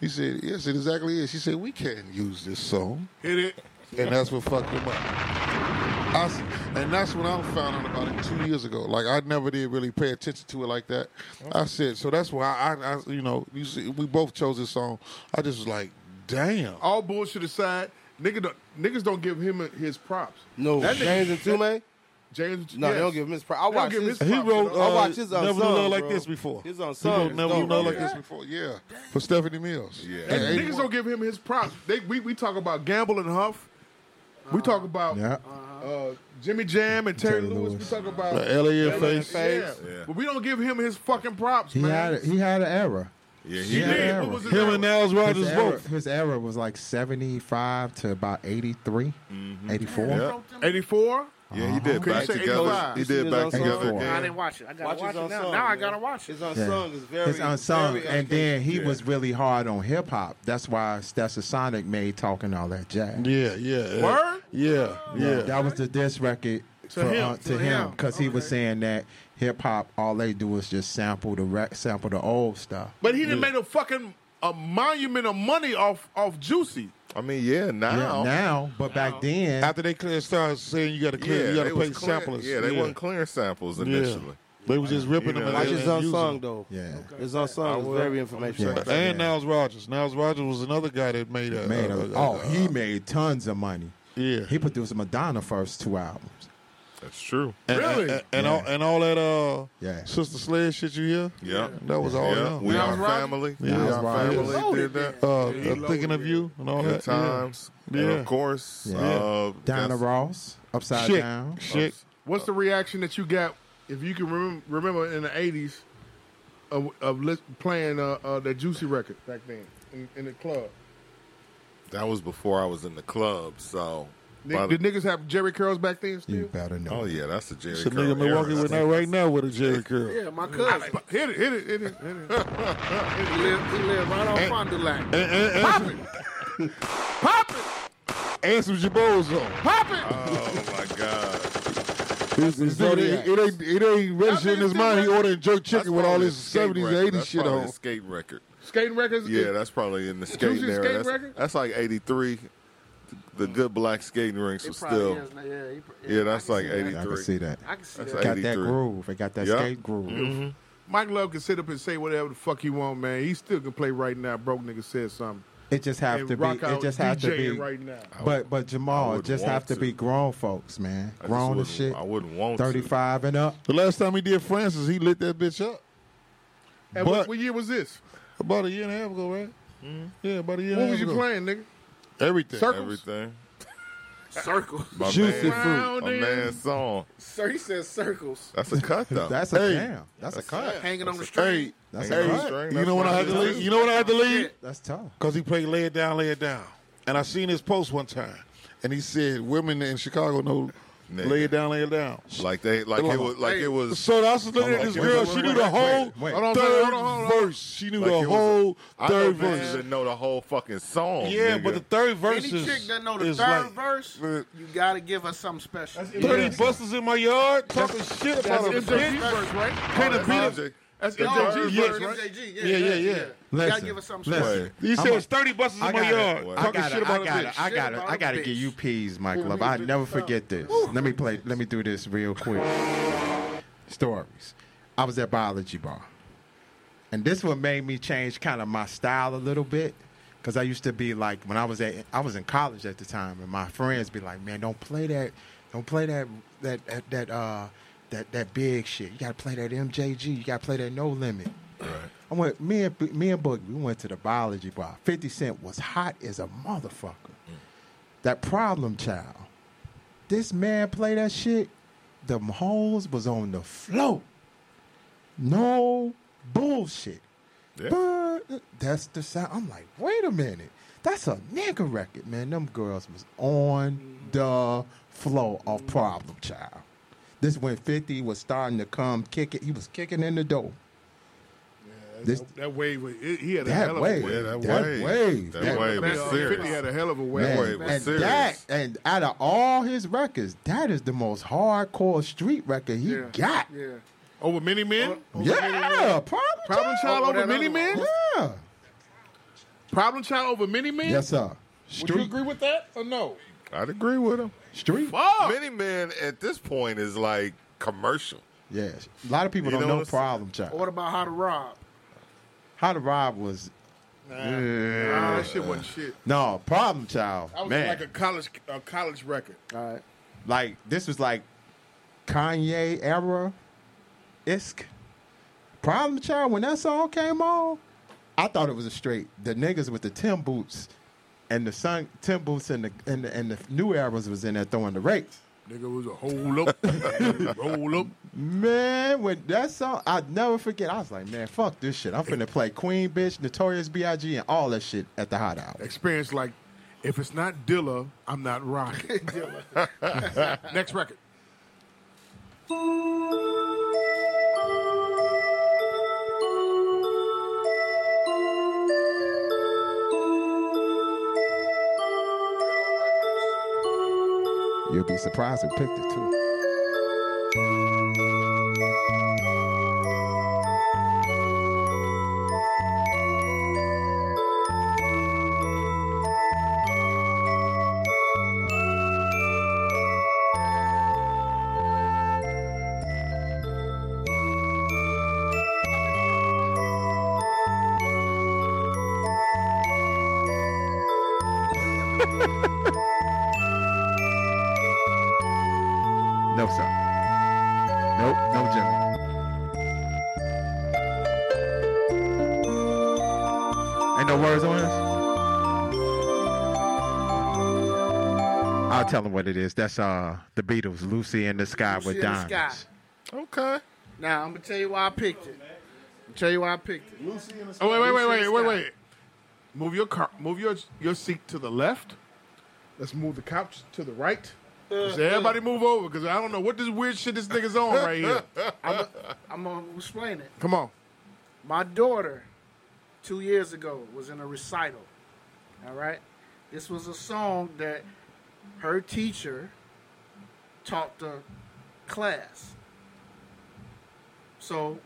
F: He said, "Yes, it exactly is." She said, "We can't use this song,"
B: Hit it.
F: and that's what fucked him up. I s and that's when I found out about it two years ago. Like I never did really pay attention to it like that. I said, so that's why I, I you know, you see, we both chose this song. I just was like, damn.
B: All bullshit aside, nigga, don't, niggas don't give him his props.
D: No,
B: That nigga-
D: James and Tume.
B: James.
D: No, they
B: yes.
D: don't give him his props.
B: They
D: I
B: don't
D: watched
B: give him
D: his.
B: his props
F: He wrote,
B: at all.
D: I
F: uh,
D: watched his
F: Never
D: unsung.
F: Knew Love Like
D: bro.
F: This Before.
D: His
F: He
D: unsung.
F: wrote
D: is
F: Never Knew
D: dope.
F: Love Like This Before. Yeah, for Stephanie Mills.
E: Yeah.
B: And niggas don't give him his props. They, we, we talk about Gamble and Huff. We talk about
A: Yeah.
B: uh, Jimmy Jam and Terry, Lewis. We talk about
F: The LA
B: LA
F: face.
B: Yeah. But we don't give him his fucking props,
A: He
B: man.
A: had a, he had an era.
E: Yeah,
B: he
A: had an
B: did.
A: era.
B: What was his
F: Him
B: era?
F: and Niles
A: his,
F: Rogers
A: era,
F: both.
A: his era was like 75 to about 83, 84.
E: Mm-hmm. Yeah.
B: 84?
E: Yeah, he did
B: Okay, you
E: back
B: said
E: together.
B: 85.
E: He did back together.
A: Unsung.
C: I
E: Again.
C: didn't watch it. I gotta
D: Watch
C: watch,
D: his
C: it now.
D: unsung,
C: now I
D: man.
C: gotta watch it.
D: His unsung is very.
A: His unsung,
D: very
A: and then he
E: Yeah.
A: was really hard on hip hop. That's why Sonic made talking all that jazz.
F: Yeah, yeah, yeah.
B: Word?
F: Yeah, yeah.
A: that was the diss record for,
B: him,
A: uh,
B: to
A: to him
B: him.
A: because he was saying that hip hop, all they do is just sample the rec- sample the old stuff.
B: But he didn't make a fucking a monument of money off off Juicy.
E: I mean, yeah, now.
A: Yeah, now, but back then,
F: After they clear, started saying you got to
E: Yeah,
F: clear, you got
E: they
F: to
E: was
F: pay
E: clear-
F: samplers.
E: Yeah, they weren't clearing samples initially.
F: They was just ripping
E: You
F: them.
E: know,
F: and
D: Watch
E: they-
F: then
D: his
F: using
D: unsung
F: them.
D: though.
A: yeah,
D: His unsung
E: will.
D: is very informational.
A: Yeah.
F: And Niles Rogers. Niles Rogers was another guy that made a.
A: made
F: a-
E: uh,
A: a,
F: a-
A: oh,
F: a-
A: he made tons of money.
F: yeah.
A: He produced Madonna first two albums.
E: That's true.
F: and,
B: Really?
F: And, and all, and all that uh,
A: Yeah.
F: Sister Sled shit you hear?
E: Yeah.
F: That was all
E: Yeah.
F: him.
E: We
B: Now
E: Are
B: it's Roger-
E: Family.
F: Yeah.
E: We
A: Now
E: Are
A: it's Roger-
E: Family did that.
F: Uh,
B: He
F: I'm thinking of you and all
E: Good
F: that.
E: times.
F: Oh, Yeah.
E: And of course,
A: Yeah.
E: uh,
A: Diana
E: that's-
A: Ross,
F: Yeah.
A: Upside
F: Shit.
A: Down.
F: Shit.
B: What's the reaction that you got if you can remember, remember in the eighties of, of lis- playing uh, uh, that Juicy record back then in, in the club?
E: That was before I was in the club, so. by
B: Nig-
E: the-
B: Did niggas have Jerry curls back then still?
A: You better know.
E: oh yeah, that's a Jerry.
F: It's a
E: Curl
F: nigga Milwaukee
E: era.
F: with that right now with a Jerry curl.
C: Yeah, my cousin.
B: Hit it, hit it, hit it, hit it.
C: He lived, he lived right on Fond du Lac.
F: And, and, and,
C: Pop it! Pop it!
F: and some Jabos on.
C: Pop it!
E: Oh my god,
F: This nigga, It it ain't it ain't registered in his mind. He ordered jerk
E: That's
F: chicken with all
E: probably
F: his
E: a skate
F: seventies and
E: record.
F: eighties
E: That's
F: shit
E: probably a
F: on.
E: Skate record.
B: Skating records?
E: Yeah, that's probably in the skating
B: Juicy
E: era.
B: skate
E: that's,
B: record?
E: that's like '83. The good black skating rinks
C: It
E: were
C: probably
E: still.
C: is. Yeah, he, pr-
E: Yeah, that's
C: I can
E: like
C: see that.
A: I can see that.
C: I can see
E: That's
C: that.
E: like-
A: Got that
E: 83.
A: groove. It got that
E: Yeah.
A: skate groove.
B: Mm-hmm. Mike Love can sit up and say whatever the fuck he want, man. He still can play right now. Broke nigga said something.
A: It just have
B: And
A: to
B: rock
A: be. It
B: out
A: just have to
B: DJing
A: be.
B: right now. I
A: But but
B: I
A: Jamal, it
B: would
A: just
B: want
A: have to,
B: to.
A: be grown folks, man.
B: I just
A: Grown as
B: wouldn't-
A: shit.
B: I wouldn't want to.
A: Thirty-five and up.
F: The last time he did Francis, he lit that bitch up.
B: And
F: But-
B: what, what year was this?
F: About a year and a half ago, right? Yeah, about a year.
B: What
F: and
B: was
F: a half
B: you
F: ago.
B: playing, nigga?
F: Everything.
B: Circles?
E: Everything.
C: Circles.
E: My
F: Juicy fruit.
E: man, My man's song.
C: Sir, he says circles.
E: That's a cut though.
A: That's a jam. That's a cut.
C: Hanging on the
F: Hey,
C: string.
A: That's
F: hey,
A: a cut.
F: you know when I had to leave? You know when I had to leave?
A: That's tough.
F: Because he played Lay It Down, Lay It Down. And I seen his post one time. And he said, women in Chicago know Lay It Down, Lay It Down.
E: Like they like it was like it was
F: So I was looking at
E: Hold
F: this
E: on,
F: girl.
E: wait,
F: She
E: wait,
F: knew
E: wait,
F: the whole
E: wait, wait.
F: third verse. She knew
E: Like it
F: the
E: was-
F: whole
E: I know
F: third
E: niggas
F: verse.
E: Didn't know the whole fucking song.
F: Yeah,
E: nigga.
F: but the third verse
C: Any chick
F: is,
C: that know the
F: is
C: third
F: like
C: verse, you gotta give us something special.
F: thirty busters in my yard talking shit about a
C: That's MJG
F: bitch.
C: verse, right?
F: Can't
B: that's
F: have beat
B: MJG.
F: it.
B: That's
F: Yeah,
B: MJG
F: yeah,
B: verse, right?
C: MJG, yeah,
F: Yeah, yeah,
C: that's-
F: yeah.
C: You
A: Listen,
C: gotta give us something
A: listen.
C: special.
F: He
A: I'm
F: said
A: a-
F: it's thirty buses
A: I
F: in my
A: gotta-
F: yard
A: I
F: talking
A: gotta,
F: shit about
A: I
F: a
A: gotta,
F: bitch.
A: I gotta,
C: about
A: I
C: a
A: gotta get
C: bitch.
A: you peas, Mike Love. I never forget this. Let me play. Let me do this real quick. Stories. I was at biology bar, and this one made me change kind of my style a little bit. Cause I used to be like when I was at I was in college at the time, and my friends be like, "Man, don't play that, don't play that that that that uh that that big shit. You gotta play that MJG. You gotta play that No Limit." I went, me and, B- me and Boogie, we went to the biology bar. 50 Cent was hot as a motherfucker. That problem child. This man play that shit, the holes was on the float. No bullshit. But uh, that's the sound. I'm like, wait a minute. That's a nigga record, man. Them girls was on the flow of Problem Child. This when 50 was starting to come kick it. He was kicking in the door. This,
B: That wave, was- it- he had a
A: that
B: hell of
A: way,
B: a wave.
A: that
E: That
A: way,
E: wave. That wave was
B: Man,
E: serious.
B: 50 had a hell of a wave.
E: Man,
A: Man,
E: was
A: and
E: serious.
A: that, and out of all his records, that is the most hardcore street record he got.
C: Yeah.
B: Over many
C: Oh,
B: men?
A: Yeah, problem,
B: Problem
A: child.
B: Child over many
C: other
B: men?
A: Yeah.
B: Problem Child over many men?
A: Yes, sir.
B: Would you
A: Street,
B: agree with that or no?
E: I'd agree with him.
A: street.
B: Fuck!
E: Many men at this point is like commercial.
A: Yeah, a lot of people
E: You
A: don't
E: know
A: know
E: what I'm saying?
A: problem child.
C: What about how to rob?
A: How to rob was
B: Nah, that shit wasn't shit.
A: no problem child.
B: That was
A: Man,
B: like a college a college record.
C: All right.
A: like this was like Kanye era isk. Problem child, when that song came on, I thought it was a straight. The niggas with the Tim boots and the sun Tim boots and the and the, and the new eras was in there throwing the rates.
B: Nigga was a hold up. Roll up.
A: Man, when that song, I never forget. I was like, man, fuck this shit. I'm finna play Queen, bitch, Notorious B.I.G. and all that shit at the hot hour.
B: Experience like, if it's not Dilla, I'm not rocking. Next record.
A: You'll be surprised who picked it too. No, sir. Nope, no Jimmy. Ain't no words on this? I'll tell them what it is. That's uh the Beatles, Lucy in the Sky
C: Lucy
A: with
C: in the Sky.
A: Diamonds.
E: Okay.
C: Now I'm gonna tell you why I picked it. I'll tell you why I picked it.
B: Oh wait, wait, wait,
C: Lucy
B: wait,
C: in
B: wait,
C: the
B: wait. Move your car. Move your your seat to the left. Let's move the couch to the right. Let's everybody move over because I don't know what this weird shit this nigga's on right here.
C: I'm gonna explain it.
B: Come on.
C: My daughter, two years ago, was in a recital. All right, this was a song that her teacher taught the class. So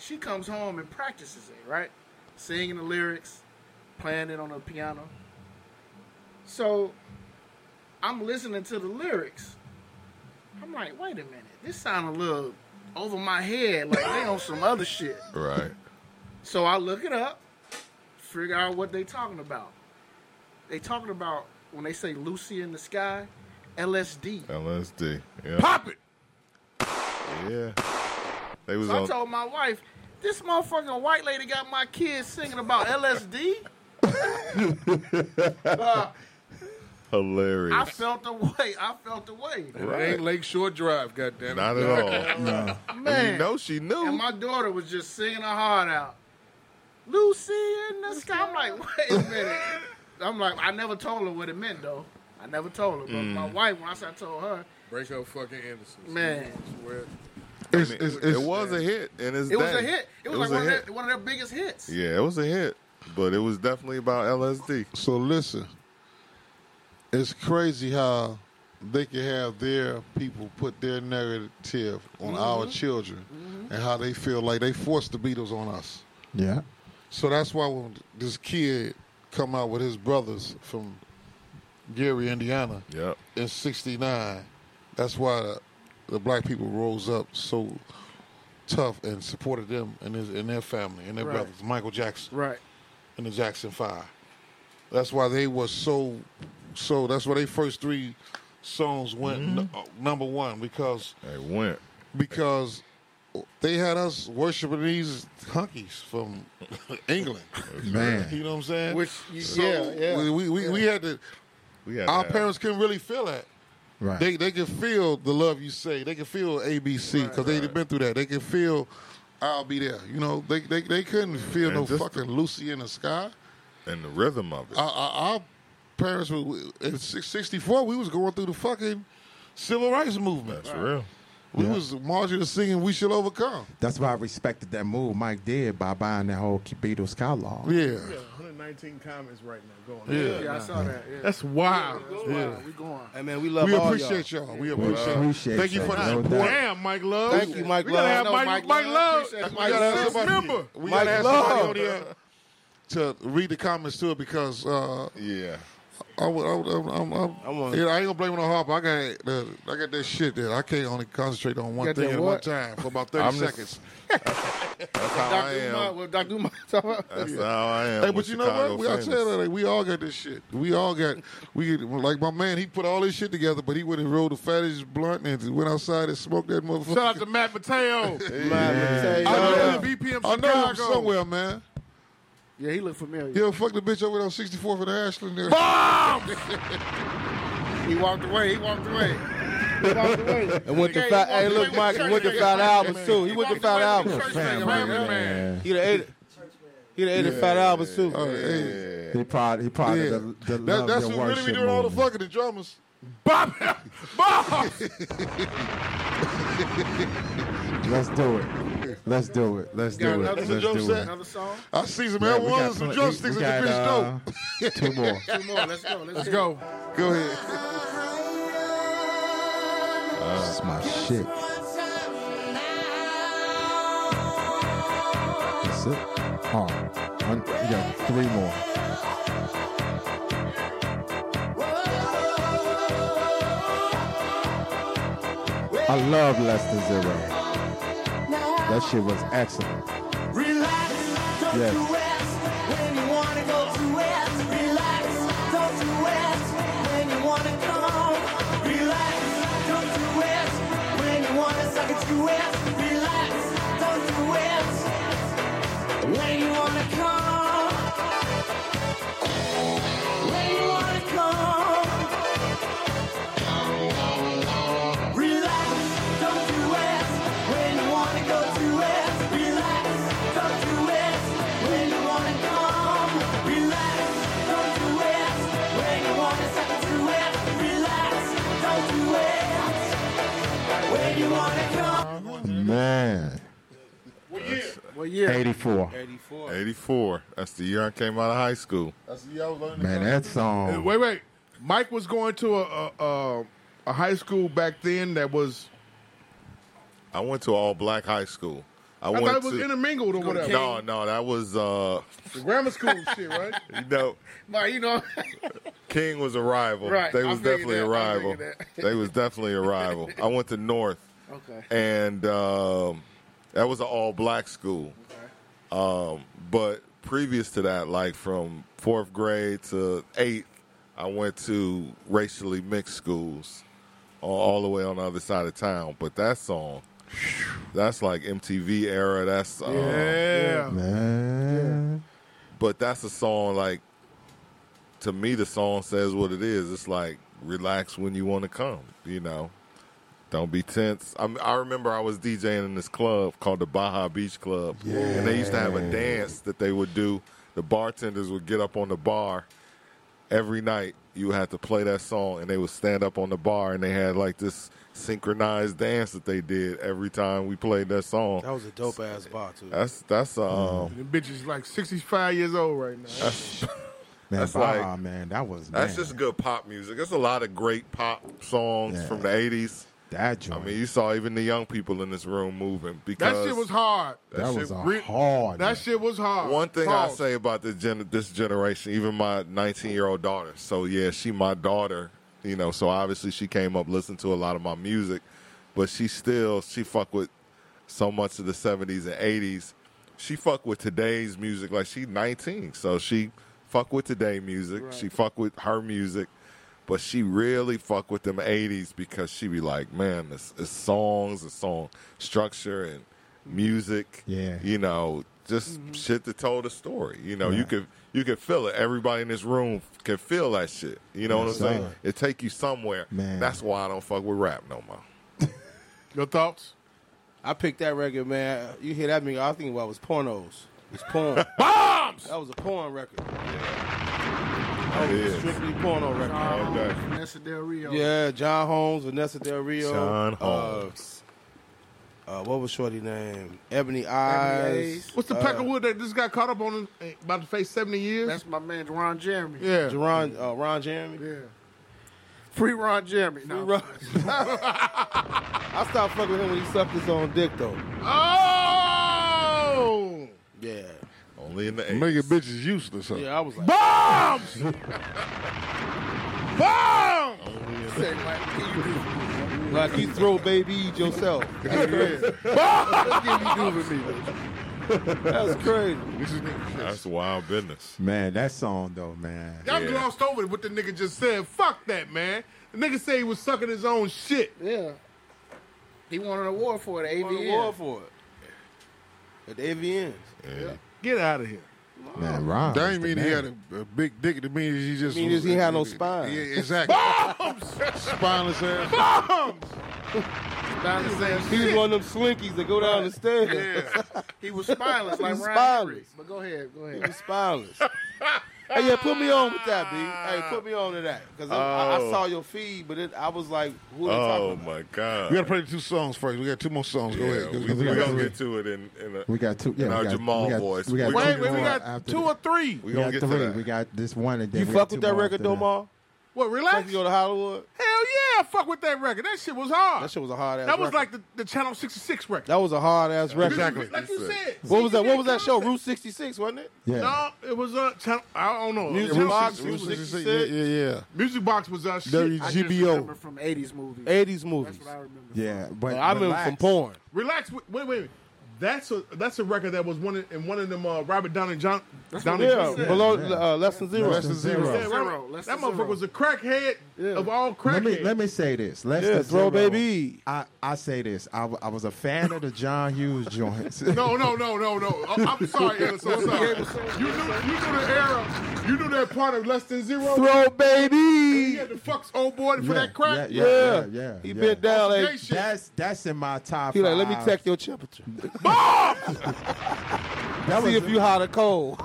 C: she comes home and practices it, right? Singing the lyrics, playing it on the piano. So I'm listening to the lyrics. I'm like, wait a minute, this sound a little over my head, like they on some other shit.
E: Right.
C: So I look it up, figure out what they talking about. They talking about when they say Lucy in the sky, LSD.
E: LSD. Yeah.
B: Pop it.
E: Yeah. They was
C: So I
E: on.
C: told my wife, this motherfucking white lady got my kids singing about LSD. Uh, I
E: Hilarious.
C: felt the way. I felt the way.
B: It ain't Lakeshore Drive, goddammit.
E: Not at all. no.
C: Man.
E: You know she knew.
C: And my daughter was just singing her heart out. Lucy in the sky. I'm like, wait a minute. I'm like, I never told her what it meant though. I never told her. But
E: Mm.
C: my wife, when I said I told her,
B: Break up fucking innocence.
C: Man.
D: Mm.
B: Swear.
E: It's- it's- it's- it was a hit, and it's
C: it was
E: that.
C: a hit. It was, like
E: a
C: one of,
E: hit.
C: their, one of their biggest hits.
E: Yeah, it was a hit, but it was definitely about LSD.
F: So listen, it's crazy how they can have their people put their narrative on
C: Mm-hmm.
F: our children and how they feel like they forced the Beatles on us.
A: Yeah.
F: So that's why when this kid come out with his brothers from Gary, Indiana,
E: Yep.
F: in '69, that's why the, the black people rose up so tough and supported them and, his, and their family and their
C: Right.
F: brothers, Michael Jackson
C: Right.
F: and the Jackson Five. That's why they were so, so. That's why they first three songs went
A: Mm-hmm.
F: n- uh, number one because
E: They went.
F: because they had us worshiping these hunkies from England.
A: Man.
F: You know what I'm saying?
C: Which, y- yeah, yeah.
F: We, we, we, we had to.
E: We had
F: our
E: that.
F: parents couldn't really feel that.
A: Right.
F: They they can feel the love you say. They can feel ABC because they've been through that. They can feel I'll be there. You know they they, they couldn't feel
E: And
F: no
E: just-
F: fucking Lucy in the sky.
E: and the rhythm of it.
F: Our, our, our parents were in '64. We was going through the fucking civil rights movement.
E: That's real.
F: We
A: Yeah.
F: was marching and singing "We Shall Overcome."
A: That's why I respected that move Mike did by buying that whole Beatles catalog.
F: Yeah,
P: Yeah, 119 comments right now going.
F: yeah.
P: on.
C: Yeah, I saw that. Yeah.
P: That's wild.
C: Wow, we going.
Q: Hey man, we love
F: We
Q: all
F: appreciate y'all. We appreciate. y'all.
A: appreciate
F: Thank you
A: y'all,
F: for
A: no
F: the
A: doubt.
F: support.
P: Damn, Mike Love.
Q: Thank you, Mike
P: We gotta
Q: Love.
P: have
C: No,
P: Mike,
C: Mike
P: Mike,
C: Love.
P: Love.
C: Appreciate
P: We
F: Mike
P: gotta have
F: Love.
P: somebody- member.
Q: Mike
F: We gotta have somebody
Q: Love.
F: on here to read the comments to it because uh,
E: Yeah.
F: I would, I would, I'm, I'm, I'm,
Q: I wanna-
F: yeah, I ain't gonna blame it on Harper. I got, the, I got that shit there. I can't only concentrate on one
C: Got
F: thing
C: that
F: at one
C: what?
F: time for about 30
E: I'm just-
F: seconds.
E: That's how I
C: Dr. Umar,
E: am.
C: well, Dr. Umar, talk about-
E: That's how I am.
F: Hey, but
E: with
F: you know
E: Chicago
F: what? We, I
E: famous.
F: tell you, like, we all got this shit. We all got, we like my man. He put all this shit together, but he went and rolled the fattest blunt and went outside and smoked that motherfucker.
B: Shout out to Matt Mateo.
Q: y'all.
B: I know
F: Yeah.
B: the BPM Chicago.
F: I know him somewhere, man.
C: yeah, he looked familiar.
F: Yo, fuck the bitch over there on 64th and Ashland. There.
C: He walked away. He walked away. He walked away.
D: And went to
C: Yeah,
D: five.
C: he walked
D: Hey,
C: away
D: look,
C: with
D: Mike.
C: the
D: He went to
C: church
D: five
C: man.
D: albums too. He went to five
C: walked away
D: albums.
C: with the church man,
A: man.
C: right, man.
D: He'd have ate it. He'd have ate it five albums too.
F: Oh, hey.
A: He probably, he probably
F: Yeah.
A: the, the
F: That,
A: love
F: that's
A: your
F: who really be
A: worship
F: doing all the
A: movement.
F: fucking the drummers.
B: Bob. Bob.
A: Let's do it. Let's do it. Let's do
C: Got
A: it.
C: another
A: Let's
F: one, Joe
A: do it.
F: said?
C: Another song.
F: I see some
A: Yeah, we
F: L1
A: got
F: and some
A: plenty-
F: drumsticks
A: we
F: in the bitch
A: got,
F: dope.
A: uh, Two more.
C: Two more. Let's go. Let's,
B: Let's
C: hit
B: go.
F: Go ahead.
A: That's my shit. That's it. Oh, one, we got three more. I love Less Than Zero. That shit was excellent.
O: Relax, don't
A: Yes.
O: you rest when you wanna go to rest. Relax, don't you rest when you wanna come home. Relax, don't you rest when you wanna suck it to rest. Relax, don't you rest when you wanna come. When you wanna come. Relax, don't you rest when you wanna go to rest. Relax, don't you rest when you wanna come. Relax, don't you rest when you wanna suck it to rest. Relax, don't you rest when you wanna come.
A: Man.
C: Well, yeah.
A: 84.
Q: 84.
E: 84. That's the year I came out of high school.
A: Man, that
B: Hey,
A: song.
B: Wait, wait. Mike was going to a, a, a, a high school back then that was,
E: I went to an all black high school. I,
B: I
E: went
B: thought it was
E: to.
B: intermingled or whatever.
E: no, no, that was uh,
B: The grammar school shit, right?
E: you know,
C: But you know,
E: King was a rival.
C: Right,
E: They
C: I
E: was
C: figured
E: definitely
C: that,
E: a
C: I
E: rival.
C: figured that.
E: they was definitely a rival. I went to North,
C: okay.
E: and um, that was an all black school. Um, but previous to that, like from fourth grade to eighth, I went to racially mixed schools all, all the way on the other side of town. But that song, that's like MTV era. That's uh,
B: Yeah.
A: man.
E: But that's a song like to me. The song says what it is. It's like relax when you want to come. You know, don't be tense. I, I remember I was DJing in this club called the Baja Beach Club, and they used to have a dance that they would do. The bartenders would get up on the bar every night you had to play that song and they would stand up on the bar and they had like this synchronized dance that they did every time we played that song.
D: That was a dope ass bar too.
E: That's that's um
B: The bitch is like 65 years old right now.
E: that's
A: Man,
E: That's
A: Baja,
E: like-
A: man, that was
E: that's
A: man,
E: just good pop music. There's a lot of great pop songs
A: Yeah.
E: from the eighties.
A: that
E: I
A: joint.
E: mean you saw even the young people in this room moving
B: That
E: because
B: shit was hard.
E: that
A: that
E: shit
A: was a
B: re-
A: hard.
B: That shit was hard.
E: One thing I
B: Pause.
E: say about the gen- this generation, even my 19 year old daughter. So yeah, she my daughter, you know. So obviously she came up listening to a lot of my music, but she still she fuck with so much of the 70s and 80s. She fuck with today's music. Like she 19, so she fuck with today music. She fuck with her music. But she really fuck with them '80s because she be like, man, it's, it's songs, it's song structure, and music
A: Yeah.
E: you know, just shit that told a story. You know, you could you could feel it. Everybody in this room can feel that shit. You know
A: Yes,
E: what I'm saying?
A: sir.
E: It take you somewhere.
A: Man.
E: That's why I don't fuck with rap no more.
B: Your thoughts?
D: I picked that record, man. You hear that music? I think about was pornos. It's porn.
B: Bombs!
D: that was a porn record.
E: It is.
D: Strictly porno record.
E: All day.
C: Vanessa Del Rio.
D: Yeah, John Holmes, Vanessa Del Rio.
E: John
D: uh,
E: Holmes.
D: Uh, what was Shorty name? Ebony Eyes.
B: What's the
D: uh,
B: peck of wood that just got caught up on in- about to face 70 years?
C: That's my man, Ron Jeremy.
B: yeah.
D: Jerron, uh, Ron Jeremy.
C: Yeah. Free Ron Jeremy. No.
D: Ron- I stopped fucking with him when he sucked his own dick though.
B: Oh!
D: Yeah.
E: Only in the '80s.
F: Making bitches useless. Huh?
D: Yeah, I was like,
B: Bombs! Bombs!
E: Only in the
C: Say, like, can you do
D: like you throw baby eat yourself.
C: what can you do with me?
D: That's crazy.
F: This is
E: That's wild business.
A: man, that song though, man.
B: Y'all
E: Yeah.
B: glossed over what the nigga just said. Fuck that, man. The nigga said he was sucking his own shit.
C: Yeah. He won an award for it,
D: On the
C: AVN.
D: wall for it. At the AVNs.
B: Get out of here.
A: Man, Ron.
F: That
A: was
F: ain't
A: the
F: mean
A: man.
F: he had a, a big dick. It means he just
D: Means
F: was-
D: he had no spine.
F: Yeah, exactly. Spineless ass.
C: Down the same
D: He was
C: shit.
D: one of them slinkies that go down the stairs.
C: He was spineless like
D: He's
C: Ryan Henry.
D: spineless.
C: But go ahead, go
D: He
C: ahead.
D: was spineless. hey, yeah, put me on with that, B. Hey, put me on to that. Because I, I
E: Oh.
D: saw your feed, but it, I was like, who are they talking
E: Oh
D: about?
E: my
F: We gotta
E: god.
F: play the two songs first. We got two more songs. Go
E: Yeah,
F: ahead.
E: we,
F: 'cause
E: we
A: got
E: gonna
A: three.
E: get to it in, in a,
A: We got two. Yeah,
E: in
A: we
E: our
A: got,
E: Jamal
A: we got,
E: voice.
A: We got
E: Wait,
A: two
B: Wait, wait, we
A: more
B: got
A: after
B: two
A: that.
B: or three.
E: we
A: We
E: gonna
A: got
E: get
A: three.
E: to that.
A: We got this one and then
D: You
A: we got
D: fuck
A: two
D: with that
A: more
D: record,
A: after
D: Domar?
B: What,
D: Fuck
B: relax?
D: you
B: Hell
D: go to Hollywood?
B: yeah, fuck with that record. That shit was hard.
D: That shit was a hard ass
B: That was
D: record.
B: like the, the Channel 66 record.
D: That was a hard ass record.
F: Exactly.
B: Like you said.
D: What was
B: See,
D: that?
B: you
D: What was that
B: had
D: show?
B: concept.
D: Route 66, wasn't it?
A: Yeah.
B: No, it was uh, channel, I don't know.
D: Music
B: It was-
D: Box,
F: It was
D: Route
F: 66.
D: 66.
F: Yeah, yeah, yeah.
B: Music Box was uh, shit.
C: I just remember
F: WGBO.
C: from 80s movies.
D: 80s
C: That's
D: movies.
C: what I remember.
A: Yeah, but
D: I remember
A: relax.
D: from porn.
B: Relax. Wait, wait, wait. That's a that's a record that was one in- in one of them uh, Robert Downey John. Downey
D: Yeah,
B: Jr.
D: below Uh, less than zero.
F: Less than
B: Yeah,
F: zero.
B: right.
C: Zero. Less
B: That
C: than
B: motherfucker
C: zero.
B: was a crackhead of all
A: Let me
B: crackheads.
A: let me say this. Let's
D: Yeah, throw baby. E.
A: I, I say this. I, w- I was a fan of the John Hughes joints.
B: No, no, no, no, no. I- I'm sorry, Ellis. I'm sorry. You knew, you knew the era. You knew that part of less than zero.
D: Throw
B: He
D: baby.
B: had the fucks old boy for that crack.
A: Yeah,
D: Yeah.
A: yeah, yeah. yeah,
D: He
A: yeah.
D: bent down
B: Gay
D: like,
B: shit.
A: That's that's in my top.
D: he like, let me
A: five.
D: check your temperature.
A: That
D: See
A: was,
D: if you hot or cold.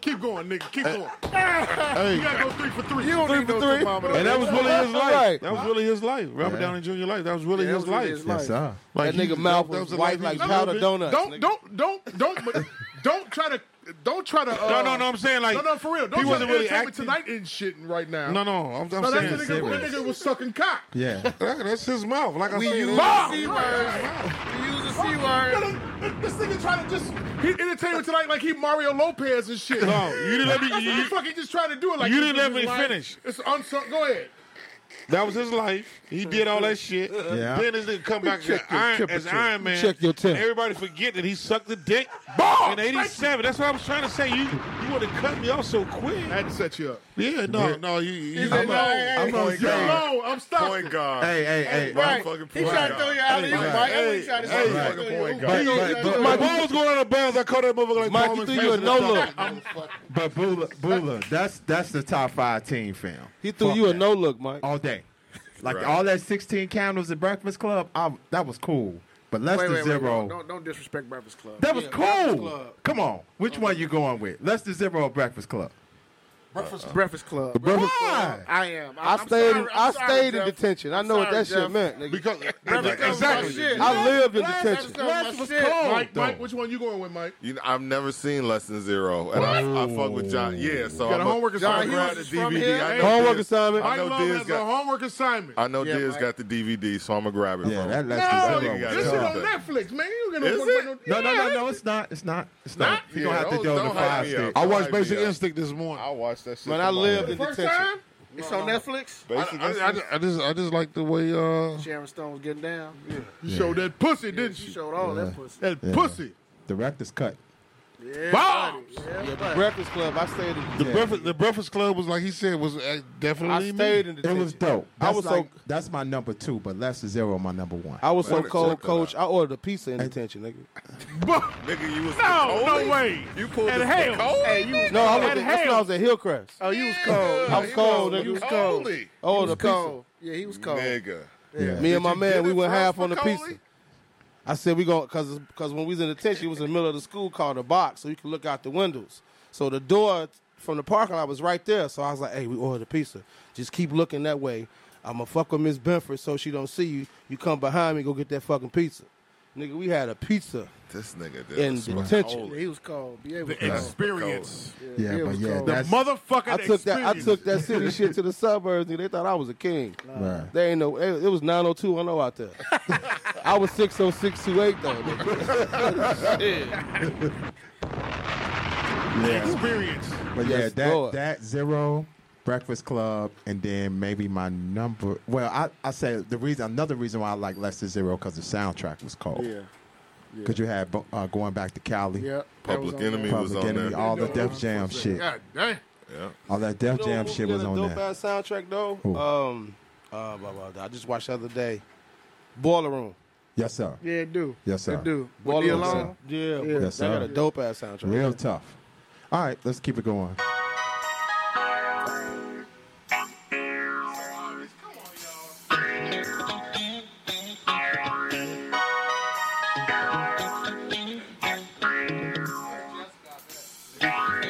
B: Keep going, nigga. Keep going. You
F: Hey,
B: gotta go three for three.
C: You don't
B: Three
C: need
B: for
C: no
B: three.
C: thermometer.
F: and that was really his life.
D: Right.
F: That was really his life. Robert
A: Yeah.
F: Downey Jr. life. That was really
C: Yeah, that
F: his
C: was really
F: life.
C: his
A: yes, sir.
F: Like
D: That nigga
F: he-
D: mouth
F: that
D: was
F: the
D: white
F: life
D: like
F: he-
D: powdered donuts.
B: Don't,
D: nigga.
B: don't, don't, don't, don't try to, don't try to. Uh,
F: No, no, no. I'm saying like
B: no, no, for real. Don't try
F: he
B: to
F: wasn't really
B: irritate me
F: acting.
B: tonight and shit right now.
F: No, no. I'm, I'm
B: no, that
F: saying
B: nigga, that nigga was sucking cock.
A: Yeah,
F: That- that's his mouth. Like I
C: We
F: said,
C: use the
F: that's-
C: C word. We use the C word.
B: This nigga trying to just he entertainment tonight like he Mario Lopez and shit.
F: No, you didn't let me.
B: That's
F: You,
B: what the
F: you,
B: fuck he just trying to do it like
F: you
B: he-
F: didn't let
B: he was
F: me
B: lying.
F: finish.
B: It's unsung. Go ahead.
F: That was his life. He did all that shit.
A: Yeah.
F: Then this nigga come back as
A: Check your
F: Iron, as
A: temperature.
F: Iron Man.
A: Check your temp.
F: And everybody forget that he sucked the dick
B: Ball!
F: in '87. That's what I was trying to say. You you would have cut me off so quick. I
B: had to set you up.
F: Yeah, no, no, you. you
B: said, no, hey, hey,
F: on
B: you're alone. I'm stopping.
E: Point guard.
A: Hey, hey, hey.
C: Right. He tried to throw you out of
A: Hey,
C: Mike. That's what he tried to say.
E: Fucking point
A: But,
E: guard.
A: but, but,
F: My ball was going out of bounds. I caught that motherfucker like
D: Mike,
F: palm
D: you
F: and
D: threw
F: face
D: you a
F: in the
D: no
F: stomach.
D: look.
A: but Bula, Bula, that's that's the top five team film.
D: He threw
A: Fuck
D: you a
A: that.
D: no look, Mike.
A: all day. Like all that sixteen candles at Breakfast Club, I, that was cool. But less
C: Wait,
A: than
C: wait, wait.
A: zero,
C: Don't, don't- don't disrespect Breakfast Club.
A: that was
C: Yeah, Breakfast
A: cool.
C: Club.
A: Come on, which one you going with? Less than zero, or Breakfast Club.
C: Breakfast, Breakfast Club.
A: The Breakfast
C: Club.
A: Club.
C: I am.
D: I
C: I'm
D: stayed.
C: sorry,
D: I
C: I'm sorry,
D: stayed in
C: Jeff.
D: detention. I
C: I'm
D: know what
C: sorry,
D: that
C: Jeff.
D: shit meant. Nigga.
F: Because
C: Breakfast Club was my
F: exactly.
C: shit.
D: I lived in
C: Last
D: detention.
C: episode was my shit.
B: Mike,
A: though.
B: Mike, which one you going with, Mike?
E: You know, I've never seen Lesson Zero, and I, I fuck with John. Yeah, so
B: Got a
E: I'm
B: homework assignment.
E: John, the
B: Hughes is from
E: DVD.
B: here.
E: I know
D: Homework
E: Diz-
D: assignment.
E: I
B: Mike
E: know
B: Love
E: Diz
B: has a
E: got.
B: homework assignment.
E: I know
C: Yeah,
E: Diz
C: Mike.
E: got the DVD, so I'm gonna grab it.
A: Yeah,
E: from
A: that
E: him.
A: less
B: No,
A: than zero.
E: you got
B: this shit
E: it.
B: on Netflix, man. You don't get
E: Is
B: no
E: it?
B: fucking-
A: No, no, no, no. It's not. It's not. It's not.
E: Nah.
A: You're gonna
E: Yeah,
A: have to
E: those-
A: deal with the
E: don't hype
A: five
E: me up.
A: stick.
F: I watched
E: Don't hype me
F: Basic
E: up.
F: Instinct this morning.
E: I watched that shit.
D: Man, I
E: Come on.
D: lived in
B: First
D: detention.
B: time?
C: It's on Netflix.
F: I,
E: Basic
F: I,
E: Instinct.
F: I, I just, I just like the way. Uh,
C: Sharon Stone was getting down.
B: You showed that pussy, didn't
C: She
B: you?
C: showed all that pussy.
B: That pussy.
A: Director's cut.
C: Yeah,
B: Bombs!
C: buddy. Yeah,
D: Yeah,
C: buddy.
D: Breakfast Club. I stayed in
F: the
D: detention.
F: breakfast, the Breakfast Club was like he said was uh,
D: I
F: definitely
D: stayed
F: me.
D: in
A: It
D: detention.
A: was dope.
D: I
A: That's
D: was so
A: like, that's my number two, but less than zero, my number one.
D: I was so
E: Better
D: cold,
E: check that
D: coach. I ordered a pizza in detention, nigga.
E: Nigga, you was
B: No,
E: Spicoli?
B: no way.
E: You pulled
B: And
E: the
B: hell.
E: Spicoli?
B: Hey, you was
D: No, I was.
B: And
D: At, that's when I
B: hell.
D: was at Hillcrest.
C: Oh, you was cold.
D: I was cold,
E: You
D: nigga.
E: was cold.
D: I ordered a pizza.
C: Cold. Yeah, he was cold.
E: Nigga.
D: Me and my man,
E: get
D: we
E: it
D: went
E: from
D: half on the
E: Spicoli?
D: pizza. I said we going cause cause when we was in detention, it was in the middle of the school called the box, so you could look out the windows. So the door from the parking lot was right there. So I was like, hey, we ordered a pizza. Just keep looking that way. I'ma fuck with Miss Benford so she don't see you. You come behind me, go get that fucking pizza. Nigga, we had a pizza
E: This nigga did.
D: in
E: was
D: detention.
C: Yeah, he was cold. Yeah, he was
B: The
C: cold.
B: experience.
A: yeah,
C: it
A: but
C: was
A: yeah,
C: cold.
A: that's
B: Motherfucking
D: I took that I
B: experience.
D: took that city shit to the suburbs, nigga. They thought I was a king.
A: Right.
D: They ain't no it, it was 90210 out there. I was 60628 though, nigga.
A: yeah.
B: experience.
A: But
D: Yes,
A: yeah, that
D: Lord.
A: that zero Breakfast Club, and then maybe my number. Well, I I said the reason another reason why I like Less Than Zero because the soundtrack was cold.
C: Yeah.
A: Because you had Bo- uh, going back to Cali,
C: Yep. that was
E: Public
C: on
E: Enemy
C: there.
E: was
A: Public
E: on
A: Enemy,
E: there.
A: all the Def Jam shit,
B: God damn.
A: all that Def
D: You know
A: Jam
D: what
A: shit
D: movie
A: was
D: got
A: on
D: a dope
A: there.
D: ass soundtrack though.
A: Who?
D: Um, uh, blah, blah, blah. I just watched the other day. Boiler Room.
A: Yes sir,
C: Yeah, it do.
A: Yes, sir.
C: It do.
D: Boiler
C: With D
D: Room.
C: alone.
D: Yeah,
C: Yeah.
A: Yes,
D: they got a
A: sir.
D: dope ass soundtrack.
A: real tough. All right, let's keep it going.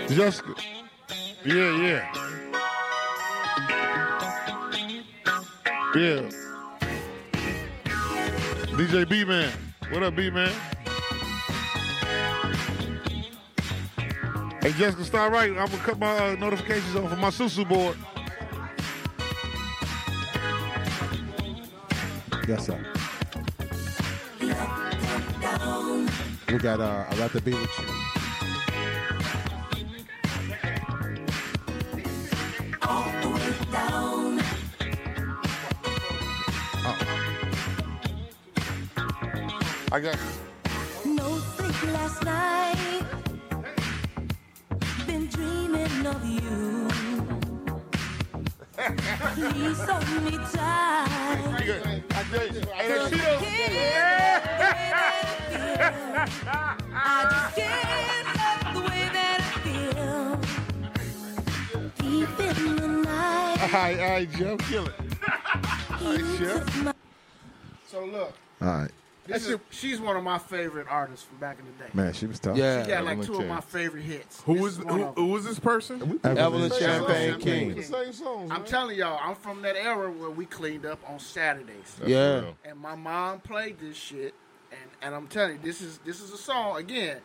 F: Jessica. Yeah, yeah. Yeah. DJ B Man. What up, B Man? Hey, Jessica, start right. I'm going to cut my uh, notifications off for my Susu board.
A: Yes sir. We got uh, I got to be with you.
F: I got.
O: No sleep last night. Been dreaming of you. Please hold me tight.
F: I got.
O: Just can't help the way that I feel. I just can't help the way that I feel. Deep in the night,
F: Hi, hi, Joe. Kill it.
O: you took my
C: So look,
A: All right,
C: this is, she's one of my favorite artists from back in the day.
A: man, she was tough.
D: Yeah.
C: She got like
E: Evelyn
C: two of
E: King.
C: my favorite hits.
B: Who
C: This
B: is
C: is
B: who,
C: one of them.
B: who is this person?
D: Evelyn Champagne
A: Champagne
D: King.
F: The same songs.
C: I'm telling y'all, I'm from that era where we cleaned up on Saturdays.
D: Yeah.
E: real.
C: And my mom played this shit, and, and I'm telling you, this is this is a song again.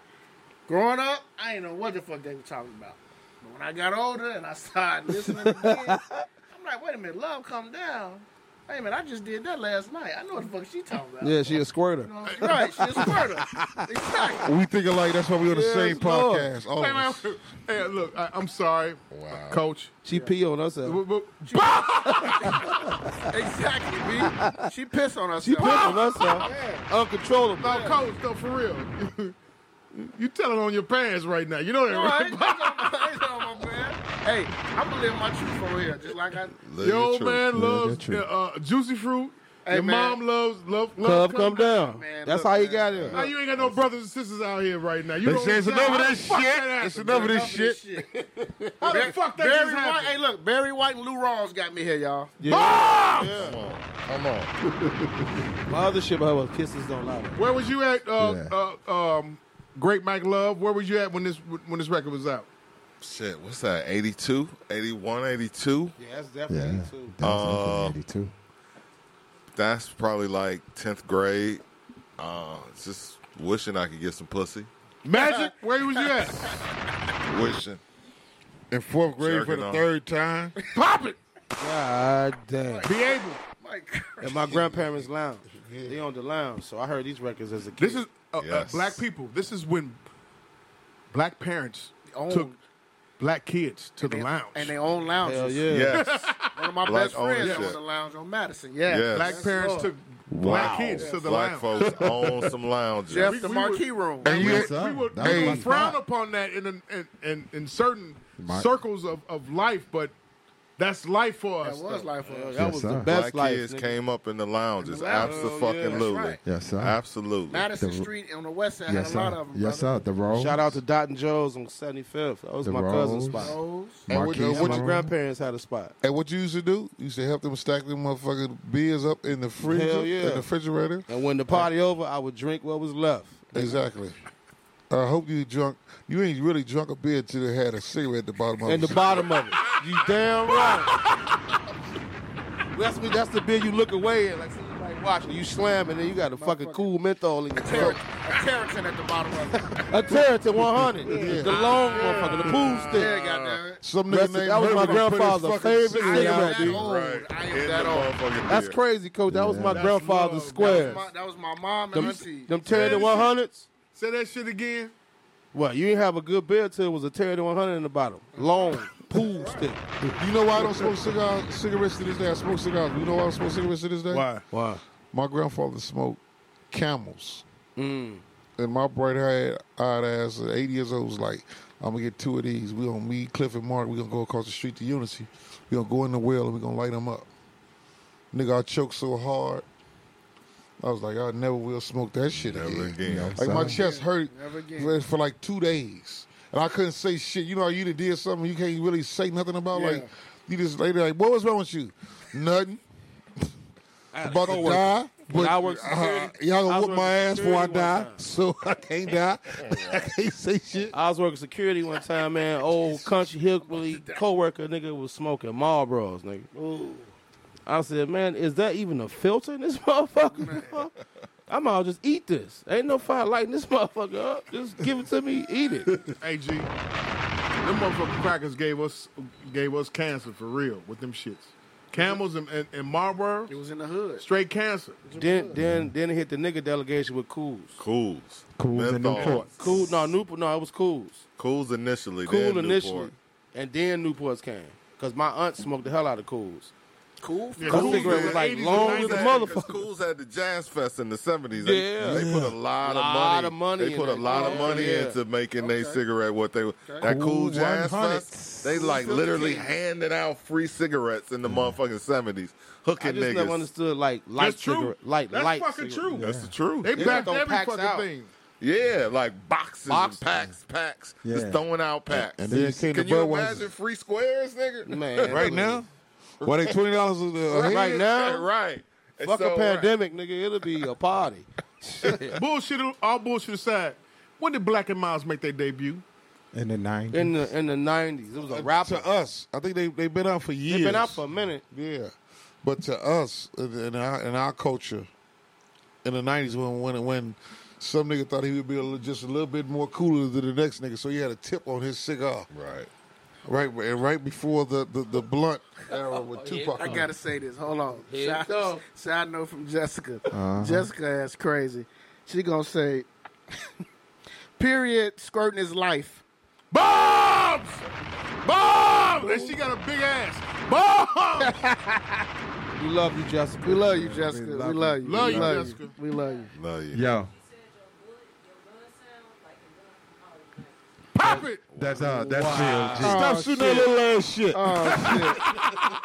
C: Growing up, I ain't know what the fuck they were talking about. But when I got older and I started listening again, I'm like, wait a minute, love come down. Hey man, I just did that last night. I know what the fuck she talking about.
D: Yeah, she a squirter.
C: You know what I'm saying? right, she a squirter. exactly.
F: We think alike. That's why we on the
B: Yes,
F: same
B: Lord.
F: podcast. All
B: Hey,
F: of
B: man,
F: us.
B: hey, look, I, I'm sorry,
F: Wow.
B: Coach.
D: She pee on us. uh,
B: W- w-
C: Exactly, B. She pissed on herself.
D: She pee on us. uh, Uncontrollable.
B: No, Coach, no, for real. you telling on your parents right now. You know that,
C: All right.
B: right?
C: I ain't talking about man. Hey, I'm gonna live my truth over here, just like I.
B: Your
F: Live your
B: old
F: truth.
B: man
A: Yeah,
B: loves
A: that's true.
B: uh, juicy fruit.
C: Hey,
B: your
C: man.
B: mom loves love. love
D: Cub come down.
C: Man,
D: That's
C: look,
D: how he
C: man.
D: got
B: Now
D: there.
B: you ain't got no brothers and sisters out here right now. You
F: They
B: don't
F: say it's enough of that
B: Fuck
F: shit.
B: that happened,
F: It's enough of
B: man.
F: this shit.
B: How the fuck that
C: Barry
B: just
C: White.
B: happened?
C: Hey, look, Barry White and Lou Rawls got me here, y'all.
F: Come on. Come on.
D: My other shit about her was kisses don't lie.
B: Where was you at, uh, uh, um, Great Mike Love? Where was you at when this when this record was out?
E: Shit, what's that? 82, 81, 82?
D: Yeah, that's
A: Yeah.
D: definitely
A: That was 1982.
E: That's probably like 10th grade. Uh, just wishing I could get some pussy.
B: Magic, where was you at?
E: Wishing.
F: In fourth grade for
E: Jerking
F: the
E: off.
F: third time.
B: Pop it.
D: God damn.
B: Be able.
C: Mike.
D: At my grandparents' lounge. They on the lounge, so I heard these records as a kid.
B: This is uh, uh,
E: Yes.
B: black people. This is when black parents
C: Owned.
B: took black kids to the lounge.
C: Oh. And they own lounges.
D: Hell yeah.
E: Yes.
C: One of my
E: Black
C: best friends
E: ownership.
C: owned the lounge on Madison. Yeah.
E: Yes.
B: black
E: Yes,
B: parents
C: Lord.
B: took black kids to the
E: Black
B: lounge.
E: folks own some lounges.
C: Jeff,
B: We-
C: the
B: we
C: marquee room.
F: And you,
A: What's up?
B: We would,
A: That was
B: we
A: my
B: would frown
A: spot.
B: upon that in, an- in, in, in certain
A: My-
B: circles of, of life, but that's life for
C: That
B: us.
C: was
B: though.
C: life for us.
D: That
A: Yes,
D: was the
A: sir.
E: Black
D: best life.
E: kids
D: nigga.
E: came up in the lounges.
C: lounges.
E: Absolutely.
C: right.
A: Yes, sir.
E: Absolutely.
C: Madison
A: The-
C: Street on the west side
A: Yes,
C: had a lot
A: sir.
C: of them.
A: Yes,
C: brother.
A: sir. The Rose.
D: Shout out to Dot and Joe's on 75th. That was
A: The
D: my cousin's
A: Rose.
D: spot.
C: Those.
A: Marquise
F: And what-
D: And uh, my
A: Room.
D: grandparents had a spot.
F: and what you used to do? You used to help them stack them motherfucking beers up in the fridge,
D: Hell yeah.
F: in the refrigerator.
D: And when the party over, I would drink what was left.
F: Exactly. I hope you drunk. You ain't really drunk a beer till you had a cigarette at the bottom
A: Oh,
F: of
D: And the
F: it.
D: bottom of it. You damn right. That's, me, that's the beer you look away at. Like, somebody watching. You slam and then you got a fucking cool menthol in your throat.
C: A Carrington at the bottom of it.
D: A Territon 100. The long motherfucker, the pool stick.
C: Yeah, goddamn it.
F: Some nigga
D: Rest-
F: named
D: that was my
F: Herbert put his
D: grandfather's
F: fucking
D: favorite
F: cigarette-
C: I am
D: cigarette,
C: that
D: dude.
C: old. I
E: In
C: am
E: the
C: that old.
E: motherfucking
D: That's
E: beer.
D: crazy, coach. That was my
B: That's
D: grandfather's
B: love.
D: squares.
C: My- That was my mom and
D: Them,
C: auntie.
D: them Territon 100s.
B: Say that shit again.
D: What? You didn't have a good beer till it was a Territon 100 in the bottom. Long pool stick.
F: You know why I don't smoke cigars, cigarettes to this day? I smoke cigars. You know why I don't smoke cigarettes to this day?
D: Why?
F: My grandfather smoked camels.
C: Mm.
F: And my bright eyed eyed ass at eight years old was like, I'm gonna get two of these. We gonna meet Cliff and Mark, we gonna go across the street to Unity. We gonna go in the well and we gonna light them up. Nigga, I choked so hard. I was like, I never will smoke that shit
E: Never
F: again.
E: again.
F: Like my
A: Never
F: chest hurt
C: Never again.
F: for, for like two days, and I couldn't say shit. You know, how you done did something you can't really say nothing about.
C: Yeah.
F: Like you just later, like what was wrong with you? Nothing. About to die. But
D: I worked security-
F: uh, y'all
D: I
F: gonna
D: was
F: whoop my
D: working
F: ass before I
D: security one
F: die,
D: time.
F: so I can't die. I can't say shit.
D: I was working security one time, man. Old country hillbilly coworker nigga was smoking Marlboros, nigga. I said, man, is that even a filter in this motherfucker? I'm out just eat this. Ain't no fire lighting this motherfucker up. Just give it to me, eat it.
B: Hey, G. Them motherfucking crackers gave us gave us cancer for real with them shits. Camels and, and, and Marlboro,
C: It was in the hood.
B: straight cancer.
D: then, then, then it hit the nigga delegation with Cools.
E: Cools.
A: Cools in
E: Menthols.
A: Newport.
D: Cool, no, Newport, no, it was Cools.
E: Cools initially.
D: Cool
E: then Newport.
D: initially, and then Newports came because my aunt smoked the hell out of Cools.
C: Cool.
B: Yeah,
D: Cool
B: Cools
D: cigarette
B: in
D: was
B: the
D: like
B: 80s and
D: long
B: 90s.
D: as
E: Cools
D: a
E: had- 'cause
D: motherfucker.
E: Cools had the Jazz Fest in the 70s. They-
D: Yeah.
E: They, put a lot,
D: Lot
E: of
D: of money
E: money. They
D: in
E: put a
D: it.
E: lot of
D: Yeah,
E: money
D: yeah.
E: into making their cigarette what they that
A: Cool
E: cool Jazz
A: 100.
E: Fest. They like literally handing out free cigarettes in the motherfucking 70s,
D: Mm. I
E: hooking
D: just never
E: niggas.
D: understood like light
B: That's true.
D: cigarette, light
B: That's
D: light.
B: fucking
D: cigarette.
B: true.
E: That's the truth.
B: They backed
D: throw
B: every
D: packs
B: fucking
D: out.
B: thing.
E: Yeah, like boxes,
D: Boxes.
E: and packs, packs. Just
A: Yeah.
E: throwing out packs.
F: And then came the
E: Can you
F: Budweiser.
E: imagine free squares, nigga?
D: Man,
F: Right now, why they twenty dollars a head?
D: right now,
E: right. And
D: fuck
E: so,
D: a
E: right.
D: pandemic, nigga. It'll be a party. Shit.
B: Bullshit, all bullshit aside, when did Black and Miles make their debut?
A: In the 90s.
D: in the in the nineties, it was a rapper.
F: to us, I think they they've been out for years.
D: They've been out for a minute.
F: Yeah, but to us in our, in our culture, in the nineties, when when when some nigga thought he would be a, little- just a little bit more cooler than the next nigga, so he had a tip on his cigar.
E: Right.
F: Right, and right before the, the, the blunt era with Tupac.
C: I gotta say this. Hold on.
F: Oh. Here it
C: Side,
F: go.
C: side note from Jessica.
F: Uh-huh.
C: Jessica ass crazy. She gonna say, "Period. Squirting is life."
B: Bombs! Bombs! Oh, And she got a big ass. Bombs!
D: We love you, Jessica.
C: We love you, Jessica. We love you.
B: Love
C: We
B: you,
C: love
B: Jessica.
C: We love you.
E: Love you.
A: Yo,
B: Pop it!
A: that's uh, that's Bill G.
F: Stop shooting that little ass Ah,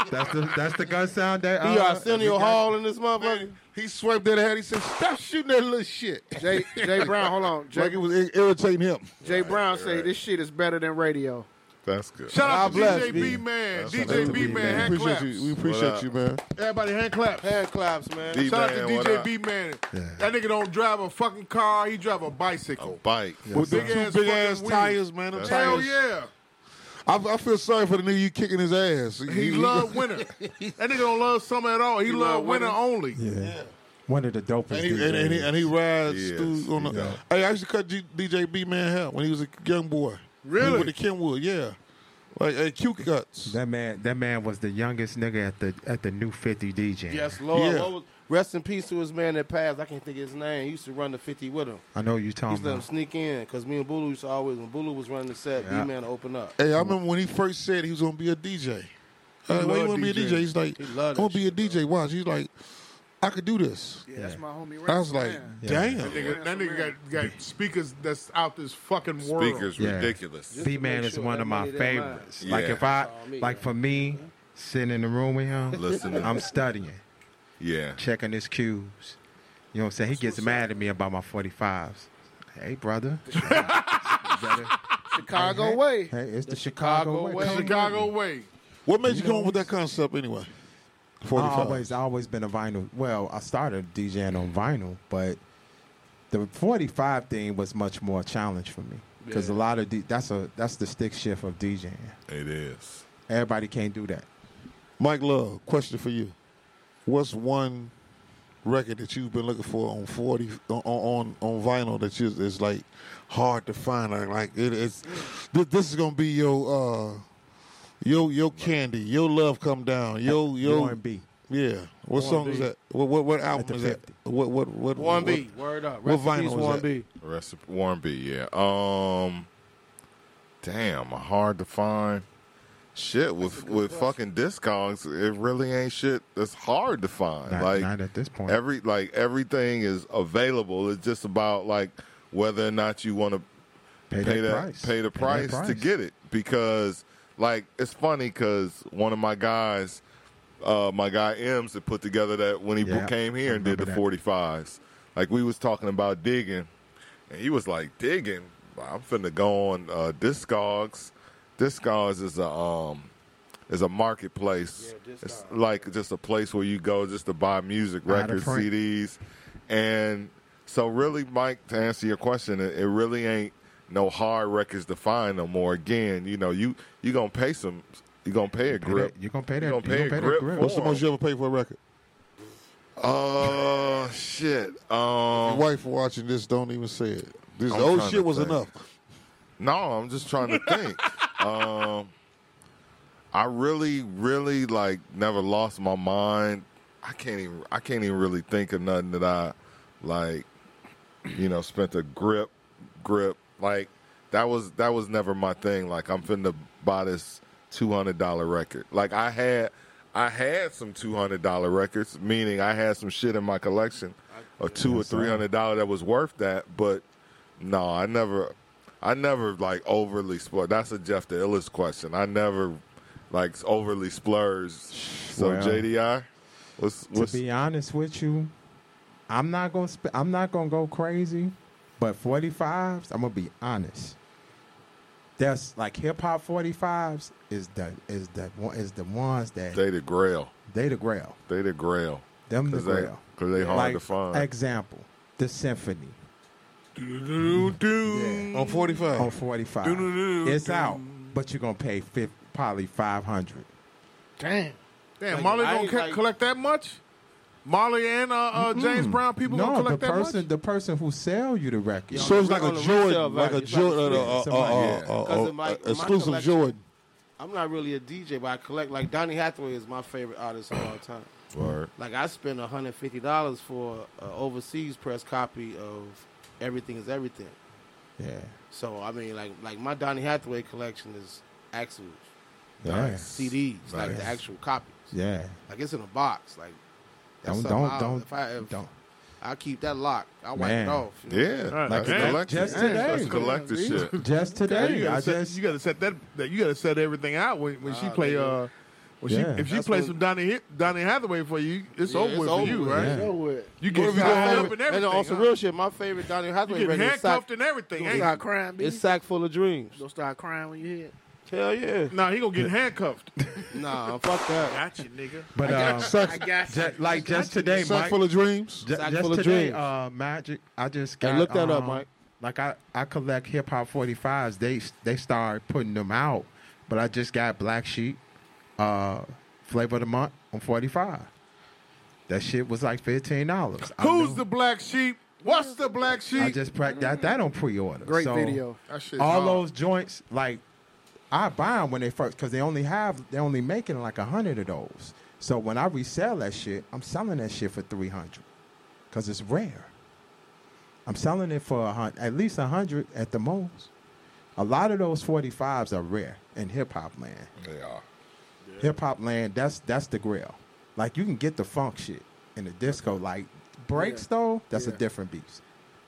F: shit.
A: That's the that's the gun sound that.
D: He
A: Uh,
D: Arsenio Hall in this motherfucker.
F: He swiped that hat. He said, "Stop shooting that little shit."
C: Jay, Jay Brown, hold on. Jay,
F: Like it was ir- irritating him.
C: Jay Brown say this shit is better than radio.
E: That's good.
B: Shout out to
D: bless
B: DJ B
D: B.
B: Man.
E: That's
B: DJ B Man.
F: we
B: Hand
F: appreciate
B: claps.
F: you. We appreciate
E: up?
F: you, man.
B: Everybody hand claps.
D: Hand claps, man.
E: D
B: Shout out to
E: man, what
B: DJ
E: up?
B: B Man. That nigga don't drive a fucking car. He drive a
E: A
B: bicycle.
E: bike.
F: With the
B: Big
F: two
B: ass
F: big
B: fucking
F: ass
B: wheels.
F: tires, man. Them
B: Hell
F: tires.
B: yeah.
F: I, I feel sorry for the nigga you kicking his ass.
B: He love winter. That nigga don't love summer at all. He, love, winter, only.
A: yeah. One of the dopest.
F: And he, and, and he, and he rides
E: Yes,
F: through on
E: he
F: the.
E: does.
F: Hey, I used to cut G, DJ B man hair when he was a young boy.
B: Really?
F: With the Kenwood, yeah. Like hey, Q cuts.
A: that man, that man was the youngest nigga at the at the new fifty DJ.
D: Yes, Lord.
F: Yeah.
D: What was- rest in peace to his man that passed. I can't think of his name. He used to run the 50 with him.
A: I know you
D: He
A: talking
D: used to let him
A: about.
D: sneak in because me and Bulu used to always, when Bulu was running the set,
A: Yeah.
D: B-Man would open up.
F: Hey, I remember when he first said he was gonna be a DJ. Uh, why you
B: loved
F: wanna be a
B: DJs.
F: DJ? He's like,
D: He
F: I'm
D: loved
F: gonna
D: that
F: be a DJ. Watch. He's like, I could do this.
C: Yeah, that's my homie. Right
F: I was like,
C: there.
F: damn.
B: Nigga, that nigga got, got speakers that's out this fucking world.
E: Speakers
A: Yeah.
E: ridiculous.
A: B man
D: make
A: is
D: sure
A: one
D: that
A: of my
D: money there mine.
A: favorites. Like
E: Yeah.
A: if I
D: all me.
A: like for me, sitting in the room with him,
E: Listening.
A: I'm studying,
E: Yeah.
A: checking his cues. You know what I'm saying? He gets mad at me about my 45s. Hey, brother.
C: Chicago way.
A: Hey, it's the, Chicago,
D: Chicago
A: way.
D: way.
B: Chicago way.
F: What made you come up with that concept anyway?
A: I
F: 45.
A: always, I always been a vinyl. Well, I started DJing on vinyl, but the 45 thing was much more a challenge for me because a lot of D, that's a that's the stick shift of DJing.
E: It is.
A: Everybody can't do that.
F: Mike Love, question for you. What's one record that you've been looking for on 40 on on, on vinyl that you is like hard to find like, like it is this, this is going to be your uh your your candy, your love come down, your your
A: R&B.
F: Yeah. What song is that? What what, what album is that? What what what
D: Warren
F: what-
D: B. Word up.
F: what
D: Rest in
F: vinyl
D: peace,
F: is
D: Warren
F: that?
D: B.
E: Rest Warren B. Yeah. Um. Damn, hard to find. Shit with with fucking discogs, it really ain't shit that's hard to find.
A: Not,
E: like
A: not at this point.
E: every like everything is available. It's just about like whether or not you want to
A: pay,
E: pay
A: that,
E: that
A: price.
E: pay the
A: that
E: price, to
A: price.
E: get it because like it's funny because one of my guys, uh, my guy M's, had put together that when he
A: Yeah,
E: came here
A: I
E: and did the
A: remember that.
E: forty fives, like we was talking about digging, and he was like digging. I'm finna go on uh, Discogs. Discogs is a um, is a marketplace. it's like just a place where you go just to buy music,
A: Out of
E: records,
A: print.
E: CDs, and so really, Mike, to answer your question, it, it really ain't no hard records to find no more. Again, you know, you you gonna pay some, you gonna pay a
A: Pay
E: grip.
A: that- You gonna pay that?
E: You gonna pay a
A: that
E: grip for
F: What's the most you ever paid for a record?
E: Oh shit! Um,
F: Your wife watching this don't even say it. This
E: I'm
F: old
E: trying
F: shit
E: to
F: was
E: think.
F: enough.
E: No, I'm just trying to think. um, I really, really like never lost my mind. I can't even. I can't even really think of nothing that I like. You know, spent a grip, grip. Like that was that was never my thing. Like I'm finna buy this two hundred dollar record. Like I had. I had some two hundred dollar records, meaning I had some shit in my collection of two or three hundred dollar that was worth that. But no, I never, I never like overly splurge. That's a Jeff the Illis question. I never like overly splurge. So
A: Well,
E: JDI, what's
A: To
E: what's
A: be honest with you, I'm not gonna sp- I'm not gonna go crazy, but 45s. I'm gonna be honest. That's like hip hop 45s is the is the one is the ones that they,
E: they the Grail?
A: the grail.
E: They the Grail.
A: Them the
E: Cause they,
A: grail.
E: 'cause they hard
A: like
E: to find.
A: example, the symphony
E: Do-do-do.
F: On 45.
A: on 45. It's out, but you're gonna pay fif- probably 500.
C: Damn.
B: Damn,
D: Like,
B: Molly
D: I
B: don't
D: ain't
B: ca-
D: like-
B: collect that much? Molly and uh, uh, James Brown people don't
A: no, the
B: collect that
A: person
B: much?
A: the person who sell you the record.
F: So it's like
D: on
F: a
D: the resale
F: Jordan, like a
D: value. It's like a
F: Jordan,
D: sneaker.
F: uh, uh,
A: Somebody-
F: uh, uh, uh,
D: Because of my-
F: uh,
D: my
F: exclusive
D: collection-
F: Jordan.
D: I'm not really a DJ, but I collect. Like Donny Hathaway is my favorite artist of all time.
E: Word.
D: Like I spent 150 dollars for an overseas press copy of Everything Is Everything.
A: Yeah.
D: So I mean, like like my Donny Hathaway collection is actual
A: Nice.
D: like, CDs, like the
A: Nice.
D: actual copies.
A: Yeah.
D: Like it's in a box. Like
A: Don't-
D: something
A: don't-
D: I'll-
A: don't-
D: if I, if
A: don't.
D: I keep that locked. I wipe
A: Man.
D: it off.
B: Uh,
E: Yeah,
A: Like
E: that's
A: that-
E: collector.
A: just today.
E: That's collector shit.
A: Just
B: Yeah, you
A: today,
B: gotta
A: I
B: set,
A: just
B: you gotta set that, that. You gotta set everything out when, when she
D: Ah,
B: play.
D: nigga.
B: Uh, when she
A: Yeah.
B: if she
D: That's
B: plays
D: what-
B: some Donny Hit- Donny Hathaway for you, it's
D: Yeah,
B: over
D: it's
B: with
D: over
B: for you,
D: with,
B: right?
A: yeah.
C: So what?
B: You
D: What
B: get
D: if you
B: tied
D: got-
B: up and
D: And
B: everything.
D: also,
B: huh?
D: real shit. My favorite Donny Hathaway
B: you get
D: record is Sac-
B: handcuffed and everything.
C: Don't
B: ain't
C: start crying, B.
D: It's Sack Full of Dreams.
C: Don't start crying when you hit.
D: Hell yeah.
B: you? Nah, he gonna get handcuffed.
D: Nah, fuck that.
C: Got you, nigga.
A: but um,
C: I got you.
A: ju- like just today,
F: Sack
A: Mike.
F: full of dreams.
A: ju-
D: Sack
A: just
D: full of
A: today,
D: dreams.
A: uh, Magic. I just
D: Hey,
A: got
D: look that up,
A: um,
D: Mike.
A: Like I, I collect hip hop forty fives. They they start putting them out, but I just got Black Sheep, uh, Flavor of the Month on forty five. That shit was like fifteen dollars.
B: Who's the black sheep? What's the black sheep?
A: I just pre- got that on pre order.
C: Great video.
B: That shit's
A: all
B: hard.
A: those joints, like I buy them when they first because they only have they only making like a hundred of those. So when I resell that shit, I'm selling that shit for three hundred because it's rare. I'm selling it for a hun- at least a hundred at the most. A lot of those forty fives are rare in hip hop land.
E: They are.
A: Hip hop land, that's that's the grill. Like you can get the funk shit in the disco. Like breaks though, that's a
C: Yeah.
A: different beast.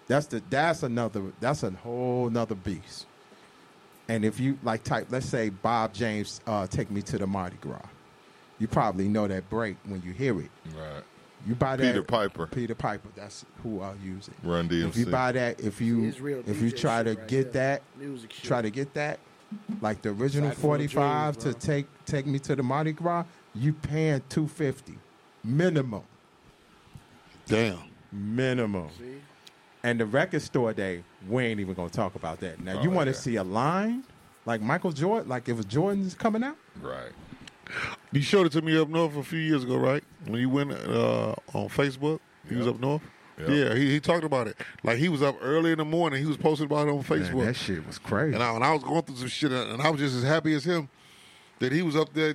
A: That's the that's another that's a whole nother beast. And if you like type, let's say Bob James, uh, take me to the Mardi Gras. You probably know that break when you hear it.
E: Right.
A: You buy that
E: Peter Piper,
A: Peter Piper. That's who I'll use it.
E: Run
A: If you
E: DMC.
A: buy that, if you
C: It's real
A: if you
C: DJ
A: try to
C: shit right
A: get
C: there.
A: that,
C: Music shit.
A: try to get that, like the original
D: Sack full of
A: forty five
D: dreams,
A: to
D: bro.
A: take take me to the Mardi Gras, you paying two fifty minimum,
F: Damn.
A: minimum.
C: See?
A: And the record store day, we ain't even gonna talk about that. Now you
E: Oh,
A: want to
E: yeah.
A: see a line like Michael Jordan, like if Jordan's coming out,
E: Right.
F: You showed it to me up north a few years ago, right? When you went uh, on Facebook, he was
E: Yep.
F: up north.
E: Yep.
F: Yeah, he, he talked about it. Like he was up early in the morning. He was posting about it on
A: man,
F: Facebook.
A: that shit was crazy,
F: and, I, and I was going through some shit, and I was just as happy as him that he was up there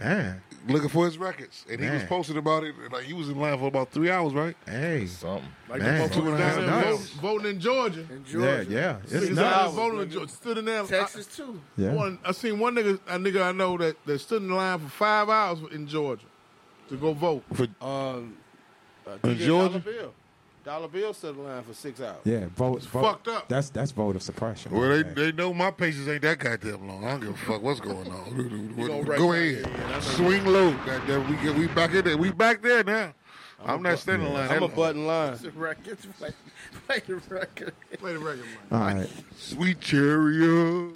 A: man.
F: looking for his records, and he was
A: Man.
F: posting about it. and, Like he was in line for about three hours, right?
A: Hey,
E: Something.
B: like
A: man.
B: the motherfuckers
A: That's
B: down there
A: nuts.
B: voting, voting in Georgia.
C: In
A: yeah,
C: Georgia.
A: yeah, it's
B: Niggas
A: nuts.
B: out there voting in Georgia. Stood in there.
C: Texas too.
B: I,
A: Yeah.
B: one, I seen one nigga, a nigga I know that, that stood in line for five hours in Georgia to go vote.
D: Um, uh,
F: In
D: DJ
F: Georgia?
D: Dollar Bill. Dollar Bill stood in line for six hours.
A: Yeah, vote, vote.
B: fucked up.
A: That's that's vote of suppression.
F: Well, they,
A: man.
F: they know my patience ain't that goddamn long. I don't give a fuck what's going on.
B: gonna
F: Go
B: write
F: ahead,
B: that down.
F: swing low. That, that we get, we back in there. We back there now. I'm, not standing in line.
D: I'm
F: that
D: a
F: long.
D: button line.
C: The records. Play, play the record.
B: Play the record, man.
A: All right.
F: Sweet Cheerio.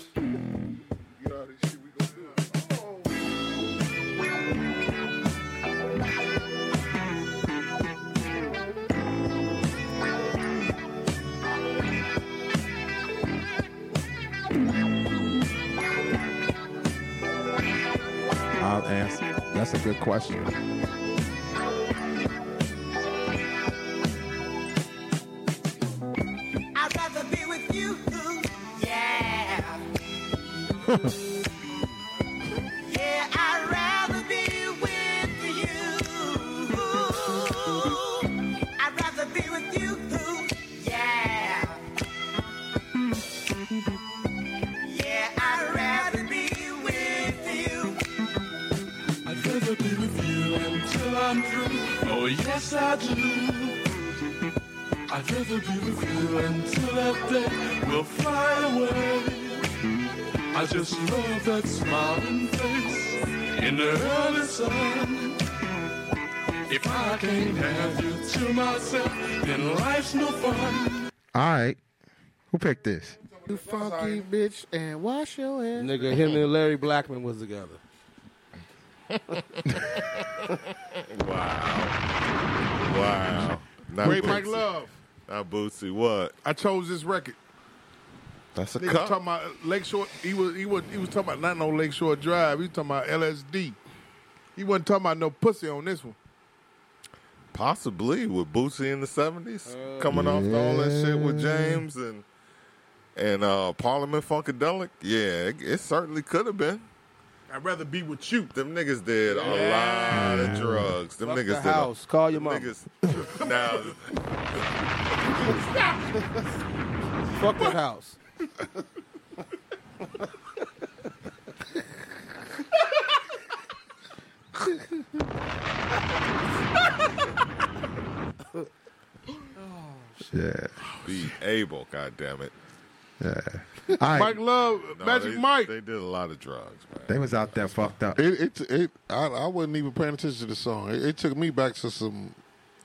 A: I'll answer. That's a good question.
O: I'd rather be with you. Yeah. yeah, I'd rather be with you. I'd rather be with you. Yeah. Yeah, I'd rather be with you.
R: I'd rather be with you until I'm through. Oh, yes, I do. I'd rather be with you until that day will fly away. I just love that smiling face in the early sun. If I can't have you to myself, then life's no fun.
A: All right. Who picked this?
C: You funky bitch and wash your hands.
D: Nigga, him and Larry Blackman was together.
E: Wow. Not
B: Great
E: Bootsy.
B: Mike Love.
E: Not Bootsy. What?
B: I chose this record.
E: That's a
B: Nigga
E: cup.
B: talking about Lakeshore. He was he was he was talking about not no Lakeshore Drive. He was talking about LSD. He wasn't talking about no pussy on this one.
E: Possibly with Bootsy in the seventies,
B: Uh,
E: coming off all that shit with James and and uh, Parliament Funkadelic. Yeah, it, it certainly could have been.
B: I'd rather be with you.
E: Them niggas did a lot of drugs. Them
D: Fuck
E: niggas
D: the
E: did
D: house.
E: A,
D: Call your
E: them
D: mama.
E: Niggas, now,
D: Fuck that house.
A: Yeah.
E: be able, God damn it.
A: Yeah. All right.
B: Mike Love,
E: No,
B: Magic
E: they,
B: Mike.
E: They did a lot of drugs, man.
A: They was out there fucked up.
F: It, it, it. I, I wasn't even paying attention to the song. It, it took me back to some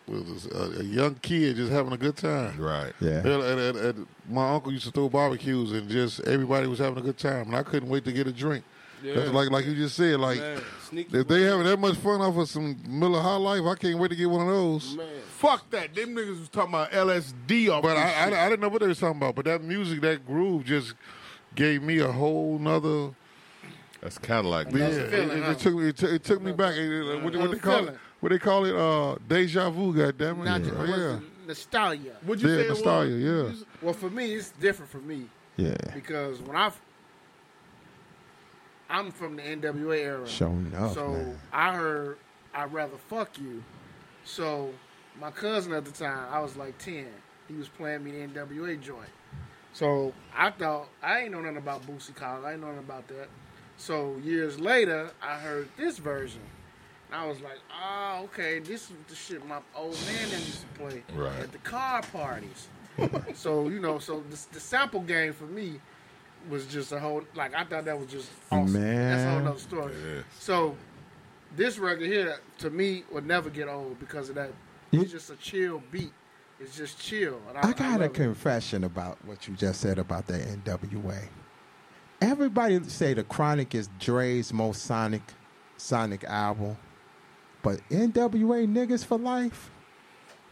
F: what was this, a, a young kid just having a good time.
E: Right.
F: And,
A: Yeah.
F: and, and, and my uncle used to throw barbecues, and just everybody was having a good time, and I couldn't wait to get a drink. That's like like you just said, like
D: Man, sneaky
F: if they having that much fun off of some Miller High Life, I can't wait to get one of those.
B: Fuck that. Them niggas was talking about LSD off
F: But
B: this
F: I,
B: shit.
F: I, I didn't know what they was talking about. But that music, that groove, just gave me a whole nother.
E: That's Cadillac.
F: Yeah,
E: music.
F: it, it- it took me. It, took- it took me back. It- it- what, what they call it? What they call it? Uh, deja vu. Goddamn it!
C: Not
F: Oh,
C: yeah.
F: yeah,
C: nostalgia.
B: Would you
F: yeah,
B: say it was?
F: nostalgia. Yeah,
C: Well, for me, it's different for me
A: Yeah.
C: because when I, I'm from the NWA era.
A: Showing up.
C: so
A: man.
C: I heard I'd rather fuck you. So my cousin at the time, I was like ten. He was playing me the NWA joint. So I thought I ain't know nothing about Boosie Collins. I ain't know nothing about that. So years later, I heard this version. And I was like, oh, okay, this is the shit my old man used to play
E: Right.
C: at the car parties. so you know, so the, the sample game for me was just a whole like I thought that was just awesome. That's a whole
A: Man.
C: nother story. So this record here to me will never get old because of that.
A: You-
C: It's just a chill beat. It's just chill. And I,
A: I got
C: I
A: a
C: love it.
A: confession about what you just said about the NWA. Everybody say the Chronic is Dre's most sonic, sonic album, but NWA niggas for life.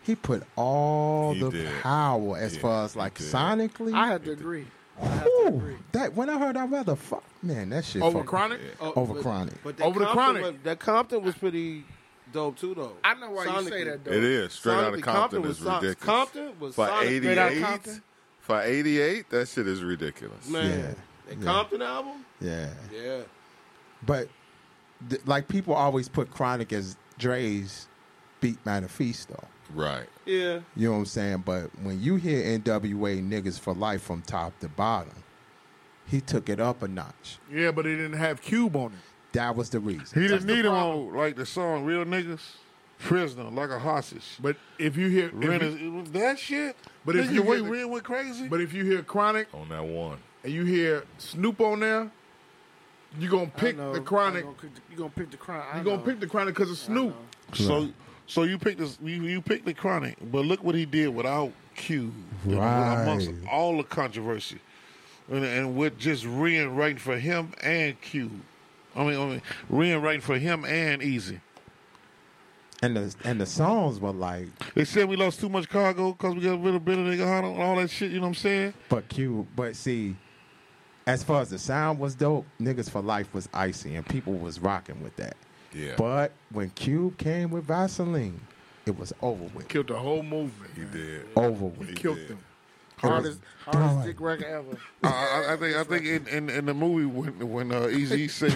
A: He put all
E: He
A: the
E: did.
A: power as far as like
E: did.
A: sonically.
C: I have to agree.
A: Whew, that when I heard I rather fuck man that shit
B: Over
A: fucked-
B: Chronic?
D: Oh,
A: over
D: but-
A: Chronic.
D: But that
B: Over the
D: Compton
B: Chronic.
D: was- that Compton was pretty dope too, though.
C: I know why you say
D: Sonically.
C: that though.
E: It is straight out of
D: Sonically,
E: Compton.
D: was
E: is
D: son-
E: ridiculous.
D: Compton was
E: for
D: Sonic
E: eighty
D: straight out of
E: eight.
D: Compton.
E: For eighty eight, that shit is ridiculous.
D: Man,
A: Yeah.
D: that
A: Yeah.
D: Compton album.
A: yeah,
D: Yeah.
A: but th- like people always put Chronic as Dre's beat manifesto.
E: Right.
D: Yeah.
A: You know what I'm saying? But when you hear NWA niggas for life from top to bottom, he took it up a notch.
B: Yeah, but it didn't have Cube on it.
A: That was the reason.
F: he didn't need him on like the song "Real Niggas," "Prisoner," like a hostage.
B: But if you hear,
F: Ren
B: if
F: is,
B: you,
F: it was that shit.
B: But
F: But
B: if
F: if
B: you
F: the way
B: hear the-
F: Ren went crazy,
B: but if you hear Chronic
E: On that one.
B: and you hear Snoop on there, you gonna
C: I
B: pick
C: know.
B: the Chronic.
C: I'm gonna pick the- You gonna pick the chronic? I
B: You gonna
C: know.
B: pick the Chronic because of Snoop.
F: so so you picked this. You, you picked the chronic, but look what he did without Q.
A: Right.
F: Amongst all the controversy, and, and with just Ren writing for him and Q. I mean, I mean, Ren writing for him and Easy.
A: And the and the songs were like,
F: They said we lost too much cargo because we got rid of Billy Nigga Hunt and all that shit. You know what I'm saying?
A: but Q, but see, as far as the sound was dope, niggas for life was icy and people was rocking with that.
E: Yeah.
A: But when Cube came with Vaseline, it was over with.
B: Killed the whole movement.
E: He did.
A: Over with.
B: Killed
E: did.
B: them.
C: hardest hardest dick record ever.
F: I, I, I think I think in, in, in the movie when when uh, Easy said,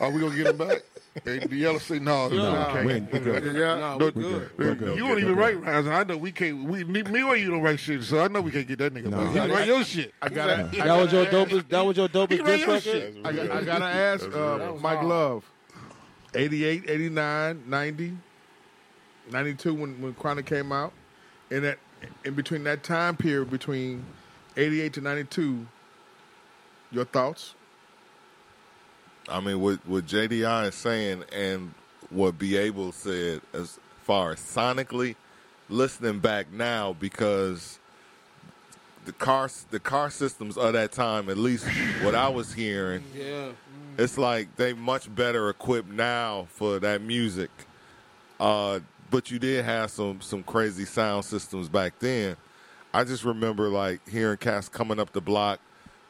F: "Are we gonna get him back?" and the yellow said, "No, no,
A: Nah,
F: we can't."
A: we ain't- we good.
D: No, we're good.
A: We're
F: You
A: good.
F: don't even write rhymes, and I know we can't. We me, me or you don't write shit, so I know we can't get that nigga.
A: No.
F: back. He write your shit.
B: I gotta, I
D: That
B: gotta,
D: was your
B: ask-
D: dopest. That was your dopest
F: write
D: diss
F: your
D: record.
F: shit.
B: I, got- I gotta ask uh, Mike Love. 88, 89, 90, 92 when, when Chronic came out. And that in between that time period between 88 to 92, your thoughts?
E: I mean, what what JDI is saying and what Be Able said as far as sonically, listening back now because the car the car systems of that time, at least what I was hearing,
D: Yeah.
E: it's like they much better equipped now for that music. Uh, but you did have some some crazy sound systems back then. I just remember like hearing cats coming up the block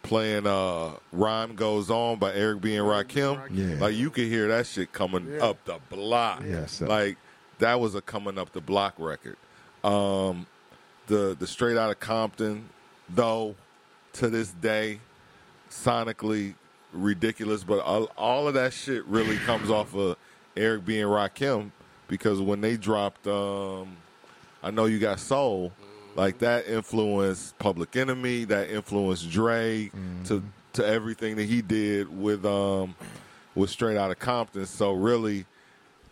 E: playing uh Rhyme Goes On by Eric B and Rakim.
A: Yeah.
E: Like you could hear that shit coming up the block.
A: Yeah, so-
E: Like that was a coming up the block record. Um the the straight out of Compton, though, to this day, sonically ridiculous, but all, all of that shit really comes off of Eric being Rakim because when they dropped, um, I know you got soul, like that influenced Public Enemy, that influenced Dre to to everything that he did with um with Straight Outta Compton. So really,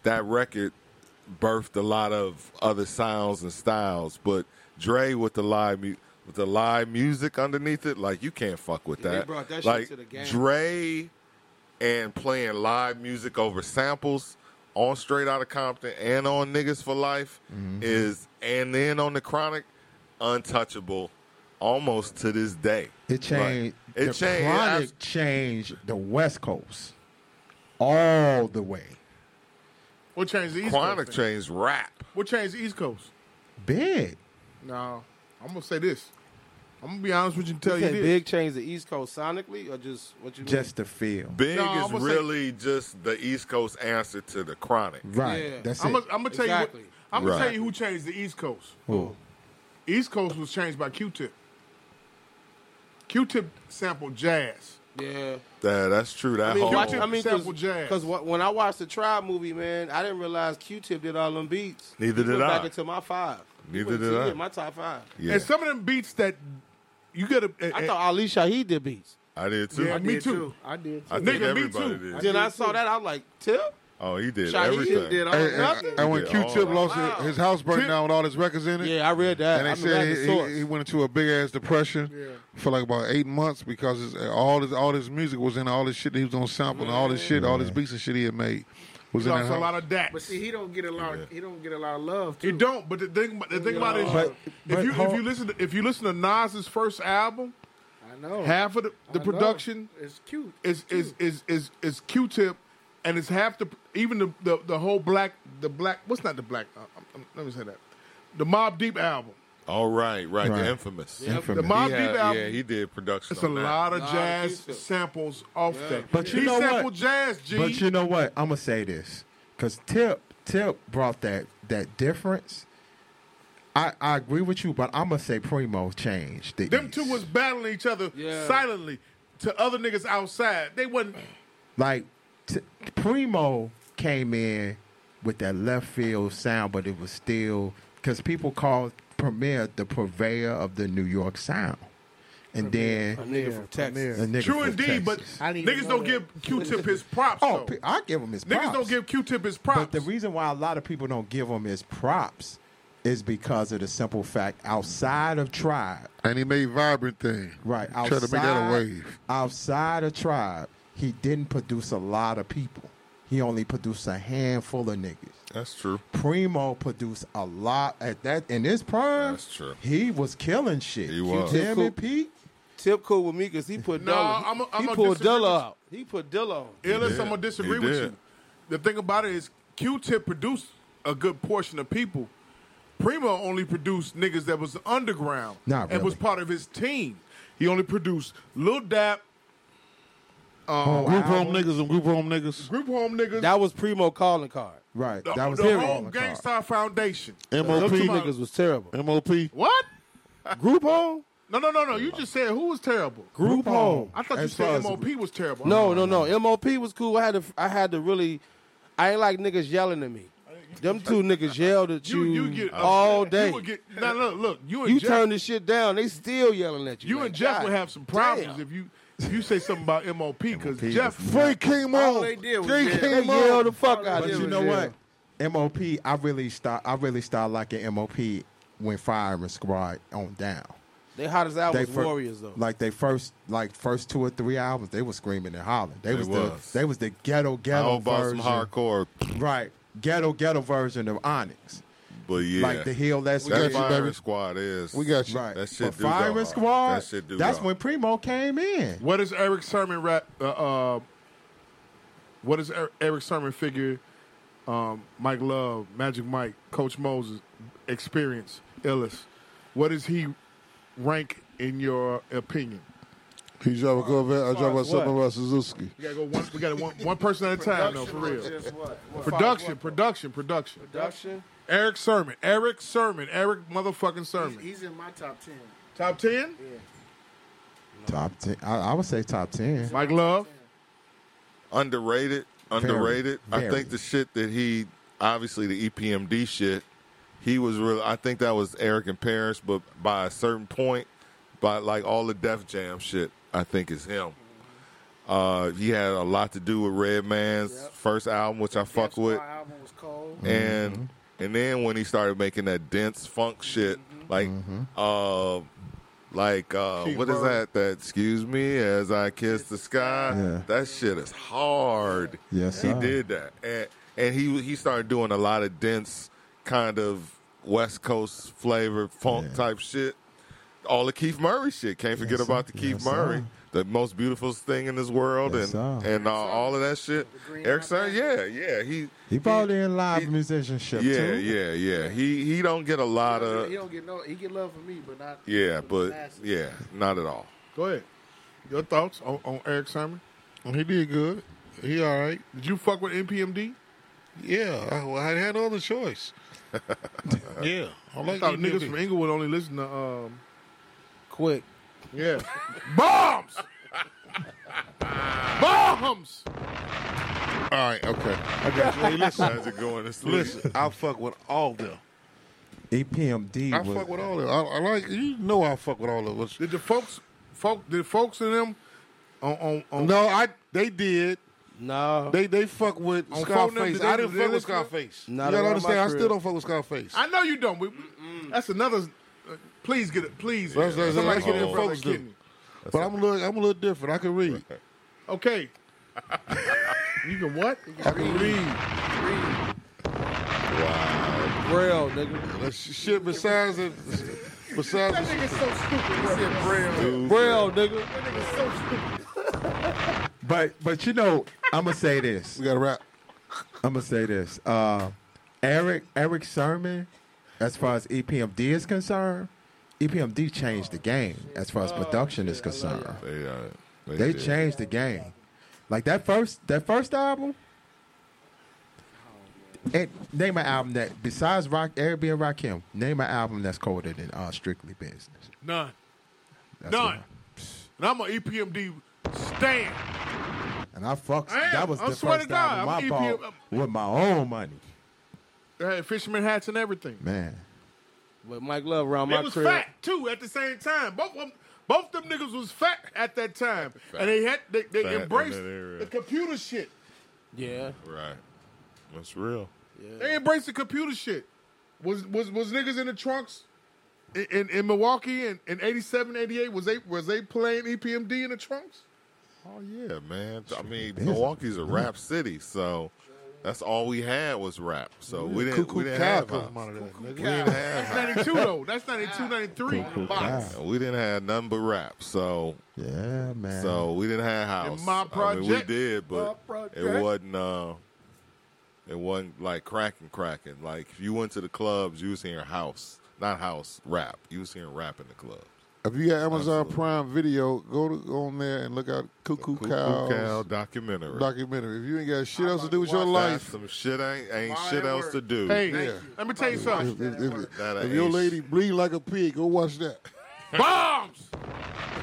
E: that record birthed a lot of other sounds and styles, but Dre with the live mu- with the live music underneath it, like you can't fuck with
D: Yeah, they
E: that.
D: brought that shit
E: like
D: to the game.
E: Dre and playing live music over samples on Straight Outta Compton and on Niggas for Life is, and then on the Chronic, untouchable, almost to this day.
A: It changed.
E: Like, it
A: the
E: changed.
A: Chronic
E: abs-
A: changed the West Coast all the way.
B: What changed the East
E: Chronic
B: Coast? then?
E: changed rap.
B: What changed the East Coast?
A: Big.
B: No, I'm gonna say this. I'm gonna be honest with you and tell
D: You
B: you
D: said
B: this.
D: big change the East Coast sonically, or just what you mean?
A: Just the feel.
E: Big
B: No, I'm
E: is
B: gonna say-
E: really just the East Coast answer to the Chronic.
A: Right.
D: Yeah.
A: That's
B: I'm
A: it.
B: gonna I'm gonna tell you. What,
D: Exactly.
B: I'm gonna tell
E: Right.
B: you who changed the East Coast.
A: Who?
B: East Coast was changed by Q-Tip. Q-Tip sampled jazz.
D: yeah.
E: Yeah, that's true. That
D: I mean,
E: whole
D: watch, I mean,
B: Sample jazz.
D: because when I watched the Tribe movie, man, I didn't realize Q-Tip did all them beats.
E: Neither
D: He
E: did
D: went
E: I.
D: Back into my five. He
E: Neither
D: went
E: did
D: to-
E: I.
D: yeah, My top five.
E: yeah,
B: And some of them beats that you gotta.
D: I thought Ali Shaheed did beats.
E: I did too.
B: Yeah,
E: I
B: me
C: did
B: too.
C: I did too.
E: think
B: Nigga, me
E: everybody
B: too.
E: did.
D: Then I saw that. I was like, Tip.
E: Oh, he did
D: Shaheed
E: everything.
C: did all
F: And,
C: that.
F: and- and when
E: Yeah,
F: Q Tip
E: all
F: lost his- his house burned
B: Tip-
F: down with all his records in it,
D: Yeah, I read that.
F: and they
D: I mean,
F: said
D: that's the
F: he,
D: source.
F: he, he went into a big ass depression for like about eight months because his, all his all his music was in all this shit that he was on sample and all this shit, all his beats and shit he had made was in that
B: lost a
F: house.
B: lot of that.
C: But see, he don't get a lot. Of, he don't get a lot of love. Too.
B: It don't. But the thing, the thing about it is,
A: But- but
B: if you
A: hold-
B: if you listen to, if you listen to Nas's first album,
C: I know.
B: half of the, the
C: I know.
B: production
C: It's cute.
B: is is is is is Q-Tip, and it's half the even the the, the whole black the black what's not the black uh, um, um, let me say that the Mob Deep album.
E: All right, right,
A: Right.
E: The infamous.
B: The
A: Infamous.
E: He
B: Mob
E: had-
B: Deep album.
E: yeah, he did production.
B: it's a
E: on that.
B: lot of
D: Lot of
B: jazz
D: Q-Tip.
B: samples off that.
A: But you
B: he
A: know what?
B: sampled jazz, G.
A: But you know what? I'm gonna say this because Tip Tip brought that that difference. I, I agree with you, but I'm gonna say Primo changed. The
B: Them
A: East.
B: two was battling each other
D: Yeah.
B: silently to other niggas outside. They wasn't.
A: like t- Primo came in with that left field sound, but it was still because people called Premier the purveyor of the New York sound, and
D: A
A: then
D: nigga from Texas.
A: a nigga
B: True
A: from
B: indeed, but
A: Texas.
C: I didn't even
B: niggas
C: know
B: don't give
C: that.
B: Q-Tip his props.
A: oh,
B: though.
A: pe- I give him his
B: niggas
A: props.
B: don't give Q-Tip his
A: But
B: props.
A: the reason why a lot of people don't give him his props is because of the simple fact outside of tribe,
F: And he made vibrant thing.
A: right?
F: Try
A: Outside,
F: to make that a wave.
A: Outside of tribe, he didn't produce a lot of people. He only produced a handful of niggas.
E: That's true.
A: Primo produced a lot at that in his prime.
E: That's true.
A: He was killing shit.
E: He was.
A: You tell me,
D: Cool.
A: Pete?
D: Tip cool with me because he put
B: No,
D: Dilla.
B: I'm a- I'm
D: he
B: a
D: pulled
B: disagree
D: Dilla
B: with-
D: up. He put Dilla on.
B: Unless
E: did.
B: I'm gonna disagree
E: He
B: with
E: did.
B: you. The thing about it is, Q-Tip produced a good portion of people. Primo only produced niggas that was underground
A: Not
B: and was
A: really.
B: part of his team. He only produced Lil Dap,
F: Group home niggas and group home niggas.
B: Group Home niggas,
D: That was Primo calling card.
A: Right.
B: the,
A: that was
B: the
A: him
B: whole
A: on the card.
B: Gangstar Foundation.
D: Those two
F: MOP.
D: niggas was terrible.
F: MOP.
B: What?
D: Group home?
B: No, no, no, no. You just said who was terrible.
D: Group home.
B: I thought you
A: As far
B: said
A: as-
B: MOP was terrible.
D: No, no, no. MOP was cool. I had to. I had to really. I ain't like niggas yelling at me. Them two niggas yelled at you, Uh,
B: you you get
D: all
B: upset.
D: day.
B: You
D: You,
B: would get, now look, look, you and Jeff,
D: turn this shit down. They still yelling at you.
B: you
D: Like,
B: and Jeff would
D: God
B: have some problems
D: damn.
B: if you if you say something about MOP because Jeff
F: Frank came
C: All
F: on.
C: they did was
F: They
C: yell.
D: They
F: came
D: yelled the
F: on.
D: fuck
C: All
D: out
A: But
D: of
C: they did
D: you.
A: you know what? MOP, I really start I really start liking MOP when Firing Squad on down.
D: They hottest
A: They
D: album was
A: fir-
D: Warriors though.
A: Like they first like first two or three albums, they were screaming and hollering. They,
E: They
A: was,
E: was.
A: the they was the ghetto
E: I
A: ghetto
E: hope about some
A: version.
E: hardcore,
A: Right. Ghetto ghetto version of Onyx.
E: but yeah,
A: Like the hill that's
E: that
F: got you,
E: firing
F: baby.
E: squad is.
F: We got you.
A: Right.
E: That shit
A: But
E: do go
A: Firing
E: hard.
A: Squad.
E: That shit do
A: that's
E: go.
A: when Primo came in.
B: What is Eric Sermon rap? Uh, uh, what is er- Eric Sermon figure? Um, Mike Love, Magic Mike, Coach Moses, experience, Ellis. What does he rank in your opinion?
F: He drove a Corvette. I drove a
D: as what?
F: Subaru Suzuki.
B: We gotta go one. We gotta one, one person at a time, though, for real.
C: Just what? What?
B: Production, production, production.
D: Production.
B: Eric Sermon, Eric Sermon, Eric motherfucking
C: He's,
B: Sermon.
C: he's in my top ten.
B: Top ten.
A: Top ten. I, I would say top ten.
B: Mike Love.
E: underrated. Underrated. I
A: very.
E: think the shit that he obviously the E EPMD shit. He was real. I think that was Eric and Paris, but by a certain point, by like all the Def Jam shit, I think is him. Uh, he had a lot to do with Redman's first album, which I fuck
C: That's why
E: with.
C: our album was called.
E: Mm-hmm. and and then when he started making that dense funk shit, like uh, like uh, what is that? That excuse me as I kiss the sky.
A: Yeah.
E: That shit is hard.
A: Yes,
E: he
A: sir.
E: did that, and and he he started doing a lot of dense kind of West Coast flavor funk type shit. All the Keith Murray shit. Can't forget
A: Yes, sir.
E: about the Keith
A: Yes, sir.
E: Murray the most beautiful thing in this world
A: Yes,
E: and
A: sir.
E: and uh, all of that shit.
C: green
E: Eric
C: eye
E: Sermon, yeah, yeah, he
A: He brought in live
E: he-
A: musicianship
E: yeah,
A: too.
E: yeah, yeah. He he don't get a lot
C: he
B: uh,
E: of
C: don't get no. He get love from me, but not.
E: yeah, but
C: Massive.
E: yeah, not at all.
B: Go ahead. Your thoughts on, on Eric Sermon?
F: He did good. He all right.
B: Did you fuck with NPMD?
F: Yeah, I, well, I had no other choice. yeah, I
B: I
F: like
B: thought niggas
F: EPMD.
B: from Inglewood only listen to um,
D: Quick.
B: yeah, bombs, bombs.
F: All right, okay.
E: Hey, listen, how's it going? It's
F: Listen, I fuck with all them.
A: EPMD.
F: I
A: was,
F: fuck with all them. I, I like you know I fuck with all of us.
B: Did the folks, folk, did folks in them on on, on
F: No, I they did.
D: No.
F: They they fuck with
B: On phone
F: Scarface.
B: numbers, they- they
F: I didn't fuck with
B: listen to-
F: Scarface. You
D: Not
F: gotta
D: around
F: understand.
D: my
F: I still
D: crib.
F: don't fuck with Scarface.
B: I know you don't. We, that's another. Uh, please get it. Please.
F: That's- that's-
B: somebody
F: that's
B: get
F: what
B: in
F: folks
B: folks
F: do. but I'm a little I'm a little different. I can read.
B: Okay. you can what?
F: I can read.
D: Braille, nigga.
F: That sh- Shit besides it. Besides,
C: That nigga's so stupid.
D: Braille, nigga.
A: But but you know, I'm gonna say this.
F: we got to rap.
A: I'm gonna say this. Uh, Eric Eric Sermon, as far as E EPMD is concerned, E EPMD changed the game as far as production is concerned.
E: They, uh, they,
A: They
E: did.
A: changed the game. Like that first that first album. And name an album that besides Rock Eric B and Rakim, name an album that's colder than uh, Strictly Business.
B: None.
A: That's
B: None.
A: what
B: And I'm E an EPMD stand.
A: I- and I fucked.
B: I am.
A: That was
B: I
A: the
B: swear to
A: first
B: God,
A: album
B: I'm
A: I
B: EPM
A: bought with my own money.
B: They had fisherman hats and everything.
A: Man,
D: But Mike Love around
B: They
D: my
B: was
D: crib.
B: fat too at the same time. Both of them, both them niggas was fat at that time, and they had they, they
E: Fat in
B: embraced
E: that area.
B: the computer shit.
D: Yeah.
E: Right. That's real.
B: They embraced the computer shit. Was was was niggas in the trunks in, in, in Milwaukee in, in 87, 88, Was they was they playing E EPMD in the trunks?
E: Oh yeah, man. I mean, Milwaukee's a rap city, so that's all we had was rap. So we didn't we didn't have house.
F: Nigga.
E: we didn't have house.
B: 92 though. That's 92, 93.
A: Wow.
E: we didn't have none but rap. So
A: yeah, man.
E: So we didn't have house.
B: And my
E: I mean, we
B: project-
E: did,
C: my
E: but it
C: project.
E: wasn't. Uh, it wasn't like cracking, cracking. Like if you went to the clubs, you was hearing house, not house rap. You was hearing rap in the clubs.
F: If you got Amazon
E: Absolutely.
F: Prime Video, go to, go on there and look out Cuckoo,
E: Cuckoo
F: Cows
E: Cow documentary.
F: documentary. If you ain't got shit else to do with
C: That's
F: your
E: That's
F: life,
E: some shit ain't ain't
C: Mine
E: shit else
C: work.
E: to do.
B: Hey,
F: Yeah.
B: let me tell you
F: if,
B: something.
F: if- if-
E: That
F: if
E: ain't
F: your
E: shit.
F: lady bleed like a pig, go watch that.
B: Bombs.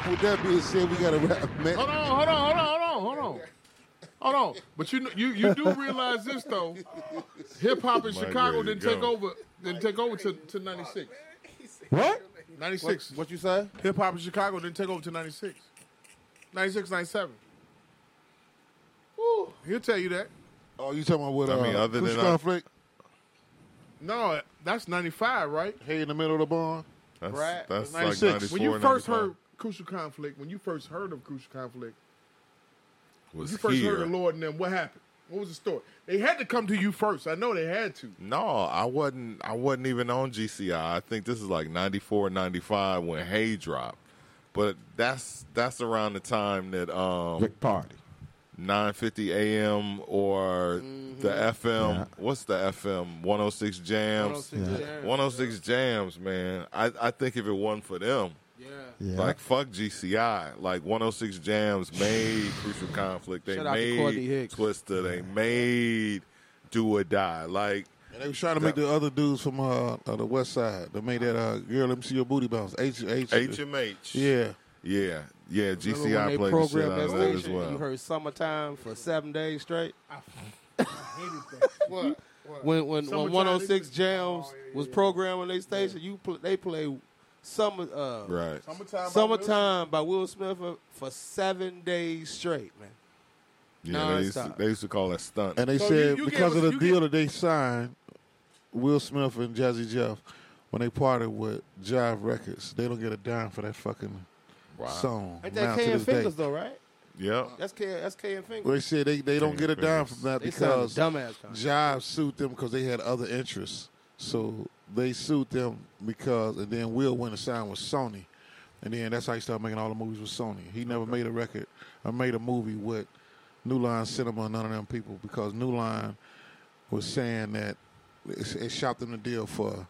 F: With that being said, we got to wrap, man.
B: Hold on, hold on, hold on, hold on, hold on. Hold on, but you kn- you you do realize this though, hip hop in
E: Mike,
B: Chicago
E: ready to
B: didn't take
E: go.
B: over didn't take over to to ninety six.
A: what?
B: Ninety six.
D: What you say?
B: Hip hop in Chicago didn't take over to 96. 96, 97. Woo, he'll tell you that.
F: Oh, you talking about what?
E: I
F: Uh,
E: mean, other
F: Coochie
E: than I-
F: conflict,
B: No, that's 95, right?
F: hey in the middle of the barn.
E: That's,
B: Right.
E: that's like
F: 96.
E: 94,
B: When you first
E: 95
B: heard Crucial Conflict, when you first heard of Crucial Conflict,
E: was
B: when you first
E: here.
B: heard of Lord and them, what happened? What was the story? They had to come to you first. I know they had to.
E: No, I wasn't. I wasn't even on GCI. I think this is like 94, 95 when Hay dropped. But that's that's around the time that um,
A: Rick Party.
E: 9:50 a.m. or the
D: Mm-hmm.
E: FM. What's the FM? 106 jams. 106, jams, man. I, I think if it wasn't for them,
A: Yeah.
E: like fuck GCI, like 106 jams made Crucial Conflict. They
D: Shout out to Courtney
E: made
D: Hicks.
E: Twister. They made Do or Die. Like
F: And they was trying to make the other dudes from uh, uh, the West Side. They made that uh, girl, let me see your booty bounce. H H.
E: HMH.
F: Yeah.
E: Yeah, yeah.
D: Remember when
E: GCI
D: they
E: played the shit
D: programmed
E: out of
D: that
E: that as
D: station and You
E: well.
D: heard "Summertime" for seven days straight.
C: hated that. What? What?
D: When when,
C: Summertime,
D: when 106
C: they-
D: Jams
C: Oh, yeah, yeah,
D: was
C: yeah.
D: programmed on they station, you pl- they play summer uh,
E: Right.
I: Summertime.
D: "Summertime" by Will Smith for, for seven days straight, man.
E: Yeah, they used, to,
D: Nonstop.
E: they used to call that stunt.
F: And they
I: So
F: said
I: you- you
F: because
I: gave
F: of
I: us-
F: the
I: you
F: deal
I: gave-
F: that they signed, Will Smith and Jazzy Jeff, when they parted with Jive Records, they don't get a dime for that fucking song.
D: Ain't
F: now
D: that
F: to
D: K and
F: this day.
D: Fingers though, right?
E: yep.
D: That's K. That's K and Fingers.
F: Well, they said they, they don't
E: K
F: get a
E: and
F: dime
E: Fingers.
F: from that
D: They sound
F: because
D: dumbass. Kind
F: Jive sued them because they had other interests. So they sued them because, and then Will went and signed with Sony, and then that's how he started making all the movies with Sony. He never made a record or made a movie with New Line Cinema and none of them people because New Line was saying that it, it shot them the deal for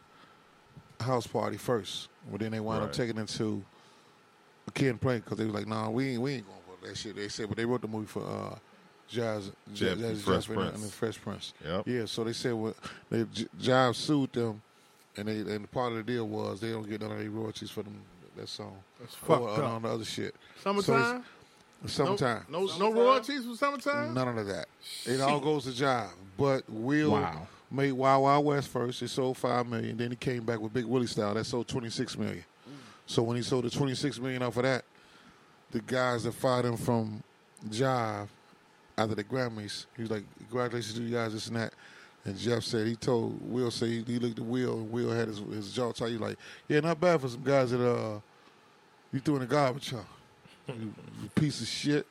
F: House Party first, but then they wound up
E: Right.
F: taking it to Ken Plank because they was like, "Nah, we ain't we ain't gonna put that shit." They said, but they wrote the movie for uh, Jazz, Jazz,
E: Jeff-
F: Jazz Jeff
E: Fresh
F: and,
E: Prince.
F: and the Fresh Prince.
E: Yep.
F: Yeah, so they said well, they J- Jive sued them, and they and part of the deal was they don't get none of their royalties for them that song. That's
I: fucked
F: or,
I: up.
F: or on the other shit.
I: Summertime.
F: Summertime.
I: No, no, no royalties for summertime.
F: None of that. It all goes to Jive. But Will
A: Wow.
F: made Wild Wild West first. It sold five million. Then he came back with Big Willie Style. That sold twenty six million. So when he sold the twenty six million off of that, the guys that fired him from Jive after the Grammys, he was like, "Congratulations to you guys, this and that." And Jeff said he told Will say he, he looked at Will and Will had his, his jaw tight. He like, "Yeah, not bad for some guys that uh you threw in the garbage, huh? you, you piece of shit."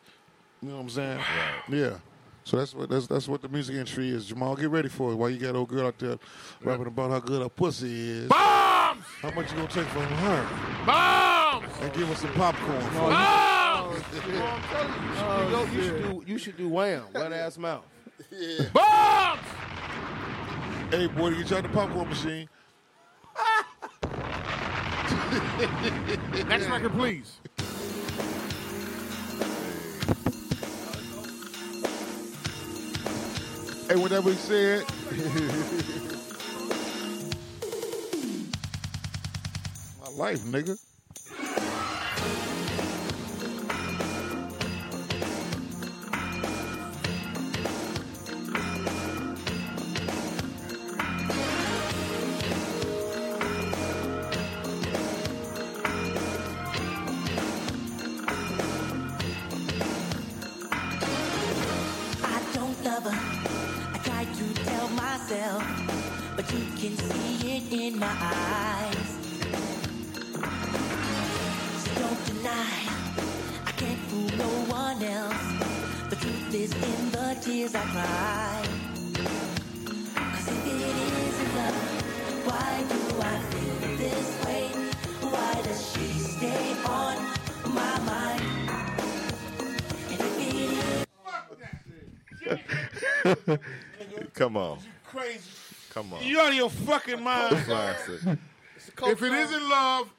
F: You know what I'm saying? Yeah. So that's what that's that's what the music industry is. Jamal, get ready for it. While you got old girl out there rapping about how good her pussy is. Bombs! How much you gonna take from her? Bombs! And give us some popcorn. for it.
D: you, know, you should do. You should do Wham. Wet ass mouth.
F: Hey boy, you try the popcorn machine.
I: Next record, please.
F: Hey, whatever he said. My life, nigga.
O: I don't love her. I try to tell myself, but you can see it in my eyes. So don't deny. I can't fool no one else. The truth is in the tears I cry. 'Cause if it isn't love, why do I feel this way? Why does she stay on my mind? And if it isn't
E: Come on.
D: Crazy.
E: Come on.
D: You out of your fucking mind.
E: Classic.
I: if it isn't love,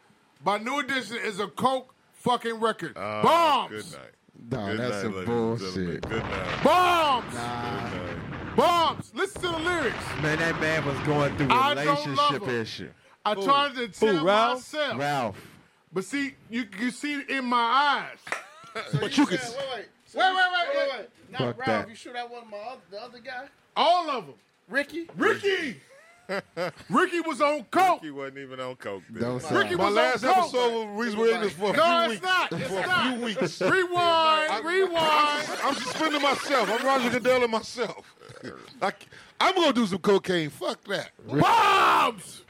I: by New Edition is a coke fucking record.
E: Uh,
I: bombs,
E: Good night.
A: No,
E: Good
A: Oh, that's
E: night,
A: some
E: ladies and
A: bullshit.
E: gentlemen. Good night.
I: bombs,
E: Good night.
I: bombs. Listen to the lyrics.
A: Man, that man was going through
I: I
A: a
I: don't love
A: relationship
I: her.
A: issue.
I: I tried to tell
D: Ralph?
I: myself,
A: Ralph,
I: but see, you you see it in my eyes.
C: But you can. Wait, wait, So
I: Wait,
C: you-
I: wait, wait, wait.
C: Not
A: Fuck
C: Ralph.
A: that.
C: You sure that wasn't my other, the other guy,
I: All of them.
C: Ricky?
I: Ricky, Ricky was on coke.
E: He wasn't even on coke. bitch.
A: don't
E: Like,
A: sound-
I: Ricky
F: My
I: was
F: last
I: on coke.
F: episode was reason we're in this for a few
I: No, it's
F: weeks.
I: not. It's not.
F: Few weeks.
I: Rewind, rewind.
F: I'm suspending myself. I'm Roger Goodell and myself. I, am gonna do some cocaine. Fuck that.
I: Bombs.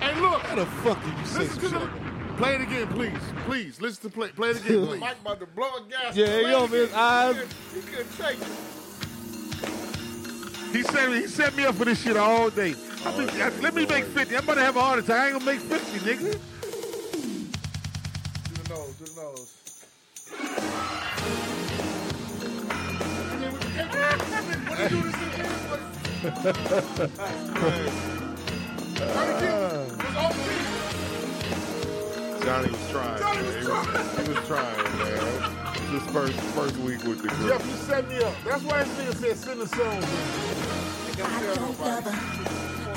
I: And look,
F: How the fuck did you say
I: listen to
F: some shit?
I: the. Play it again, please. Please, listen to play. Play it again, please.
C: Mike about to blow a gas.
D: Yeah, he over his eyes.
C: He couldn't take it.
F: He set me, he set me up for this shit all day. I think, I- let me make fifty. I'm about to have a heart attack. I ain't gonna make fifty, nigga.
C: Do the nose, do the nose. And then when you get- when they do this in the air, like-
E: Johnny was trying. man. He was, he was trying, man. This first first week with the group.
I: Jeff, you set me up. That's why this nigga said send the songs.
O: I don't love her.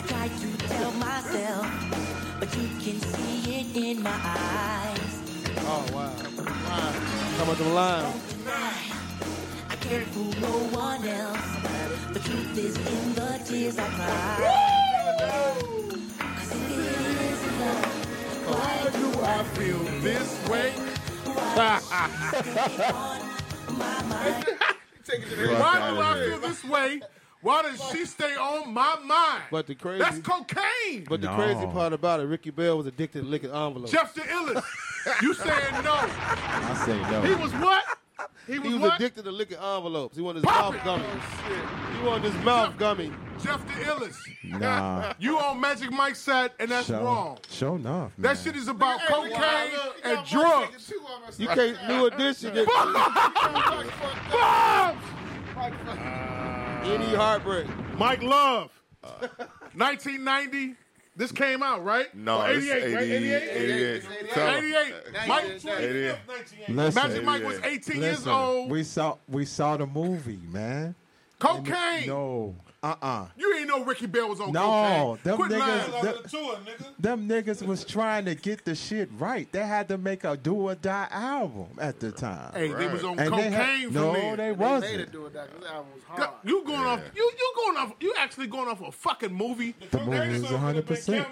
O: I try to tell myself, but you can see it in my eyes.
D: Oh wow. How about them lines?
O: I can't fool no one else. The truth is in the tears I cry. Cause it is love. Why do I feel
B: This way.
O: on my mind?
B: Why
E: outta
B: do I
E: here.
B: feel this way? Why does she stay on my mind?
D: But the crazy,
B: That's cocaine.
D: but the
A: No.
D: crazy part about it, Ricky Bell was addicted to licking envelopes.
B: Jeff the illest. You saying no?
A: I say
B: He
A: no.
B: was what? He was,
D: he was
B: what?
D: addicted to licking envelopes. He wanted his
B: Pop
D: mouth
B: it.
D: gummy.
B: Oh,
D: He wanted his mouth gummy.
B: shit. Jeff the illest.
A: Nah.
B: You on Magic Mike's side, and that's
A: Show-
B: wrong.
A: Show enough, man.
B: That shit is about
C: Hey,
B: cocaine
C: why look, you
B: and
C: got one
B: drugs.
C: nigga, two of us
D: You
C: like
D: can't
C: that.
D: new addition. Get
C: Like, fuck that. Like, fuck that.
D: any heartbreak.
B: Mike Love, 1990. This came out right?
E: No,
B: Or
E: it's
B: 88, right? 88,
E: 88. Tell 'em.
B: 88. Mike,
E: 88.
A: Listen,
B: Magic Mike was 18 years
A: listen,
B: old.
A: We saw we saw the movie, man.
B: cocaine.
A: No. Uh-uh.
B: You ain't know Ricky Bell was on
A: No,
B: cocaine.
A: them
B: Quit lying.
A: niggas, them, them niggas was trying to get the shit right. They had to make a do or die album at the time.
B: Hey, they was on
A: And they
B: cocaine
A: had-
B: from
A: no,
B: there.
A: they
C: They made it
A: wasn't.
C: do it, Doc. This album was hard.
B: God, You going off? You you going off? You actually going off a fucking movie?
A: The movie was 100. percent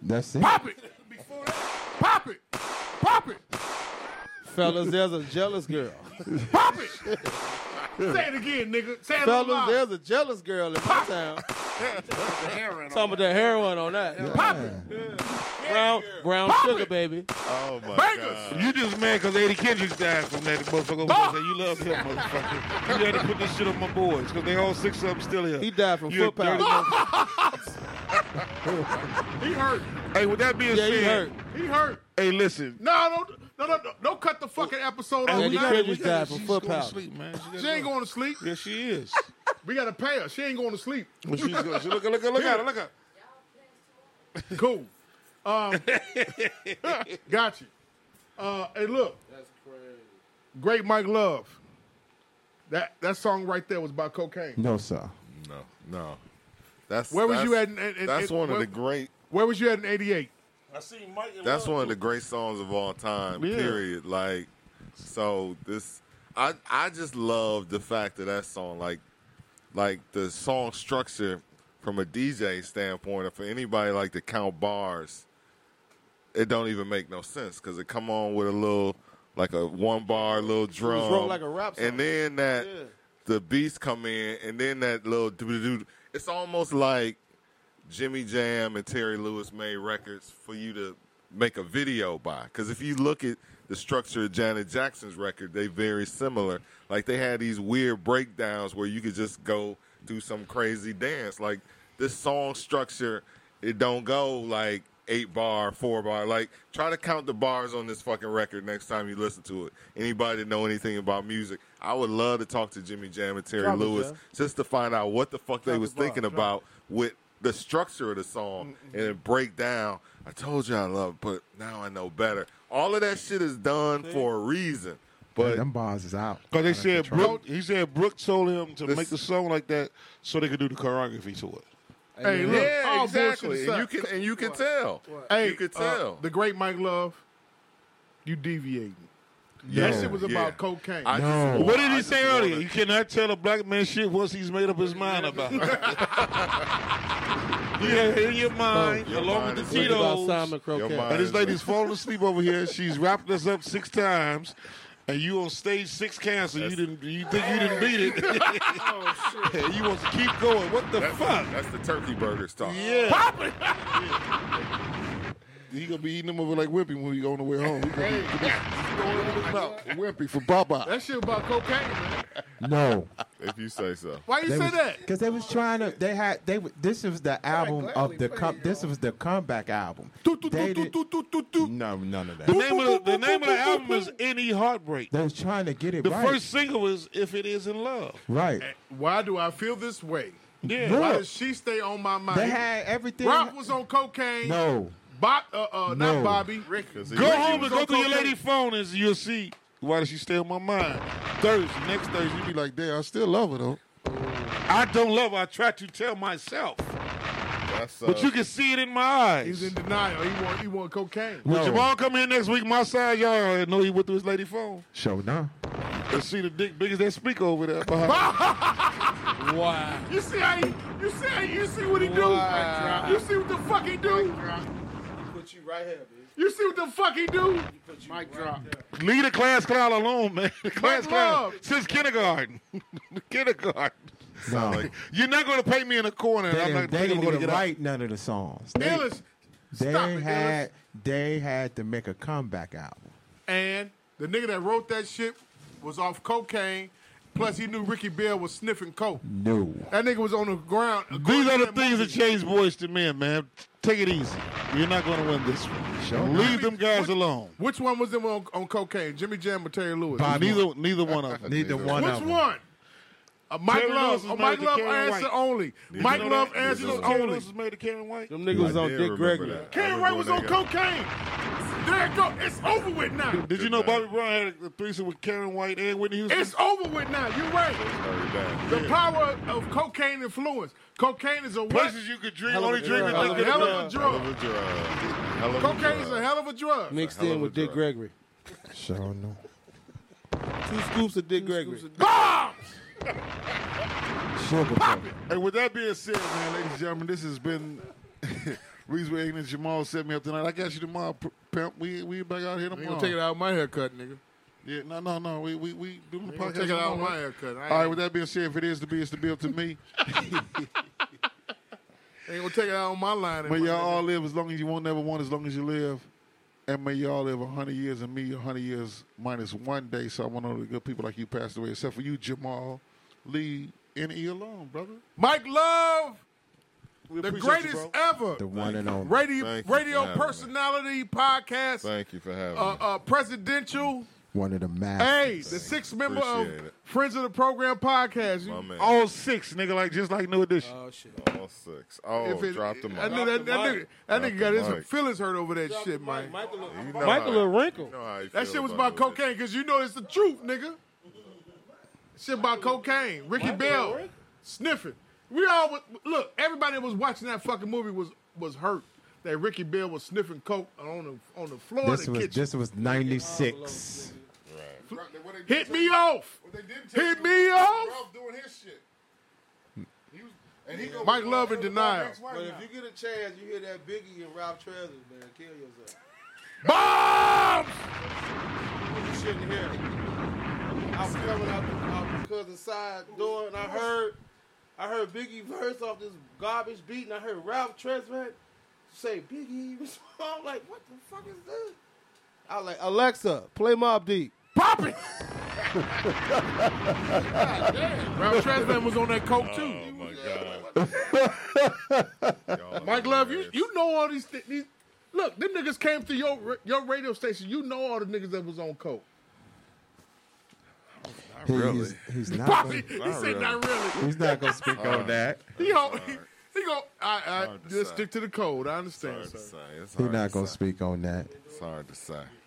A: That's it.
B: Pop it! Pop it! Pop it!
D: Fellas, there's a jealous girl.
B: Pop it! Say it again, nigga. Say it out
D: Fellas,
B: loud.
D: there's a jealous girl in my town. Talking about the heroin on that.
B: Pop it!
D: Brown, brown
B: Pop
D: sugar,
B: it.
D: baby.
E: Oh my
B: Bangers!
E: god.
F: You just mad because Eddie Kendricks died from that motherfucker.
B: Ah!
F: Say you love him, motherfucker. You had to put this shit on my boys because they all six of them still here.
D: He died from
F: You a
D: foot powder.
F: dirty
B: He hurt.
F: Hey, with that being
D: Yeah,
F: said,
D: he hurt.
B: He hurt.
F: hey, listen.
B: No, don't, no, no, no, don't cut the fucking episode off.
D: Eddie
F: Oh, we
B: now.
F: gotta-
D: Kendricks
F: we gotta-
D: died from
F: she's
D: foot
F: going to
D: powder.
F: sleep, man.
B: She ain't going to sleep.
F: Yeah, she is.
B: We gotta pay her. She ain't going to sleep.
F: Well, she's going. She look, look, look at her. Look at her.
B: Cool. Um, got you. Uh, hey, look. That's crazy. Great Mike Love. That that song right there was about cocaine.
A: No, sir.
E: No, no. That's
B: Where was
E: that's-
B: you at in- in-
E: That's
B: in-
E: one of
B: where-
E: the great.
B: Where was you at in '88?
E: That's one of the great songs of all time. Period. Like, so this, I I just love the fact that that song, like, like the song structure from a DJ standpoint, or for anybody like to count bars, it don't even make no sense because it come on with a little like a one bar little drum,
D: wrote like a rap song.
E: and then that the beats come in, and then that little doo-doo-doo. It's almost like Jimmy Jam and Terry Lewis made records for you to make a video by. Because if you look at the structure of Janet Jackson's record, they very similar. Like they had these weird breakdowns where you could just go do some crazy dance. Like this song structure, it don't go like eight bar, four bar. Like try to count the bars on this fucking record next time you listen to it. Anybody that know anything about music, I would love to talk to Jimmy Jam and Terry Lewis just to find out what the fuck they was thinking about with the structure of the song and it break down. I told you I love, it, but now I know better. All of that shit is done for a reason. But
A: Them bars is out.
F: Because
A: Out
F: they
A: of
F: said
A: control.
F: Brooke, he said Brooke told him to
E: This-
F: make the song like that so they could do the choreography to it.
B: Hey, look, Oh,
E: yeah,
B: all
E: exactly.
B: bullshit
E: And you
B: aside.
E: can and you can tell.
B: hey,
E: you could
B: uh,
E: tell.
B: the great Mike Love. You deviating.
E: Yeah,
B: That shit was
E: yeah.
B: about cocaine.
E: I just
A: No.
E: want-
F: what did
E: I
F: he
E: just
F: say earlier?
E: wanna-
F: You cannot tell a black man shit once he's made up his mind about it. you have in your mind,
E: Your
F: along with
E: mind
F: the
E: is
D: Think
E: with
D: about
F: Tito's.
D: Simon Croquet.
E: mind-
F: And this lady's falling asleep over here. She's wrapped us up six times. And you on stage six cancer. You didn't. You think you didn't beat it? And you want to keep going. What the fuck?
E: That's the turkey burgers talk.
F: Yeah. He gonna be eating them over like Wimpy when we go on the way home. He gonna be Wimpy for Popeye.
B: That shit about cocaine. man.
A: No,
E: If you say so.
B: Why you
A: they
B: say
A: was,
B: that?
A: Because they was trying to. They had. They. w- This was the album
C: gladly
A: of the.
C: play
A: Com-
C: it,
A: this
C: yo.
A: was the comeback album. They did- No, none of
F: The
A: that.
F: name of the, the name of the album is Any Heartbreak.
A: They was trying to get it
F: The
A: right.
F: first single is If It Is in Love.
A: right.
B: Why do I feel this way?
F: Yeah.
B: Why
A: Look.
B: does she stay on my mind?
A: They had everything.
B: Rock was on cocaine.
A: no.
B: Bob, uh, uh, not
A: No.
B: Bobby. Ricky.
E: Cause he-
F: Go
E: Ricky
F: home
B: was
F: and go
B: on
F: through your
B: cocaine.
F: lady phone and you'll see why does she stay on my mind. Thursday, next Thursday, you be like, damn, I still love her though. I don't love her. I try to tell myself.
E: That's, uh,
F: But you can see it in my eyes.
B: He's in denial. He want he want cocaine.
F: When Javon come in next week, my side yard, know he went through his lady phone
A: Show now.
F: and see the dick big as that speaker over there. Behind.
S: Wow.
B: You see how he, you see how, you see what he do? You see what the fuck he do?
T: Put you right here, bitch.
B: You see what the fuck he do?
T: Put you
C: Mic drop.
F: Leave the class clown alone, man. The class clown
B: Love.
F: since kindergarten. kindergarten.
A: No,
F: You're not going to pay me in a corner.
A: they
F: And I'm
A: didn't,
F: not
A: they
F: going
A: didn't
F: to
A: even
F: get out.
A: write none of the songs. They,
B: Illis.
A: they
B: stop it,
A: had they had to make a comeback album.
B: And the nigga that wrote that shit was off cocaine. Plus, he knew Ricky Bell was sniffing coke.
A: No,
B: That nigga was on the ground.
F: These are the
B: According to
F: things that
B: movie,
F: change boys to men, man. Take it easy. You're not going to win this one. Leave them guys alone.
B: Which one was them on, on cocaine? Jimmy Jam or Terry Lewis?
F: neither, neither one of them.
A: neither one
B: Which
A: of them.
B: one? Uh, Mike
F: Terry Lewis
B: Love.
F: was
B: Uh,
F: married
B: Mike
F: to
B: Love
F: Karen
B: answer
F: White.
B: only. Mike Love answers
E: Did you know
F: Terry
B: only.
F: Lewis was made to Karen White.
D: Them niggas was on Dick Gregory.
B: Karen White was on cocaine. There it go. It's over with now.
F: Did you know Bobby Brown had a threesome with Karen White and Whitney Houston?
B: It's over with now. You're right. The power of cocaine influence. Cocaine is a what?
F: places you could dream,
D: Hell of
F: only
D: a
F: dream
D: drug.
F: and
B: Hell
F: think
B: of
F: of.
B: a
F: love.
B: drug. Cocaine
E: Cocaine's
B: is a hell of a drug.
D: Mixed
E: Hell of
D: in
E: a
D: with Dick
E: drug.
D: Gregory.
A: Show no.
D: Two scoops of Dick Gregory.
A: Sugar Plum.
F: And with that being said, man, ladies and gentlemen, this has been Reese Wagon and Jamal set me up tonight. I got you tomorrow, p- pimp. We we back out here
B: You
F: tomorrow.
B: gonna take it out of my haircut, nigga.
F: Yeah, no, no, no. We we we doing the
B: You gonna
F: podcast.
B: take it out of
F: tomorrow.
B: my haircut. I ain't,
F: All right. With that being said, if it is to be, it's to be up to me.
B: ain't gonna take it out on my line.
F: May
B: my
F: y'all
B: nigga.
F: all live as long as you won't never want, as long as you live. And may y'all live 100 years and me 100 years minus one day. So I want all the good people like you passed away, except for you, Jamal. Leave NE alone, brother.
B: Mike Love,
F: We
B: the
F: appreciate
B: greatest
F: you, bro.
B: ever
A: The one and only.
B: radio
E: Thank you for
B: radio
E: having me.
B: personality podcast,
E: Thank you for having
B: uh,
E: me.
B: uh, presidential.
A: One of the
B: Hey,
A: masters.
B: the sixth member of
E: Appreciate it.
B: Friends of the Program podcast. You-
E: My man.
F: All six, nigga, like just like New Edition.
T: Oh shit.
E: All six. Oh, drop them
B: I
E: mic.
B: knew that, that,
T: Drop the
B: nigga, that
E: mic.
B: nigga got
E: Drop
B: his
E: the mic.
B: feelings hurt over that shit, man.
T: Michael,
E: You know
D: Michael
E: how-
D: a wrinkle.
E: you know how he
B: That
E: feel
B: shit was about
E: New Edition.
B: cocaine because you know it's the truth, nigga. Shit about cocaine. Ricky Bell sniffing. We all was, look. Everybody that was watching that fucking movie was was hurt that Ricky Bell was sniffing coke on the on the floor
A: this
B: of the
A: was
B: kitchen.
A: this was ninety six.
B: Hit me off. Hit me off.
F: doing his shit.
B: Mike Love in denial.
D: But if you get a chance, you hear that Biggie and Rob Travis, man, kill yourself.
B: Bombs.
D: You shouldn't hear it. I was coming out the, out the cousin's side door, and I heard, I heard Biggie verse off this garbage beat, and I heard Ralph Tresvant say Biggie. I'm like, what the fuck is this? I was like, Alexa, play Mob Deep.
B: Pop it. Ralph Tresman was on that coke too.
E: Oh my God. Y'all are
B: Mike Love, you
E: hilarious.
B: you know all these, thi- these. Look, them niggas came through your ra- your radio station. You know all the niggas that was on coke.
A: He, he's, he's not.
B: Pop it.
A: Gonna,
B: He said not really.
A: he's not gonna speak on that.
B: He go he, he go. I I
E: hard to
B: just
E: say.
B: stick to the code. I
E: It's
B: understand.
E: hard
B: sir.
E: to say. It's
A: He's
E: hard
A: not
E: to
A: gonna
E: say.
A: speak on that.
E: It's hard to say.